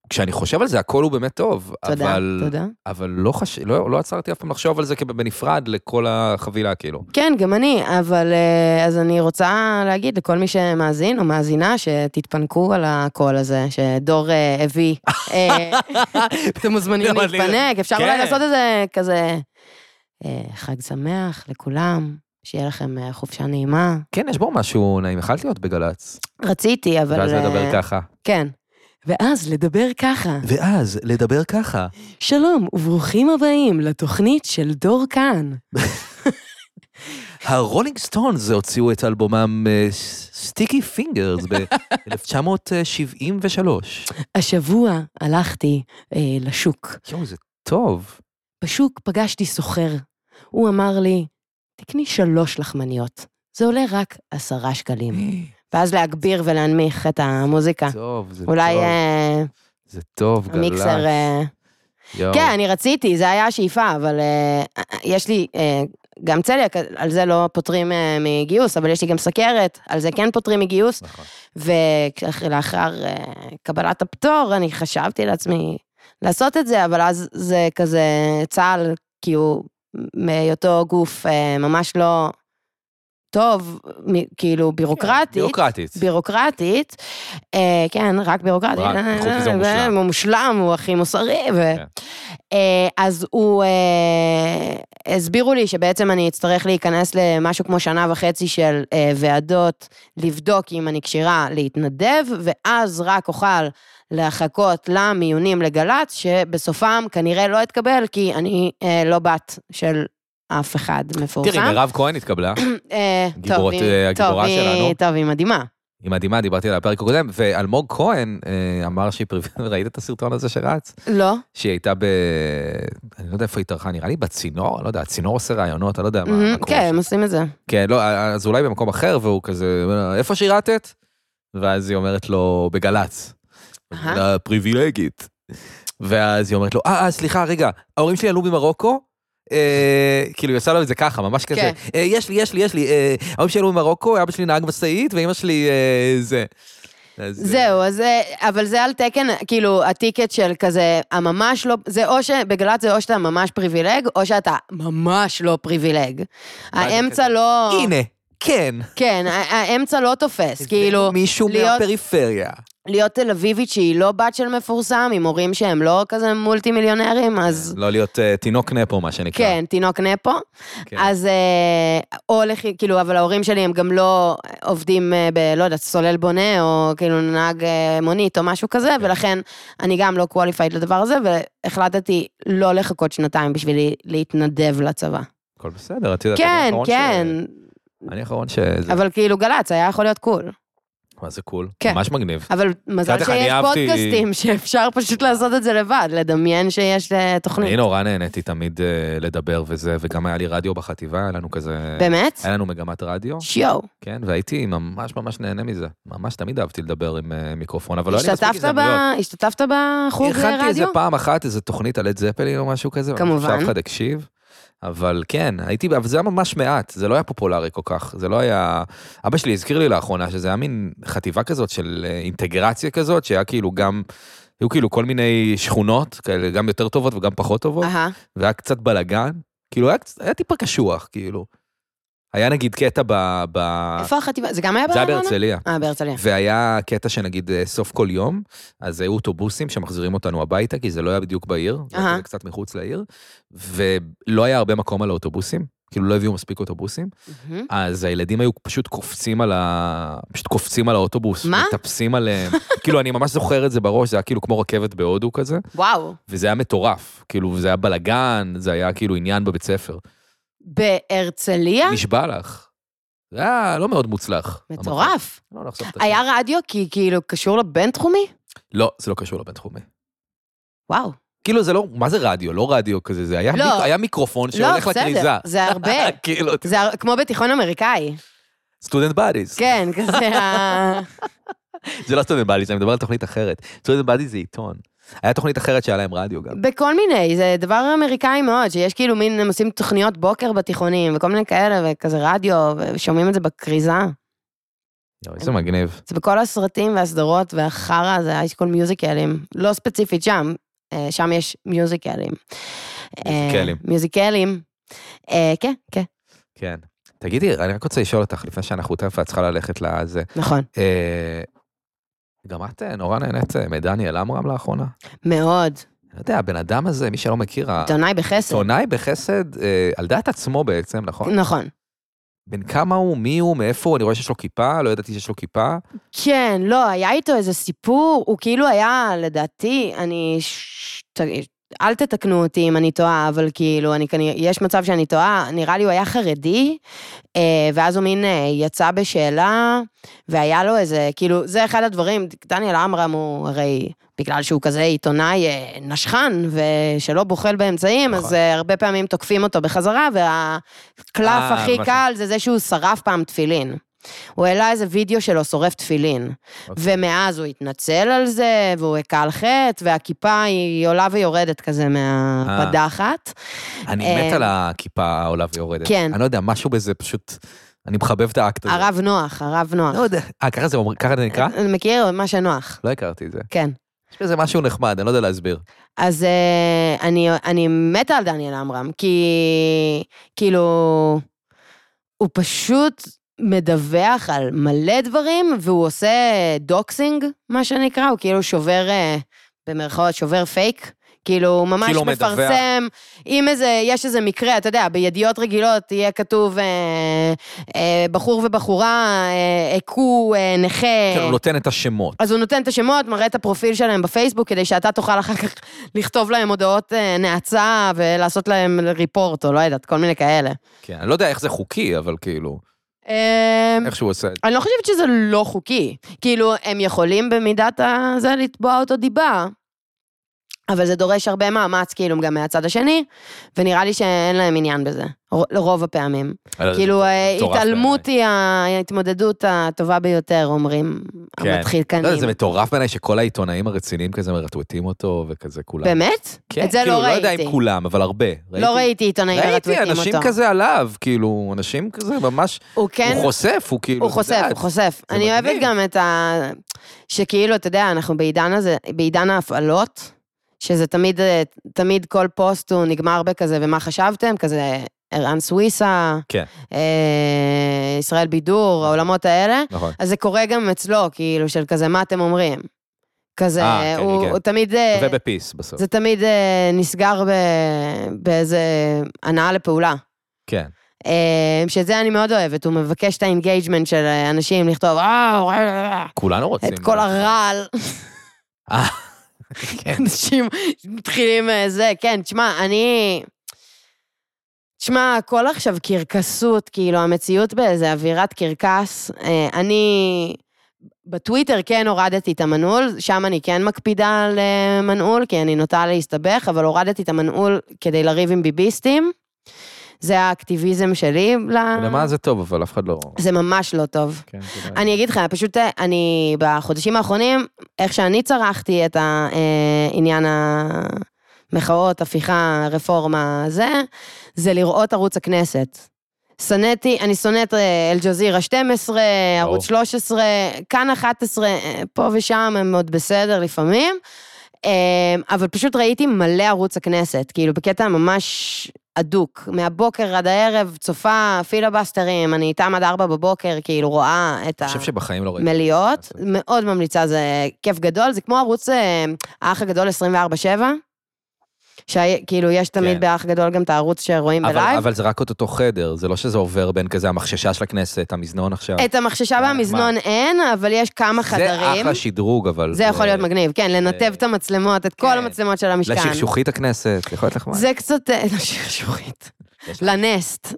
Speaker 2: כשאני חושב על זה, הקול הוא באמת טוב.
Speaker 3: תודה,
Speaker 2: אבל-
Speaker 3: תודה.
Speaker 2: אבל לא חש... לא לא עצרתי אף פעם לחשוב על זה כבנפרד לכל החבילה, כאילו.
Speaker 3: כן, גם אני, אבל אה, אז אני רוצה להגיד לכל מי שמאזין או מאזינה, שתתפנקו על הקול הזה, שדור אה, הביא. אה, אתם מוזמנים
Speaker 2: לא, אני-
Speaker 3: להתפנק, אפשר אולי
Speaker 2: כן.
Speaker 3: לעשות איזה כזה אה, חג שמח לכולם, שיהיה לכם אה, חופשה נעימה.
Speaker 2: כן, יש בו משהו נעים, יכלת להיות בגל"צ.
Speaker 3: רציתי, אבל...
Speaker 2: ואז
Speaker 3: אה,
Speaker 2: לדבר ככה.
Speaker 3: כן. ואז לדבר ככה.
Speaker 2: ואז לדבר ככה.
Speaker 3: שלום וברוכים הבאים לתוכנית של דור כאן.
Speaker 2: הרולינג סטונס הוציאו את אלבומם אה, סטיקי פינגרס ב-1973.
Speaker 3: השבוע הלכתי אה, לשוק.
Speaker 2: יואו, זה טוב.
Speaker 3: בשוק פגשתי סוחר. הוא אמר לי, תקני שלוש לחמניות, זה עולה רק עשרה שקלים. ואז להגביר ולהנמיך את המוזיקה.
Speaker 2: טוב, אה. זה טוב.
Speaker 3: אולי אה,
Speaker 2: זה טוב, גל"צ.
Speaker 3: המיקסר... אה,
Speaker 2: יואו.
Speaker 3: כן, אני רציתי, זה היה השאיפה, אבל אה, יש לי אה, גם צליאק, על זה לא פותרים אה, מגיוס, אבל יש לי גם סכרת, על זה כן פותרים מגיוס.
Speaker 2: נכון.
Speaker 3: ולאחר קבלת הפטור, אני חשבתי לעצמי לעשות את זה, אבל אז זה כזה צה"ל, כי הוא מהיותו גוף אה, ממש לא טוב, מ- כאילו
Speaker 2: כן,
Speaker 3: בירוקרטית.
Speaker 2: ביורוקרטית.
Speaker 3: בירוקרטית, אה, כן, רק בירוקרטית,
Speaker 2: רק,
Speaker 3: אה,
Speaker 2: חוץ
Speaker 3: אה,
Speaker 2: מזה הוא מושלם.
Speaker 3: הוא מושלם, הוא הכי מוסרי, ו...
Speaker 2: כן.
Speaker 3: אה, אז הוא, אה, הסבירו לי שבעצם אני אצטרך להיכנס למשהו כמו שנה וחצי של אה, ועדות, לבדוק אם אני כשירה להתנדב, ואז רק אוכל לחכות למיונים לגל"צ, שבסופם כנראה לא אתקבל, כי אני אה, לא בת של אף אחד מפורסם.
Speaker 2: תראי, מירב כהן התקבלה,
Speaker 3: אה, טוב,
Speaker 2: גיבורת,
Speaker 3: היא-
Speaker 2: אה,
Speaker 3: טוב,
Speaker 2: הגיבורה
Speaker 3: היא-
Speaker 2: שלנו.
Speaker 3: טוב, היא מדהימה.
Speaker 2: היא מדהימה, דיברתי עליה בפרק הקודם, ואלמוג כהן אה, אמר שהיא פריו... ראית את הסרטון הזה שרץ?
Speaker 3: לא.
Speaker 2: שהיא הייתה ב... אני לא יודע איפה היא התארחה, נראה לי בצינור, אני לא יודע, הצינור עושה רעיונות, אני לא יודע מה
Speaker 3: מהמם,
Speaker 2: מה קורה
Speaker 3: כן,
Speaker 2: שם.
Speaker 3: הם עושים את זה.
Speaker 2: כן, לא, אז אולי במקום אחר, והוא כזה, איפה שירתת? ואז היא אומרת לו, בגל"צ.
Speaker 3: אהה.
Speaker 2: "לה פריבילגית. ואז היא אומרת לו, אה, אה, סליחה, רגע, ההורים שלי עלו ממרוקו? אה, כאילו, היא עושה לו את זה ככה, ממש כזה.
Speaker 3: כן.
Speaker 2: "אה, יש לי, יש לי, יש לי, אה, ההורים שלי עלו ממרוקו, אבא שלי נהג משאית, ואימא שלי אה, זה. אז, אה,
Speaker 3: זהו, אז, אה, אבל זה על תקן, כאילו, הטיקט של כזה, הממש לא, זה או ש... בגל"צ זה או שאתה ממש פריבילג, או שאתה ממש לא פריבילג.
Speaker 2: מה זה
Speaker 3: האמצע
Speaker 2: כזה?
Speaker 3: לא...
Speaker 2: הנה, כן.
Speaker 3: כן, ה- האמצע לא תופס, כאילו...
Speaker 2: מישהו
Speaker 3: להיות-
Speaker 2: מהפריפריה.
Speaker 3: להיות תל אביבית שהיא לא בת של מפורסם, עם הורים שהם לא כזה מולטי מיליונרים, אז...
Speaker 2: לא להיות אה, תינוק נפו, מה שנקרא.
Speaker 3: כן, תינוק נפו.
Speaker 2: כן.
Speaker 3: אז אה, או לכי, כאילו, אבל ההורים שלי הם גם לא עובדים אה, ב... לא יודעת, סולל בונה, או כאילו נהג אה, מונית או משהו כזה,
Speaker 2: כן.
Speaker 3: ולכן אני גם לא qualified לדבר הזה, והחלטתי לא לחכות שנתיים בשביל לי- להתנדב לצבא.
Speaker 2: הכל בסדר, את יודעת. אני
Speaker 3: כן,
Speaker 2: האחרון ש-
Speaker 3: כן,
Speaker 2: אני האחרון שזה...
Speaker 3: אבל כאילו גל"צ היה יכול להיות קול.
Speaker 2: מה זה קול.
Speaker 3: כן.
Speaker 2: ממש מגניב.
Speaker 3: אבל מזל
Speaker 2: לך, אני
Speaker 3: שיש
Speaker 2: אהבתי-
Speaker 3: פודקאסטים שאפשר פשוט לעשות את זה לבד, לדמיין שיש אה,
Speaker 2: אני
Speaker 3: תוכנית.
Speaker 2: נורא נהניתי תמיד אה, לדבר וזה, וגם היה לי רדיו בחטיבה, היה לנו כזה...
Speaker 3: באמת?
Speaker 2: היה לנו מגמת רדיו,
Speaker 3: שיואו.
Speaker 2: כן, והייתי ממש ממש נהנה מזה. ממש תמיד אהבתי לדבר עם אה, מיקרופון, אבל לא היה לי מספיק
Speaker 3: השתתפת ב...
Speaker 2: הזדמנויות.
Speaker 3: השתתפת בחוג
Speaker 2: הכנתי איזה
Speaker 3: רדיו?
Speaker 2: פעם אחת, איזה תוכנית על עד זפלין או משהו כזה.
Speaker 3: כמובן.
Speaker 2: שאף אחד הקשיב. אבל כן, הייתי, אבל זה היה ממש מעט, זה לא היה פופולרי כל כך, זה לא היה... אבא שלי הזכיר לי לאחרונה שזה היה מין חטיבה כזאת של אה, אינטגרציה כזאת, שהיה כאילו גם, היו כאילו כל מיני שכונות, כאלה גם יותר טובות וגם פחות טובות,
Speaker 3: אהה.
Speaker 2: והיה קצת בלאגן, כאילו היה, קצ- היה טיפה קשוח, כאילו. היה נגיד קטע ב... ב...
Speaker 3: איפה החטיבה? זה גם היה
Speaker 2: אה. זה היה
Speaker 3: ברעננה?
Speaker 2: בהרצליה.
Speaker 3: אה, בהרצליה.
Speaker 2: והיה קטע שנגיד אה, סוף כל יום, אז היו אוטובוסים שמחזירים אותנו הביתה, כי זה לא היה בדיוק בעיר, זה היה
Speaker 3: אהה.
Speaker 2: כזה קצת מחוץ לעיר, ולא היה הרבה מקום על האוטובוסים, כאילו לא הביאו מספיק אוטובוסים,
Speaker 3: מהמם.
Speaker 2: אז הילדים היו פשוט קופצים על ה... פשוט קופצים על האוטובוס.
Speaker 3: מה?
Speaker 2: מטפסים עליהם. כאילו, אני ממש זוכר את זה בראש, זה היה כאילו כמו רכבת בהודו כזה,
Speaker 3: וואו.
Speaker 2: וזה היה מטורף. כאילו, זה היה בלאגן, זה היה כאילו עניין בבית ספר.
Speaker 3: בהרצליה?
Speaker 2: נשבע לך. זה היה לא מאוד מוצלח. המקום.
Speaker 3: מטורף.
Speaker 2: לא נחשוף את השם.
Speaker 3: היה רדיו כי כאילו קשור לבינתחומי?
Speaker 2: לא, זה לא קשור לבינתחומי.
Speaker 3: וואו.
Speaker 2: כאילו זה לא, מה זה רדיו? לא רדיו כזה, זה היה,
Speaker 3: לא.
Speaker 2: מיק, היה מיקרופון
Speaker 3: לא,
Speaker 2: שהולך לכריזה.
Speaker 3: בסדר. זה הרבה.
Speaker 2: כאילו,
Speaker 3: זה הר- כמו בתיכון אמריקאי.
Speaker 2: סטודנט באדיס.
Speaker 3: כן, כזה ה...
Speaker 2: זה לא סטודנט באדיס, אני מדבר על תוכנית אחרת. סטודנט באדיס זה עיתון. היה תוכנית אחרת שהיה להם רדיו גם.
Speaker 3: בכל מיני, זה דבר אמריקאי מאוד, שיש כאילו מין, הם עושים תוכניות בוקר בתיכונים, וכל מיני כאלה, וכזה רדיו, ושומעים את זה בכריזה.
Speaker 2: יואו, איזה מגניב.
Speaker 3: זה בכל הסרטים והסדרות והחרא הזה, יש כל מיוזיקלים. לא ספציפית שם, אה, שם יש מיוזיקלים. אה,
Speaker 2: מיוזיקלים.
Speaker 3: מיוזיקלים. אה, כן, כן,
Speaker 2: כן. תגידי, אני רק רוצה לשאול אותך, לפני שאנחנו תכף את צריכה ללכת לזה.
Speaker 3: נכון.
Speaker 2: אה, גם את אה, נורא נהנית אה, מדניאל עמרם לאחרונה?
Speaker 3: מאוד.
Speaker 2: אני יודע, הבן אדם הזה, מי שלא מכיר,
Speaker 3: עיתונאי בחסד.
Speaker 2: העיתונאי בחסד, אה, על דעת עצמו בעצם, נכון?
Speaker 3: נכון.
Speaker 2: בן כמה הוא, מי הוא, מאיפה הוא, אני רואה שיש לו כיפה, לא ידעתי שיש לו כיפה.
Speaker 3: כן, לא, היה איתו איזה סיפור, הוא כאילו היה, לדעתי, אני... ש- ת- אל תתקנו אותי אם אני טועה, אבל כאילו, אני כנראה, יש מצב שאני טועה, נראה לי הוא היה חרדי, אה, ואז הוא מין אה, יצא בשאלה, והיה לו איזה, כאילו, זה אחד הדברים, דניאל עמרם הוא הרי, בגלל שהוא כזה עיתונאי אה, נשכן, ושלא בוחל באמצעים,
Speaker 2: נכון.
Speaker 3: אז אה, הרבה פעמים תוקפים אותו בחזרה, והקלף
Speaker 2: אה,
Speaker 3: הכי
Speaker 2: מה ש-
Speaker 3: קל זה זה שהוא שרף פעם תפילין. הוא העלה איזה וידאו שלו שורף תפילין.
Speaker 2: אוקיי.
Speaker 3: ומאז הוא התנצל על זה, והוא הכה על חטא, והכיפה היא עולה ויורדת כזה מהפדחת.
Speaker 2: אני
Speaker 3: אה,
Speaker 2: מת על הכיפה העולה ויורדת.
Speaker 3: כן.
Speaker 2: אני לא יודע, משהו בזה פשוט, אני מחבב את האקט הזה.
Speaker 3: הרב נוח, הרב נוח.
Speaker 2: לא יודע. אה, ככה זה אומר- ככה זה נקרא?
Speaker 3: אני מכיר מה שנוח,
Speaker 2: לא הכרתי את זה.
Speaker 3: כן.
Speaker 2: יש בזה משהו נחמד, אני לא יודע להסביר.
Speaker 3: אז אה, אני, אני מתה על דניאל עמרם, כי כאילו, הוא פשוט מדווח על מלא דברים, והוא עושה דוקסינג, מה שנקרא, הוא כאילו שובר, אה, במרכאות, שובר פייק. כאילו, הוא ממש
Speaker 2: כאילו הוא מדווח.
Speaker 3: מפרסם, אם איזה, יש איזה מקרה, אתה יודע, בידיעות רגילות יהיה כתוב אה, אה, בחור ובחורה, אה, הכו אה, נכה.
Speaker 2: כן, הוא נותן את השמות.
Speaker 3: אז הוא נותן את השמות, מראה את הפרופיל שלהם בפייסבוק, כדי שאתה תוכל אחר כך לכתוב להם הודעות אה, נאצה ולעשות להם ריפורט, או לא יודעת, כל מיני כאלה.
Speaker 2: כן, אני לא יודע איך זה חוקי, אבל כאילו,
Speaker 3: אה,
Speaker 2: איך שהוא עושה את זה.
Speaker 3: אני לא חושבת שזה לא חוקי. כאילו, הם יכולים במידת ה- זה לתבוע אותו דיבה, אבל זה דורש הרבה מאמץ, כאילו, גם מהצד השני, ונראה לי שאין להם עניין בזה, ר- רוב הפעמים.
Speaker 2: אבל
Speaker 3: כאילו,
Speaker 2: זה
Speaker 3: אה,
Speaker 2: מטורף
Speaker 3: התעלמות היא ההתמודדות הטובה ביותר, אומרים
Speaker 2: כן. בעיניי. לא יודע,
Speaker 3: המתחילקנים.
Speaker 2: זה מטורף בעיניי שכל העיתונאים הרציניים כזה מרטווטים אותו וכזה כולם.
Speaker 3: באמת?
Speaker 2: כן,
Speaker 3: את זה
Speaker 2: כאילו,
Speaker 3: לא
Speaker 2: לא יודע
Speaker 3: ראיתי.
Speaker 2: אם כולם, אבל הרבה.
Speaker 3: לא ראיתי עיתונאים
Speaker 2: ראיתי
Speaker 3: מרטווטים
Speaker 2: אנשים
Speaker 3: אותו.
Speaker 2: כזה עליו, כאילו, אנשים כזה ממש,
Speaker 3: הוא כן,
Speaker 2: הוא חושף, הוא כאילו,
Speaker 3: הוא
Speaker 2: את
Speaker 3: חושף,
Speaker 2: יודעת.
Speaker 3: הוא חושף.
Speaker 2: זה
Speaker 3: אני אוהבת
Speaker 2: מדהים.
Speaker 3: גם את ה... שכאילו, אתה יודע, אנחנו בעידן הזה, בעידן ההפעלות, שזה תמיד, אה, תמיד כל פוסט הוא נגמר בכזה, ומה חשבתם? כזה ערן סוויסה,
Speaker 2: כן.
Speaker 3: אה, ישראל בידור, העולמות האלה,
Speaker 2: נכון.
Speaker 3: אז זה קורה גם אצלו, כאילו, של כזה, מה אתם אומרים? כזה,
Speaker 2: אה, כן,
Speaker 3: הוא,
Speaker 2: כן.
Speaker 3: הוא תמיד... אה,
Speaker 2: ובפיס בסוף.
Speaker 3: זה תמיד אה, נסגר ב, באיזה הנאה לפעולה.
Speaker 2: כן.
Speaker 3: אה, שאת זה אני מאוד אוהבת, הוא מבקש את האינגייג'מנט של אה, אנשים לכתוב, "אה, אה, אה,
Speaker 2: כולנו רוצים.
Speaker 3: את כל הרעל.
Speaker 2: אה, כן.
Speaker 3: אנשים מתחילים אה, זה, כן, תשמע, אני... תשמע, הכל עכשיו קרקסות, כאילו, המציאות באיזה אווירת קרקס. אה, אני... בטוויטר כן הורדתי את המנעול, שם אני כן מקפידה על אה, מנעול, כי אני נוטה להסתבך, אבל הורדתי את המנעול כדי לריב עם ביביסטים. זה האקטיביזם שלי. ל-
Speaker 2: למה זה טוב, אבל אף אחד לא...
Speaker 3: זה ממש לא טוב.
Speaker 2: כן, זה בעיה.
Speaker 3: אני אגיד לך, פשוט אה, אני בחודשים האחרונים, איך שאני צרחתי את העניין המחאות, הפיכה, רפורמה, זה, זה לראות ערוץ הכנסת. שנאתי, אני שונאת אה, אל-ג'זירה 12, ערוץ 13, כאן 11, אה, פה ושם הם עוד בסדר לפעמים, אה, אבל פשוט ראיתי מלא ערוץ הכנסת, כאילו בקטע ממש הדוק, מהבוקר עד הערב, צופה פיליבסטרים, אני איתם עד 4 בבוקר, כאילו רואה את ה...
Speaker 2: אני חושב שבחיים לא ראיתי.
Speaker 3: מליאות,
Speaker 2: לעשות.
Speaker 3: מאוד ממליצה, זה כיף גדול, זה כמו ערוץ אה, האח הגדול 24-7, שכאילו כאילו, יש תמיד
Speaker 2: כן.
Speaker 3: באח גדול גם את הערוץ שרואים
Speaker 2: אבל-
Speaker 3: בלייב.
Speaker 2: אבל זה רק את אותו חדר, זה לא שזה עובר בין כזה המחששה של הכנסת, המזנון עכשיו.
Speaker 3: את המחששה
Speaker 2: זה היה
Speaker 3: והמזנון אין, אבל יש כמה
Speaker 2: אה, זה
Speaker 3: חדרים.
Speaker 2: אחלה שדרוג, אבל...
Speaker 3: זה יכול להיות מגניב, כן, לנתב את המצלמות, את כל
Speaker 2: כן.
Speaker 3: המצלמות של המשכן.
Speaker 2: לשכשוכית הכנסת, זה יכול להיות נחמד.
Speaker 3: זה קצת... אה, לשכשוכית.
Speaker 2: יש לך-
Speaker 3: לנסט.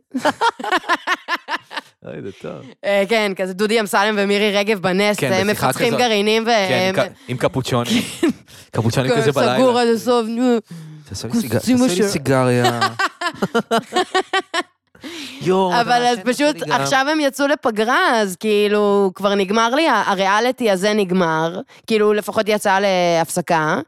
Speaker 2: אוי, זה טוב.
Speaker 3: אה, כן, כזה דודי אמסלם ומירי רגב בנסט,
Speaker 2: כן,
Speaker 3: הם
Speaker 2: בשיחה
Speaker 3: מפצחים
Speaker 2: כזאת.
Speaker 3: גרעינים
Speaker 2: כן,
Speaker 3: והם...
Speaker 2: ק- עם קפוצ'וני. קפוצ'וני כזה
Speaker 3: כן. סגור
Speaker 2: בלילה.
Speaker 3: עד הסוף, נו.
Speaker 2: תעשו לי סיג-
Speaker 3: שימו
Speaker 2: תעשו לי
Speaker 3: ש-
Speaker 2: סיגריה. יואו. כן.
Speaker 3: אבל אז פשוט, עכשיו הם יצאו לפגרה, אז כאילו, כבר נגמר לי, ה- הריאליטי הזה נגמר, כאילו, לפחות יצא להפסקה,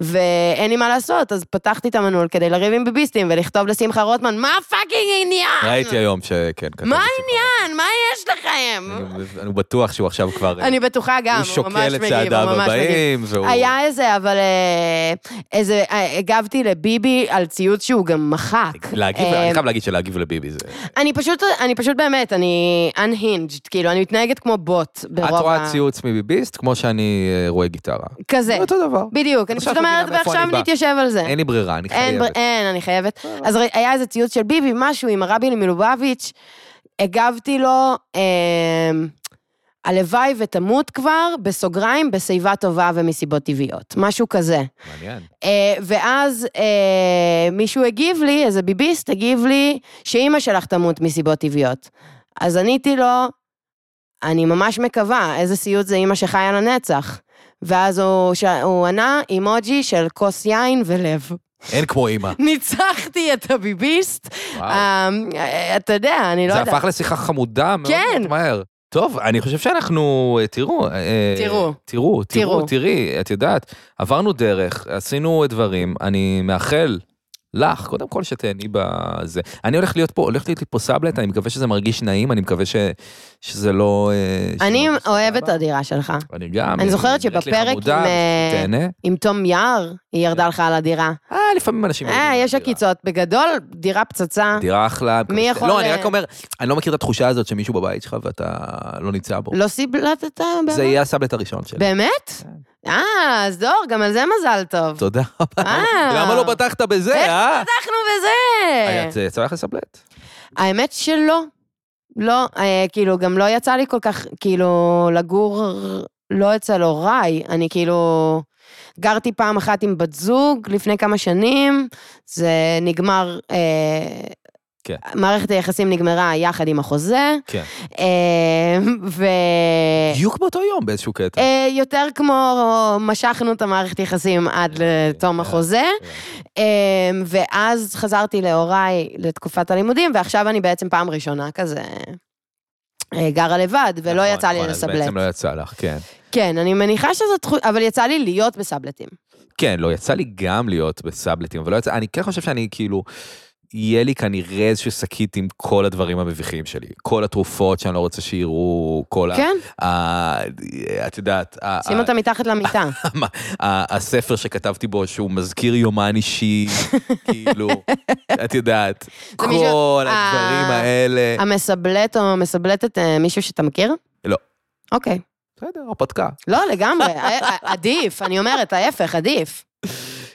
Speaker 3: ואין לי מה לעשות, אז פתחתי את המנעול כדי לריב עם ביביסטים ולכתוב לשמחה רוטמן, מה הפאקינג עניין?
Speaker 2: ראיתי היום שכן. כתב
Speaker 3: מה
Speaker 2: את
Speaker 3: העניין? מה יש לכם?
Speaker 2: הסיפור. אני בטוח שהוא עכשיו כבר... אה,
Speaker 3: אני בטוחה גם,
Speaker 2: הוא
Speaker 3: הוא ממש
Speaker 2: שוקל
Speaker 3: מגיב,
Speaker 2: את
Speaker 3: הוא ממש מגיב.
Speaker 2: צעדיו הבאים, והוא...
Speaker 3: היה איזה, אבל אה, איזה, אה, הגבתי לביבי על ציוץ שהוא גם מחק.
Speaker 2: להגיב,
Speaker 3: אה,
Speaker 2: אני חייב להגיד שלהגיב לביבי זה...
Speaker 3: אני פשוט, אני פשוט באמת, אני unhinged, כאילו, אני מתנהגת כמו בוט ברוב
Speaker 2: את
Speaker 3: ה... כן.
Speaker 2: רואה ציוץ מביביסט כמו שאני אה, רואה גיטרה.
Speaker 3: כזה,
Speaker 2: זה אותו דבר.
Speaker 3: בדיוק. אני
Speaker 2: לא, עכשיו
Speaker 3: פשוט
Speaker 2: את מבינה
Speaker 3: אומרת,
Speaker 2: מאיפה
Speaker 3: ועכשיו
Speaker 2: אני בא."
Speaker 3: נתיישב על זה.
Speaker 2: אין לי ברירה, אני
Speaker 3: כן. אין,
Speaker 2: חייבת. אה.
Speaker 3: בר- אין, אני חייבת. אז ראי- היה איזה ציוץ של ביבי, משהו עם הרבי מלובביץ', הגבתי לו, אמ, הלוואי ותמות כבר, בסוגריים, בשיבה טובה ומסיבות טבעיות. משהו כזה.
Speaker 2: מעניין.
Speaker 3: אה, ואז אה, מישהו הגיב לי, איזה ביביסט הגיב לי, שאימא שלך תמות מסיבות טבעיות. אז עניתי לו, אני ממש מקווה, איזה סיוט זה אימא שחיה לנצח. ואז הוא, ש... הוא ענה אימוג'י של כוס יין ולב.
Speaker 2: אין כמו אימא.
Speaker 3: אה, ניצחתי את הביביסט.
Speaker 2: וואו.
Speaker 3: אה, אתה יודע, אני לא
Speaker 2: זה
Speaker 3: יודעת.
Speaker 2: הפך לשיחה חמודה מאוד
Speaker 3: כן.
Speaker 2: מאוד מהר. טוב, אני חושב שאנחנו, אה, תראו, אה,
Speaker 3: תראו.
Speaker 2: תראו, תראו,
Speaker 3: תראו.
Speaker 2: תראי, את יודעת, עברנו דרך, עשינו דברים, אני מאחל לך, קודם כל שתהני בזה. אני הולך להיות פה, הולך להיות לי פה סבלט, אני מקווה שזה מרגיש נעים, אני מקווה ש, שזה לא... אה, שזה
Speaker 3: אני
Speaker 2: מרגיש
Speaker 3: אוהבת את
Speaker 2: סבבה.
Speaker 3: הדירה שלך.
Speaker 2: אני גם.
Speaker 3: אני
Speaker 2: נראית
Speaker 3: זוכרת
Speaker 2: אה, לי
Speaker 3: שבפרק
Speaker 2: חמודה,
Speaker 3: עם,
Speaker 2: ושאת
Speaker 3: אה,
Speaker 2: תהנה.
Speaker 3: עם תום יער,
Speaker 2: כן.
Speaker 3: היא ירדה לך על הדירה.
Speaker 2: אה, לפעמים אנשים...
Speaker 3: אה,
Speaker 2: יורדים
Speaker 3: יש
Speaker 2: מהדירה.
Speaker 3: עקיצות. בגדול, דירה פצצה.
Speaker 2: דירה אחלה.
Speaker 3: מי
Speaker 2: כמה-
Speaker 3: יכול,
Speaker 2: לא, אני
Speaker 3: אה,
Speaker 2: רק אומר, אני לא מכיר את התחושה הזאת שמישהו בבית שלך ואתה לא נמצא בו.
Speaker 3: לא סיבלטת
Speaker 2: זה
Speaker 3: בעבר?
Speaker 2: יהיה הסאבלט הראשון שלי.
Speaker 3: באמת?
Speaker 2: כן.
Speaker 3: אה, אז דור, גם על זה מזל טוב.
Speaker 2: תודה רבה.
Speaker 3: אה.
Speaker 2: למה לא פתחת בזה,
Speaker 3: איך
Speaker 2: אה?
Speaker 3: אנחנו בזה!
Speaker 2: את אה, יצא לך לסאבלט?
Speaker 3: האמת שלא. לא, אה, כאילו, גם לא יצא לי כל כך, כאילו, לגור לא אצל הוריי. אני כאילו... גרתי פעם אחת עם בת זוג לפני כמה שנים, זה נגמר... אה,
Speaker 2: כן.
Speaker 3: מערכת היחסים נגמרה יחד עם החוזה.
Speaker 2: כן.
Speaker 3: אה, ו...
Speaker 2: בדיוק באותו יום באיזשהו קטע.
Speaker 3: אה, יותר כמו משכנו את המערכת יחסים עד
Speaker 2: אה,
Speaker 3: לתום
Speaker 2: הבנתי,
Speaker 3: החוזה,
Speaker 2: הבנתי.
Speaker 3: אה, ואז חזרתי להוריי לתקופת הלימודים, ועכשיו אני בעצם פעם ראשונה כזה אה, גרה לבד, ולא
Speaker 2: נכון,
Speaker 3: יצא לי
Speaker 2: נכון, אז
Speaker 3: לסבלט.
Speaker 2: בעצם לא יצא לך, כן.
Speaker 3: כן, אני מניחה שזו תחושה, אבל יצא לי להיות בסבלטים.
Speaker 2: כן, לא, יצא לי גם להיות בסאבלטים, אבל לא יצא, אני כן חושב שאני כאילו... יהיה לי כנראה איזושהי שקית עם כל הדברים המביכים שלי. כל התרופות שאני לא רוצה שיראו, כל ה...
Speaker 3: כן,
Speaker 2: ה- אה, את יודעת, ה-
Speaker 3: שים
Speaker 2: ה-
Speaker 3: אותה מתחת למיטה.
Speaker 2: ה- הספר שכתבתי בו שהוא מזכיר יומן אישי, כאילו, את יודעת,
Speaker 3: מישהו-
Speaker 2: כל הדברים
Speaker 3: אה,
Speaker 2: האלה.
Speaker 3: המסבלט או מסבלטת אה, מישהו שאתה מכיר?
Speaker 2: לא.
Speaker 3: אוקיי.
Speaker 2: בסדר, הרפתקה.
Speaker 3: לא, לגמרי. ה- ה- עדיף, אני אומרת, ההפך, עדיף.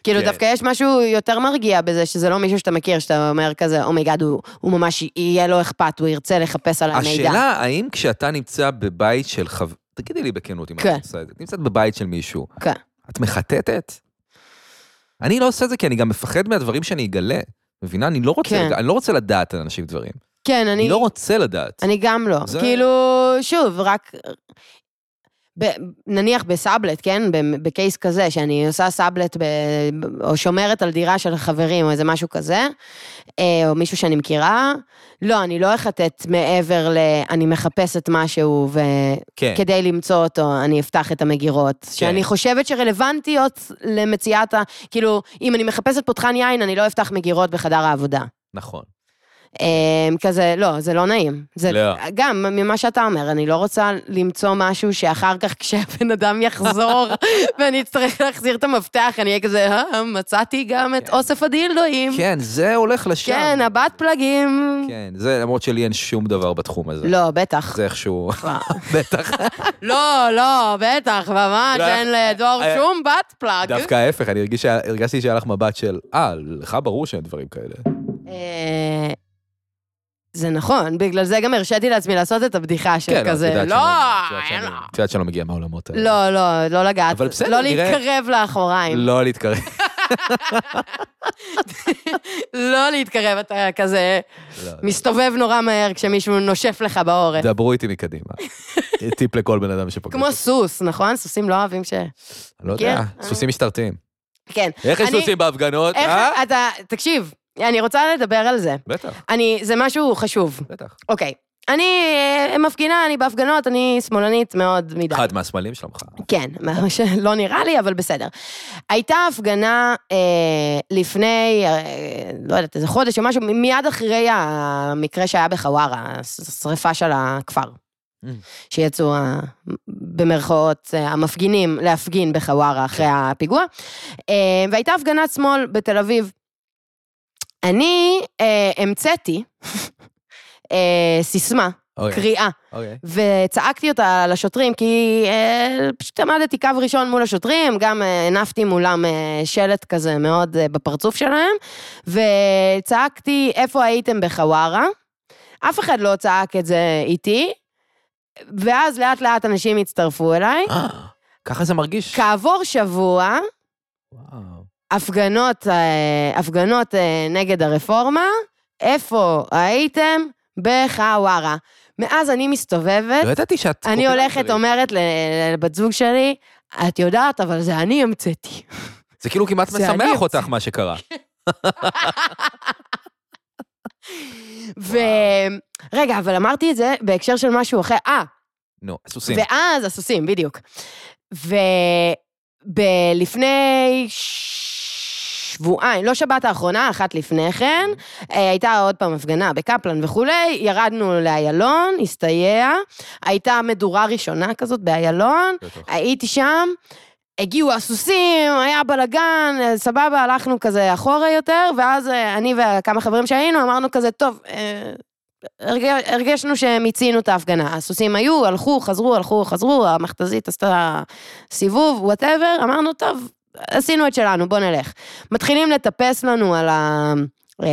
Speaker 3: כאילו,
Speaker 2: כן.
Speaker 3: דווקא יש משהו יותר מרגיע בזה, שזה לא מישהו שאתה מכיר, שאתה אומר כזה, אומייגאד, הוא הוא ממש יהיה לו אכפת, הוא ירצה לחפש עליי מידע.
Speaker 2: השאלה, אה, האם כשאתה נמצא בבית של חבר... תגידי לי בכנות אם את
Speaker 3: כן.
Speaker 2: עושה את זה. את נמצאת בבית של מישהו.
Speaker 3: כן.
Speaker 2: את מחטטת? אני לא עושה את זה כי אני גם מפחד מהדברים שאני אגלה. מבינה? אני לא רוצה,
Speaker 3: כן.
Speaker 2: לג- אני לא רוצה לדעת על אנשים דברים.
Speaker 3: כן, אני...
Speaker 2: אני לא רוצה לדעת.
Speaker 3: אני גם לא.
Speaker 2: זה-
Speaker 3: זה... כאילו, שוב, רק... ב, נניח בסאבלט, כן? ב- בקייס כזה, שאני עושה סאבלט ב, או שומרת על דירה של חברים או איזה משהו כזה, אה, או מישהו שאני מכירה, לא, אני לא אחטט מעבר ל... אני מחפשת משהו וכדי
Speaker 2: כן.
Speaker 3: למצוא אותו, אני אפתח את המגירות, שאני חושבת שרלוונטיות למציאת ה... כאילו, אם אני מחפשת פותחן יין, אני לא אפתח מגירות בחדר העבודה.
Speaker 2: נכון.
Speaker 3: אמ, כזה, לא, זה לא נעים. זה
Speaker 2: לא.
Speaker 3: גם ממה שאתה אומר, אני לא רוצה למצוא משהו שאחר כך כשהבן אדם יחזור ואני אצטרך להחזיר את המפתח, אני אהיה כזה, "אה, מצאתי גם את
Speaker 2: כן.
Speaker 3: אוסף הדילדואים.
Speaker 2: כן, זה הולך לשם.
Speaker 3: כן, הבת פלגים.
Speaker 2: כן, זה למרות שלי אין שום דבר בתחום הזה.
Speaker 3: לא, בטח.
Speaker 2: כן, זה איכשהו,
Speaker 3: וואו.
Speaker 2: בטח,
Speaker 3: לא, לא, בטח, ממש,
Speaker 2: לא,
Speaker 3: אין לדור
Speaker 2: אה,
Speaker 3: שום בת פלאג.
Speaker 2: דווקא ההפך, אני הרגיש שה- הרגשתי שהיה לך מבט של, אה, לך ברור שאין דברים כאלה.
Speaker 3: אה, זה נכון, בגלל זה גם הרשיתי לעצמי לעשות את הבדיחה של
Speaker 2: כן, את
Speaker 3: כזה,
Speaker 2: יודעת
Speaker 3: לא,
Speaker 2: שאני- את יודעת
Speaker 3: אין
Speaker 2: שאני-
Speaker 3: לה.
Speaker 2: את יודעת שאני לא מגיע מהעולמות האלה.
Speaker 3: לא, לא, לא לגעת.
Speaker 2: אבל בסדר,
Speaker 3: לא
Speaker 2: נראה-
Speaker 3: להתקרב לאחוריים.
Speaker 2: לא להתקרב.
Speaker 3: לא להתקרב, אתה כזה
Speaker 2: לא,
Speaker 3: מסתובב נורא מהר כשמישהו נושף לך בעורף.
Speaker 2: דברו איתי מקדימה. טיפ לכל בן אדם שפוגש.
Speaker 3: כמו
Speaker 2: אותי.
Speaker 3: סוס, נכון? סוסים לא אוהבים ש...
Speaker 2: לא יודע,
Speaker 3: כן.
Speaker 2: סוסים משטרתיים.
Speaker 3: כן.
Speaker 2: איך יש
Speaker 3: אני-
Speaker 2: סוסים בהפגנות?
Speaker 3: איך
Speaker 2: אה?
Speaker 3: אתה... תקשיב, אני רוצה לדבר על זה.
Speaker 2: בטח,
Speaker 3: אני... זה משהו חשוב.
Speaker 2: בטח.
Speaker 3: אוקיי. אני אה, מפגינה, אני בהפגנות, אני שמאלנית מאוד מדי.
Speaker 2: אחד מהסמלים שלך.
Speaker 3: כן, מה שלא נראה לי, אבל בסדר. הייתה הפגנה אה, לפני, אה, לא יודעת, איזה חודש או משהו, מיד אחרי המקרה שהיה בחווארה, השרפה של הכפר.
Speaker 2: Mm.
Speaker 3: שיצאו, ה- במרכאות, אה, המפגינים להפגין בחווארה אחרי
Speaker 2: כן.
Speaker 3: הפיגוע. אה, והייתה הפגנת שמאל בתל אביב. אני אה, המצאתי אה, סיסמה,
Speaker 2: אוקיי,
Speaker 3: קריאה,
Speaker 2: אוקיי.
Speaker 3: וצעקתי אותה לשוטרים, כי אה, פשוט עמדתי קו ראשון מול השוטרים, גם אה, הנפתי מולם אה, שלט כזה מאוד אה, בפרצוף שלהם, וצעקתי, איפה הייתם בחווארה? אף אחד לא צעק את זה איתי, ואז לאט לאט אנשים הצטרפו אליי.
Speaker 2: אה, ככה זה מרגיש.
Speaker 3: כעבור שבוע,
Speaker 2: וואו.
Speaker 3: הפגנות, אה, הפגנות אה, נגד הרפורמה, איפה הייתם? בחווארה. מאז אני מסתובבת,
Speaker 2: לא ידעתי שאת...
Speaker 3: אני
Speaker 2: קופירייטרית.
Speaker 3: הולכת, אומרת ל- לבת זוג שלי, את יודעת, אבל זה אני המצאתי.
Speaker 2: זה כאילו כמעט
Speaker 3: זה אני
Speaker 2: משמח
Speaker 3: רוצה.
Speaker 2: אותך מה שקרה.
Speaker 3: ו... רגע, אבל אמרתי את זה בהקשר של משהו אחר. אה,
Speaker 2: נו, סוסים.
Speaker 3: ואז הסוסים, בדיוק. ולפני שבועיים, לא שבת האחרונה, אחת לפני כן, אה, הייתה עוד פעם הפגנה בקפלן וכולי, ירדנו לאיילון, הסתייע, הייתה מדורה ראשונה כזאת באיילון,
Speaker 2: בטח.
Speaker 3: הייתי שם, הגיעו הסוסים, היה בלאגן, סבבה, הלכנו כזה אחורה יותר, ואז אה, אני וכמה חברים שהיינו אמרנו כזה, טוב, אה, הרג- הרגשנו שמיצינו את ההפגנה. הסוסים היו, הלכו, חזרו, הלכו, חזרו, המכתזית עשתה סיבוב, וואטאבר, אמרנו, טוב, עשינו את שלנו, בוא נלך. מתחילים לטפס לנו על ה... אה,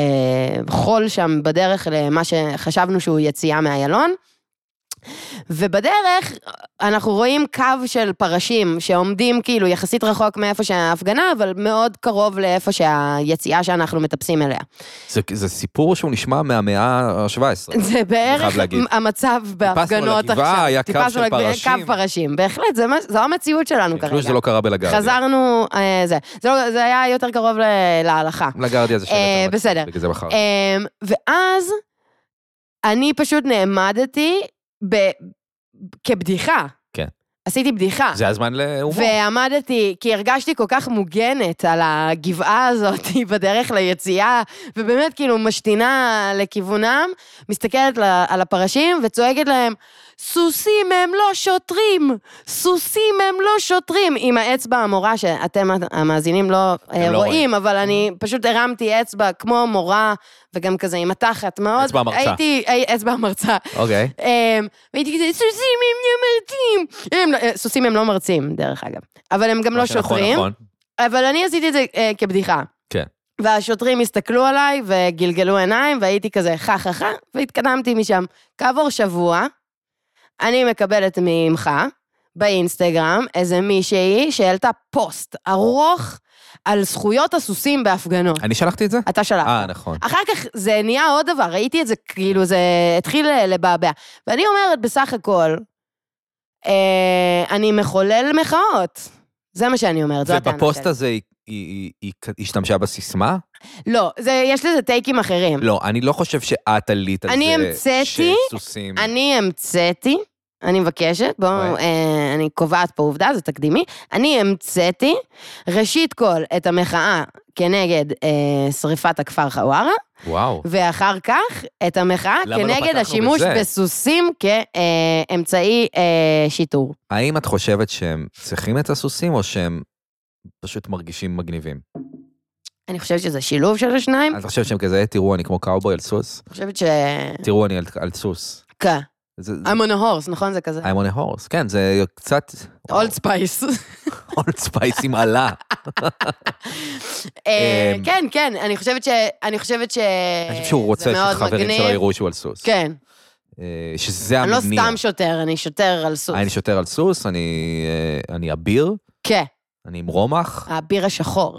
Speaker 3: חול שם בדרך למה שחשבנו שהוא יציאה מאיילון. ובדרך אנחנו רואים קו של פרשים שעומדים כאילו יחסית רחוק מאיפה שההפגנה, אבל מאוד קרוב לאיפה שהיציאה שאנחנו מטפסים אליה.
Speaker 2: זה- זה סיפור שהוא נשמע מהמאה ה-17.
Speaker 3: זה
Speaker 2: חייב
Speaker 3: בערך
Speaker 2: להגיד.
Speaker 3: המצב בהפגנות
Speaker 2: לגבעה,
Speaker 3: עכשיו.
Speaker 2: היה קו
Speaker 3: טיפסנו
Speaker 2: של
Speaker 3: לגבעה,
Speaker 2: פרשים.
Speaker 3: קו פרשים, בהחלט, זה מה- זו המציאות שלנו
Speaker 2: כאילו
Speaker 3: כרגע.
Speaker 2: שזה לא קרה בלגרדיה.
Speaker 3: חזרנו, אה, זה. זה לא- זה היה יותר קרוב ל- להלכה.
Speaker 2: לגרדיה זה שם.
Speaker 3: אה,
Speaker 2: יותר
Speaker 3: בסדר.
Speaker 2: מתאים, בגלל זה בחרתי.
Speaker 3: אמ, ואז אני פשוט נעמדתי ב... כבדיחה.
Speaker 2: כן.
Speaker 3: עשיתי בדיחה.
Speaker 2: זה הזמן להומור.
Speaker 3: ועמדתי, כי הרגשתי כל כך מוגנת על הגבעה הזאת בדרך ליציאה, ובאמת כאילו משתינה לכיוונם, מסתכלת ל- על הפרשים וצועקת להם, סוסים הם לא שוטרים! סוסים הם לא שוטרים! עם האצבע המורה, שאתם המאזינים לא אה,
Speaker 2: לא
Speaker 3: רואים, אבל אני פשוט הרמתי אצבע כמו מורה, וגם כזה עם התחת מאוד.
Speaker 2: אצבע המרצה.
Speaker 3: הייתי, אה, אצבע המרצה.
Speaker 2: אוקיי.
Speaker 3: אמ, והייתי כזה, סוסים הם לא מרצים. הם לא- אה, סוסים הם לא מרצים, דרך אגב. אבל הם גם
Speaker 2: מה
Speaker 3: לא
Speaker 2: שנכון,
Speaker 3: שוטרים.
Speaker 2: נכון.
Speaker 3: אבל אני עשיתי את זה אה, כבדיחה.
Speaker 2: כן.
Speaker 3: והשוטרים הסתכלו עליי וגלגלו עיניים, והייתי כזה חה חה חה, והתקדמתי משם. כעבור שבוע, אני מקבלת ממך, באינסטגרם, איזה מישהי שהעלתה פוסט ארוך על זכויות הסוסים בהפגנות.
Speaker 2: אני שלחתי את זה?
Speaker 3: אתה שלחת.
Speaker 2: אה, נכון.
Speaker 3: אחר כך זה נהיה עוד דבר, ראיתי את זה, כאילו, זה התחיל אה, לבעבע. ואני אומרת, בסך הכל, אה, אני מחולל מחאות. זה מה שאני אומרת, זו הטענה שלי.
Speaker 2: ובפוסט הזה היא- היא היא- היא השתמשה בסיסמה?
Speaker 3: לא, זה, יש לזה טייקים אחרים.
Speaker 2: לא, אני לא חושב שאת עלית על זה.
Speaker 3: נכון? אני המצאתי,
Speaker 2: שסוסים...
Speaker 3: אני המצאתי, אני מבקשת, בואו,
Speaker 2: לא. אוי.
Speaker 3: אה, אני קובעת פה עובדה, זה תקדימי. אני המצאתי, ראשית כל, את המחאה כנגד אה, שריפת הכפר חווארה,
Speaker 2: וואו.
Speaker 3: ואחר כך את המחאה
Speaker 2: למה לא
Speaker 3: כנגד
Speaker 2: פתחנו
Speaker 3: השימוש
Speaker 2: בזה?
Speaker 3: בסוסים כאמצעי אה, שיטור.
Speaker 2: האם את חושבת שהם צריכים את הסוסים, או שהם פשוט מרגישים מגניבים?
Speaker 3: אני חושבת שזה שילוב של השניים.
Speaker 2: את חושבת שהם כזה, תראו, אני כמו קאובוי על סוס?
Speaker 3: אני חושבת ש...
Speaker 2: תראו, אני על- על סוס.
Speaker 3: כן.
Speaker 2: זה- זה-
Speaker 3: I'm on a horse, נכון? זה כזה.
Speaker 2: I'm on a horse. כן, זה קצת... נכון.
Speaker 3: אולד ספייס.
Speaker 2: אמ. אולד ספייס עם עלה.
Speaker 3: אה,
Speaker 2: אמ,
Speaker 3: כן, כן, אני חושבת ש... אני חושבת ש...
Speaker 2: אני חושב שהוא רוצה
Speaker 3: זה מאוד
Speaker 2: שחברים
Speaker 3: מגניב.
Speaker 2: שלו יראו שהוא על סוס.
Speaker 3: כן.
Speaker 2: אה, שזה
Speaker 3: אני
Speaker 2: המניע.
Speaker 3: לא סתם שוטר, אני שוטר על סוס.
Speaker 2: אני שוטר על סוס, אני אה, אני אביר,
Speaker 3: כן,
Speaker 2: אני עם רומח.
Speaker 3: האביר השחור.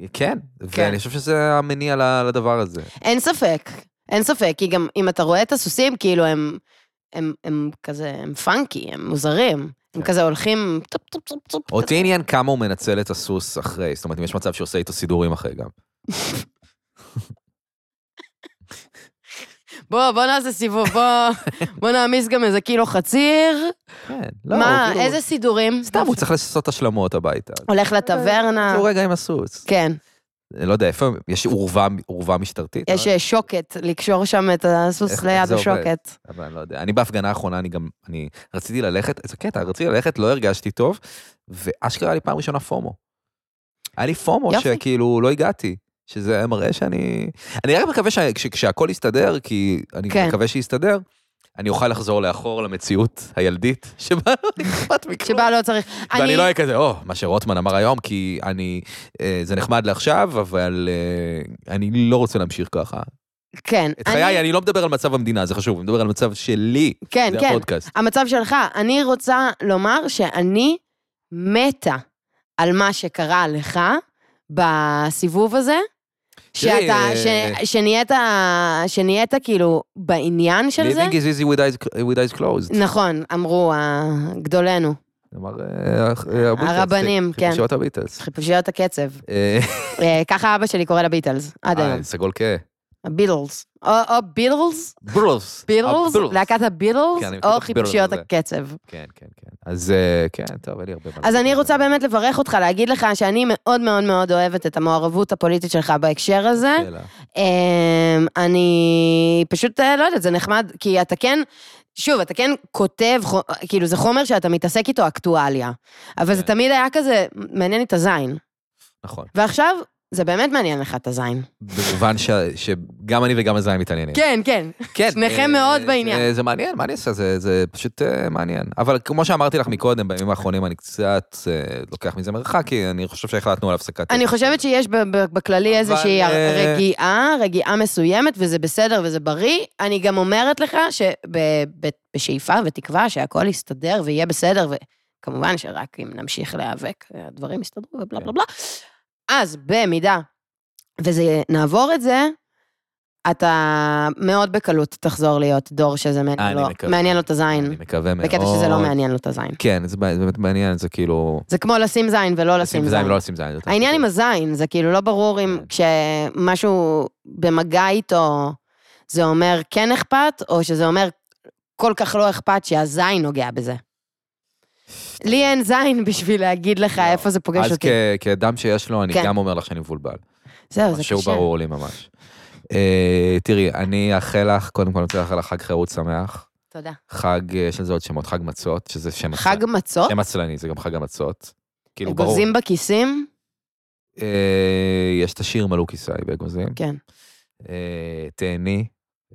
Speaker 3: אה.
Speaker 2: כן, ואני חושב שזה המניע ל- לדבר הזה.
Speaker 3: אין ספק, אין ספק, כי גם אם אתה רואה את הסוסים, כאילו הם, הם, הם כזה, הם פאנקי, הם מוזרים. הם
Speaker 2: כן.
Speaker 3: כזה הולכים... טופ, טופ, טופ, טופ,
Speaker 2: אותי
Speaker 3: כזה.
Speaker 2: עניין כמה הוא מנצל את הסוס אחרי, זאת אומרת, אם יש מצב שעושה איתו סידורים אחרי גם.
Speaker 3: בוא, בוא נעשה סיבוב, בוא, בוא נעמיס גם איזה קילו חציר.
Speaker 2: כן, לא,
Speaker 3: מה,
Speaker 2: הוא כאילו-
Speaker 3: איזה סידורים?
Speaker 2: סתם, הוא אה, צריך לעשות השלמות הביתה.
Speaker 3: הולך לטברנה.
Speaker 2: הוא רגע עם הסוס.
Speaker 3: כן,
Speaker 2: אני לא יודע, איפה, יש עורבה עורבה משטרתית?
Speaker 3: יש אה, שוקת, לקשור שם את הסוס
Speaker 2: איך-
Speaker 3: ליד
Speaker 2: איך זה עובד?
Speaker 3: השוקת.
Speaker 2: אבל אני לא יודע. אני בהפגנה האחרונה, אני גם, אני רציתי ללכת, איזה קטע, רציתי ללכת, לא הרגשתי טוב, ואשכרה היה לי פעם ראשונה פומו. היה לי פומו
Speaker 3: יופי.
Speaker 2: שכאילו לא הגעתי, שזה היה מראה שאני... אני רק מקווה שכשהכול יסתדר, כי אני
Speaker 3: כן.
Speaker 2: מקווה שיסתדר, אני אוכל לחזור לאחור למציאות הילדית, שבה לא אכפת מכלום.
Speaker 3: שבה לא צריך...
Speaker 2: ואני
Speaker 3: אני-
Speaker 2: לא אהיה כזה, או, מה שרוטמן אמר היום, כי אני, אה, זה נחמד לעכשיו, אבל אה, אני לא רוצה להמשיך ככה.
Speaker 3: כן.
Speaker 2: את חיי, אני לא מדבר על מצב המדינה, זה חשוב, אני מדבר על מצב שלי,
Speaker 3: כן,
Speaker 2: זה
Speaker 3: כן.
Speaker 2: הפודקאסט.
Speaker 3: המצב שלך, אני רוצה לומר שאני מתה על מה שקרה לך בסיבוב הזה,
Speaker 2: תראי,
Speaker 3: שאתה, ש,
Speaker 2: אה,
Speaker 3: שנהיית, שנהיית כאילו בעניין של זה.
Speaker 2: Living is easy with eyes, with eyes closed.
Speaker 3: נכון, אמרו אה, גדולנו,
Speaker 2: אמר אה, אה, הביטלס,
Speaker 3: הרבנים, כן.
Speaker 2: חיפושיות הביטלס.
Speaker 3: חיפושיות הקצב.
Speaker 2: אה,
Speaker 3: אה, ככה אבא שלי קורא לביטלס, עד היום.
Speaker 2: אה, סגול כהה.
Speaker 3: הביטלס. או, או ביטלס,
Speaker 2: ברולס.
Speaker 3: ביטלס, להקת הביטלס,
Speaker 2: אה, כן, אני מכיר את
Speaker 3: או
Speaker 2: הביטלס
Speaker 3: חיפושיות
Speaker 2: הזה.
Speaker 3: הקצב.
Speaker 2: כן, כן, כן. אז אה, כן, טוב, אין לי הרבה מה
Speaker 3: אז
Speaker 2: להגיד.
Speaker 3: אני רוצה באמת לברך אותך, להגיד לך שאני מאוד מאוד מאוד אוהבת את המעורבות הפוליטית שלך בהקשר הזה.
Speaker 2: שאלה.
Speaker 3: אמ, אני פשוט, אה, לא יודעת, זה נחמד, כי אתה כן, שוב, אתה כן כותב, חו- כאילו, זה חומר שאתה מתעסק איתו אקטואליה. אבל זה
Speaker 2: כן.
Speaker 3: תמיד היה כזה, מעניין לי את הזין.
Speaker 2: נכון.
Speaker 3: ועכשיו, זה באמת מעניין לך את הזין.
Speaker 2: במובן ש- שגם אני וגם הזין מתעניינים.
Speaker 3: כן, כן.
Speaker 2: כן.
Speaker 3: שניכם
Speaker 2: אה,
Speaker 3: מאוד
Speaker 2: זה-
Speaker 3: בעניין.
Speaker 2: זה מעניין, מה אני אעשה? זה- זה פשוט אה, מעניין. אבל כמו שאמרתי לך מקודם, בימים האחרונים אני קצת אה, לוקח מזה מרחק, כי אני חושב שהחלטנו על הפסקת...
Speaker 3: אני חושבת שיש ב- ב- בכללי איזושהי
Speaker 2: אה,
Speaker 3: רגיעה, רגיעה מסוימת, וזה בסדר וזה בריא. אני גם אומרת לך שבשאיפה ותקווה שהכל יסתדר ויהיה בסדר, וכמובן שרק אם נמשיך להיאבק, הדברים יסתדרו ובלה
Speaker 2: כן.
Speaker 3: בלה בלה. אז במידה ונעבור את זה, אתה מאוד בקלות תחזור להיות דור שזה
Speaker 2: אה,
Speaker 3: מעניין
Speaker 2: אני
Speaker 3: לו-
Speaker 2: מקווה.
Speaker 3: מעניין לו את
Speaker 2: אני
Speaker 3: הזין,
Speaker 2: מקווה מאוד.
Speaker 3: בקטע שזה לא מעניין לו את הזין.
Speaker 2: כן, זה באמת מעניין, זה כאילו...
Speaker 3: זה כמו לשים זין ולא לשים
Speaker 2: לשים זין
Speaker 3: לא זין.
Speaker 2: ולא לשים זין. יותר
Speaker 3: העניין
Speaker 2: חשוב.
Speaker 3: עם הזין, זה כאילו לא ברור אם
Speaker 2: כן.
Speaker 3: כשמשהו במגע איתו, זה אומר כן אכפת, או שזה אומר כל כך לא אכפת שהזין נוגע בזה. לי אין זין בשביל להגיד לך איפה זה פוגש
Speaker 2: אז כן,
Speaker 3: אותי.
Speaker 2: כ- כאדם שיש לו, אני
Speaker 3: כן.
Speaker 2: גם אומר לך שאני מבולבל.
Speaker 3: זהו, זה
Speaker 2: שהוא
Speaker 3: קשה.
Speaker 2: ברור לי ממש. אה, תראי, אני אאחל לך, קודם כל אני רוצה לאחל לך חג חירות שמח.
Speaker 3: תודה.
Speaker 2: חג, אה, יש לזה עוד שמות, חג מצות, שזה שם
Speaker 3: חג מצות?
Speaker 2: שם עצלני, זה גם חג המצות. נכון. כן, כאילו, ברור.
Speaker 3: אגוזים בכיסים?
Speaker 2: אה, יש את השיר מלאו כיסאי באגוזים.
Speaker 3: כן.
Speaker 2: אה, תהני.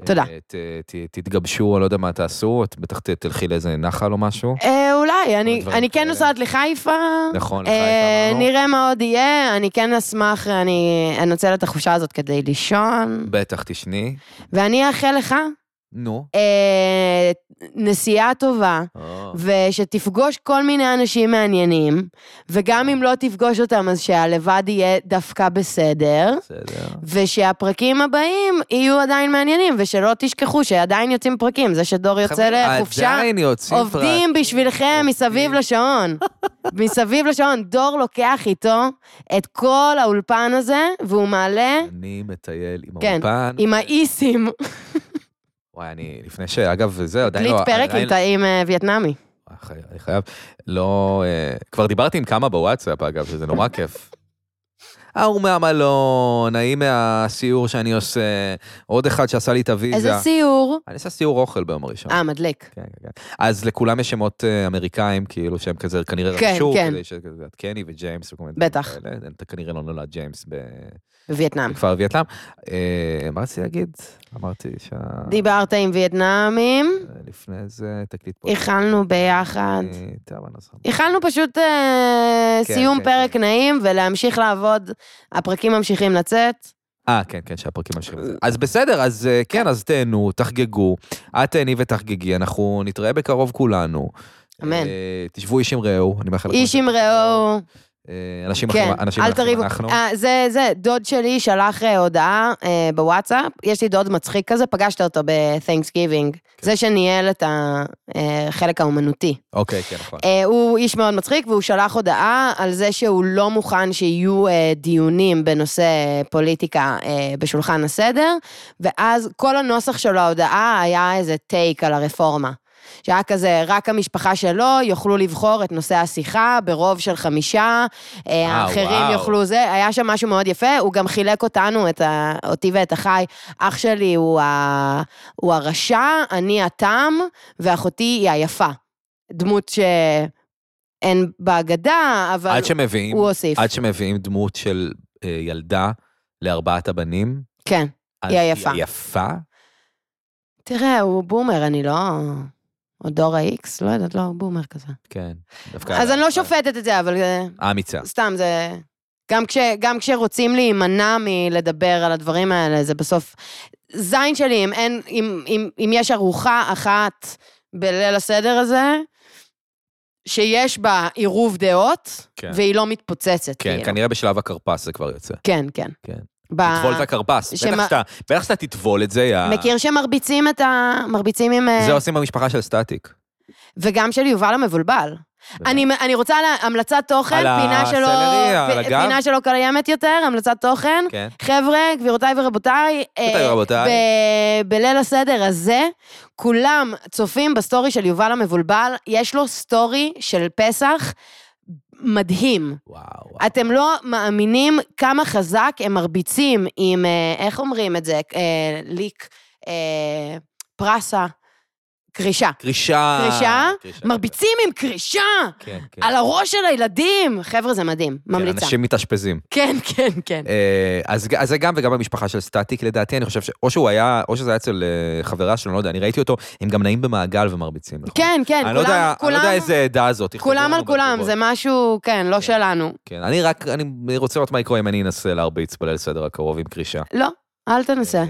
Speaker 3: תודה.
Speaker 2: אה, ת- ת- תתגבשו, אני לא יודע מה תעשו, את בטח ת- תלכי לאיזה נחל או משהו.
Speaker 3: אה, אולי, אני-
Speaker 2: דברים
Speaker 3: אני כן
Speaker 2: כאלה.
Speaker 3: נוסעת לחיפה.
Speaker 2: נכון, לחיפה
Speaker 3: אה,
Speaker 2: אמרנו.
Speaker 3: נראה מה עוד יהיה, אני כן אשמח, אני אנצל את החופשה הזאת כדי לישון.
Speaker 2: בטח תשני.
Speaker 3: ואני אאחל לך
Speaker 2: נו.
Speaker 3: אה, נסיעה טובה,
Speaker 2: אה,
Speaker 3: ושתפגוש כל מיני אנשים מעניינים, וגם אם לא תפגוש אותם, אז שהלבד יהיה דווקא בסדר.
Speaker 2: בסדר.
Speaker 3: ושהפרקים הבאים יהיו עדיין מעניינים, ושלא תשכחו שעדיין יוצאים פרקים. זה שדור יוצא
Speaker 2: חבר'ה,
Speaker 3: לחופשה,
Speaker 2: עדיין יוצאים
Speaker 3: עובדים בשבילכם מסביב לשעון. מסביב לשעון. דור לוקח איתו את כל האולפן הזה, והוא מעלה
Speaker 2: פרק. אני מטייל עם
Speaker 3: כן,
Speaker 2: האולפן.
Speaker 3: עם האיסים.
Speaker 2: וואי, אני לפני ש... אגב, זה עדיין
Speaker 3: הקליט
Speaker 2: לא...
Speaker 3: פרק
Speaker 2: עדיין-
Speaker 3: עם תאים אה, וייטנאמי.
Speaker 2: אה, חי- אני חייב. לא... אה, כבר דיברתי עם כמה בוואטסאפ, אגב, שזה נורא כיף. ההוא מהמלון, ההיא מהסיור שאני עושה, עוד אחד שעשה לי את הוויזה.
Speaker 3: איזה סיור.
Speaker 2: אני עושה סיור אוכל ביום ראשון.
Speaker 3: אה, מדליק.
Speaker 2: כן, כן, כן. אז לכולם יש שמות אה, אמריקאים, כאילו שהם כזה כנראה
Speaker 3: כן,
Speaker 2: רכשו,
Speaker 3: כן.
Speaker 2: כדי שכזה, את קני וג'יימס וכל מיני דברים
Speaker 3: בטח. אה.
Speaker 2: כאלה. אתה כנראה לא נולד ג'יימס ב-
Speaker 3: בווייטנאם.
Speaker 2: בכפר וייטלאם. אה, מה רציתי להגיד? אמרתי שה...
Speaker 3: דיברת עם וייטנאמים,
Speaker 2: אה, לפני זה תקליט פה.
Speaker 3: איחלנו ביחד.
Speaker 2: אה, טוב, אני לא זוכר.
Speaker 3: איחלנו פשוט אה,
Speaker 2: כן,
Speaker 3: סיום
Speaker 2: כן,
Speaker 3: פרק נעים ולהמשיך לעבוד. הפרקים ממשיכים לצאת.
Speaker 2: אה, כן, כן, שהפרקים ממשיכים. אז בסדר, אז אה, כן, אז תהנו, תחגגו. את תהני ותחגגי, אנחנו נתראה בקרוב כולנו.
Speaker 3: אמן.
Speaker 2: אה, תשבו איש עם רעהו, אני מאחל לכם.
Speaker 3: איש עם רעהו,
Speaker 2: אה, אנשים
Speaker 3: כן,
Speaker 2: אחרים, אנשים
Speaker 3: אל
Speaker 2: אחרים
Speaker 3: תריבו.
Speaker 2: אנחנו.
Speaker 3: אה, זה, זה, דוד שלי שלח אה, הודעה אה, בוואטסאפ, יש לי דוד מצחיק כזה, פגשת אותו ב-thanks giving.
Speaker 2: כן.
Speaker 3: זה שניהל את החלק האומנותי.
Speaker 2: אוקיי, כן, נכון.
Speaker 3: אה, הוא איש מאוד מצחיק, והוא שלח הודעה על זה שהוא לא מוכן שיהיו אה, דיונים בנושא פוליטיקה אה, בשולחן הסדר, ואז כל הנוסח של ההודעה היה איזה טייק על הרפורמה. שהיה כזה, רק המשפחה שלו יוכלו לבחור את נושא השיחה ברוב של חמישה, אה,
Speaker 2: אה,
Speaker 3: האחרים
Speaker 2: וואו.
Speaker 3: יוכלו זה, היה שם משהו מאוד יפה, הוא גם חילק אותנו, את ה, אותי ואת החי. אח שלי הוא, ה, הוא הרשע, אני התם, ואחותי היא היפה. דמות שאין בהגדה, אבל
Speaker 2: עד שמביאים,
Speaker 3: הוא הוסיף.
Speaker 2: עד שמביאים דמות של אה, ילדה לארבעת הבנים,
Speaker 3: כן.
Speaker 2: אז
Speaker 3: היא היפה.
Speaker 2: היא יפה?
Speaker 3: תראה, הוא בומר, אני לא... או דור ה-X, לא יודעת, לא, הוא בומר כזה.
Speaker 2: כן. דווקא
Speaker 3: אז
Speaker 2: עליי.
Speaker 3: אני לא שופטת את זה, אבל אה,
Speaker 2: אמיצה.
Speaker 3: סתם, זה... גם, כש, גם כשרוצים להימנע מלדבר על הדברים האלה, זה בסוף... זין שלי, אם, אין, אם, אם, אם יש ארוחה אחת בליל הסדר הזה, שיש בה עירוב דעות,
Speaker 2: כן.
Speaker 3: והיא לא מתפוצצת,
Speaker 2: כן,
Speaker 3: כאילו.
Speaker 2: כנראה בשלב הכרפס זה כבר יוצא.
Speaker 3: כן, כן.
Speaker 2: כן.
Speaker 3: ב...
Speaker 2: תטבול את הכרפס.
Speaker 3: שמה-
Speaker 2: בטח שאתה- בטח שאתה תטבול את זה, יא...
Speaker 3: מכיר שמרביצים את ה... מרביצים עם... אה,
Speaker 2: זה עושים במשפחה של סטטיק.
Speaker 3: וגם של יובל המבולבל. אני, אני רוצה לה, המלצת תוכן,
Speaker 2: על
Speaker 3: פינה שלא...
Speaker 2: הסלרי, על הגב?
Speaker 3: פינה שלא קיימת יותר, המלצת תוכן.
Speaker 2: כן.
Speaker 3: חבר'ה, גבירותיי ורבותיי,
Speaker 2: גבירותיי
Speaker 3: אה,
Speaker 2: ורבותיי.
Speaker 3: ב- בליל הסדר הזה, כולם צופים בסטורי של יובל המבולבל, יש לו סטורי של פסח מדהים.
Speaker 2: וואו. וואו.
Speaker 3: אתם לא מאמינים כמה חזק הם מרביצים עם, אה, איך אומרים את זה? אה, ליק, אה, פרסה, קרישה.
Speaker 2: קרישה.
Speaker 3: קרישה?
Speaker 2: קרישה.
Speaker 3: מרביצים עם קרישה!
Speaker 2: כן, כן.
Speaker 3: על הראש של הילדים! חבר'ה, זה מדהים,
Speaker 2: כן,
Speaker 3: ממליצה.
Speaker 2: אנשים מתאשפזים.
Speaker 3: כן, כן, כן.
Speaker 2: אה, אז, ג- אז זה גם וגם במשפחה של סטטיק, לדעתי, אני חושב ש... או שהוא היה, או שזה היה אצל אה, חברה שלו, אני לא יודע, אני ראיתי אותו, הם גם נעים במעגל ומרביצים. נכון?
Speaker 3: כן, כן,
Speaker 2: אני לא
Speaker 3: כולם,
Speaker 2: יודע, אני לא יודע
Speaker 3: כולם,
Speaker 2: איזה עדה זאת. יכתבו
Speaker 3: כולם
Speaker 2: לנו
Speaker 3: על כולם,
Speaker 2: בתגובות.
Speaker 3: זה משהו, כן, לא שלנו.
Speaker 2: כן, אני רק, אני רוצה לראות מה יקרה אם אני אנסה להרביץ בליל סדר הקרוב עם קרישה.
Speaker 3: לא, אל תנסה.
Speaker 2: אה,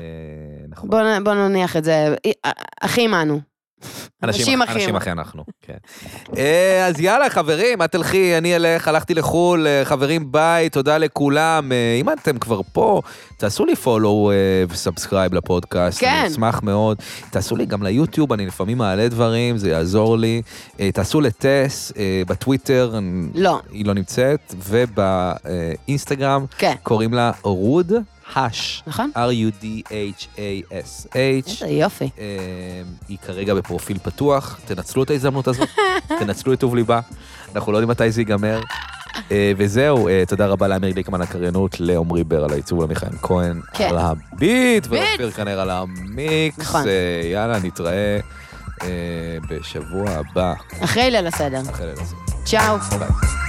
Speaker 2: נכון.
Speaker 3: בוא נ- בוא נניח את זה. אה, אחים אנו. אנשים אחים.
Speaker 2: אנשים אחי אנחנו, כן. אה, אז יאללה, חברים, את תלכי, אני אלך, הלכתי לחו"ל, אה, חברים ביי, תודה לכולם. אה, אם אתם כבר פה, תעשו לי follow אה, וסאבסקרייב לפודקאסט.
Speaker 3: כן.
Speaker 2: אני אשמח מאוד. תעשו לי גם ליוטיוב, אני לפעמים מעלה דברים, זה יעזור לי. אה, תעשו לטס אה, בטוויטר,
Speaker 3: לא.
Speaker 2: היא לא נמצאת, ובאינסטגרם
Speaker 3: כן.
Speaker 2: קוראים לה רוד. הש.
Speaker 3: נכון.
Speaker 2: R-U-D-H-A-S-H.
Speaker 3: איזה יופי.
Speaker 2: אה, היא כרגע בפרופיל פתוח, תנצלו את ההזדמנות הזאת, תנצלו את טוב ליבה, אנחנו לא יודעים מתי זה ייגמר. אה, וזהו, אה, תודה רבה לאמיר גליקמן על הקריינות, לעמרי בר על העיצוב, למיכאל כהן
Speaker 3: כן.
Speaker 2: על הביט,
Speaker 3: ביט.
Speaker 2: ולאופיר כנר על המיקס.
Speaker 3: נכון.
Speaker 2: אה, יאללה, נתראה אה, בשבוע הבא.
Speaker 3: אחרי ליל הסדר.
Speaker 2: אחרי ליל הסדר.
Speaker 3: צ'או.
Speaker 2: ביי.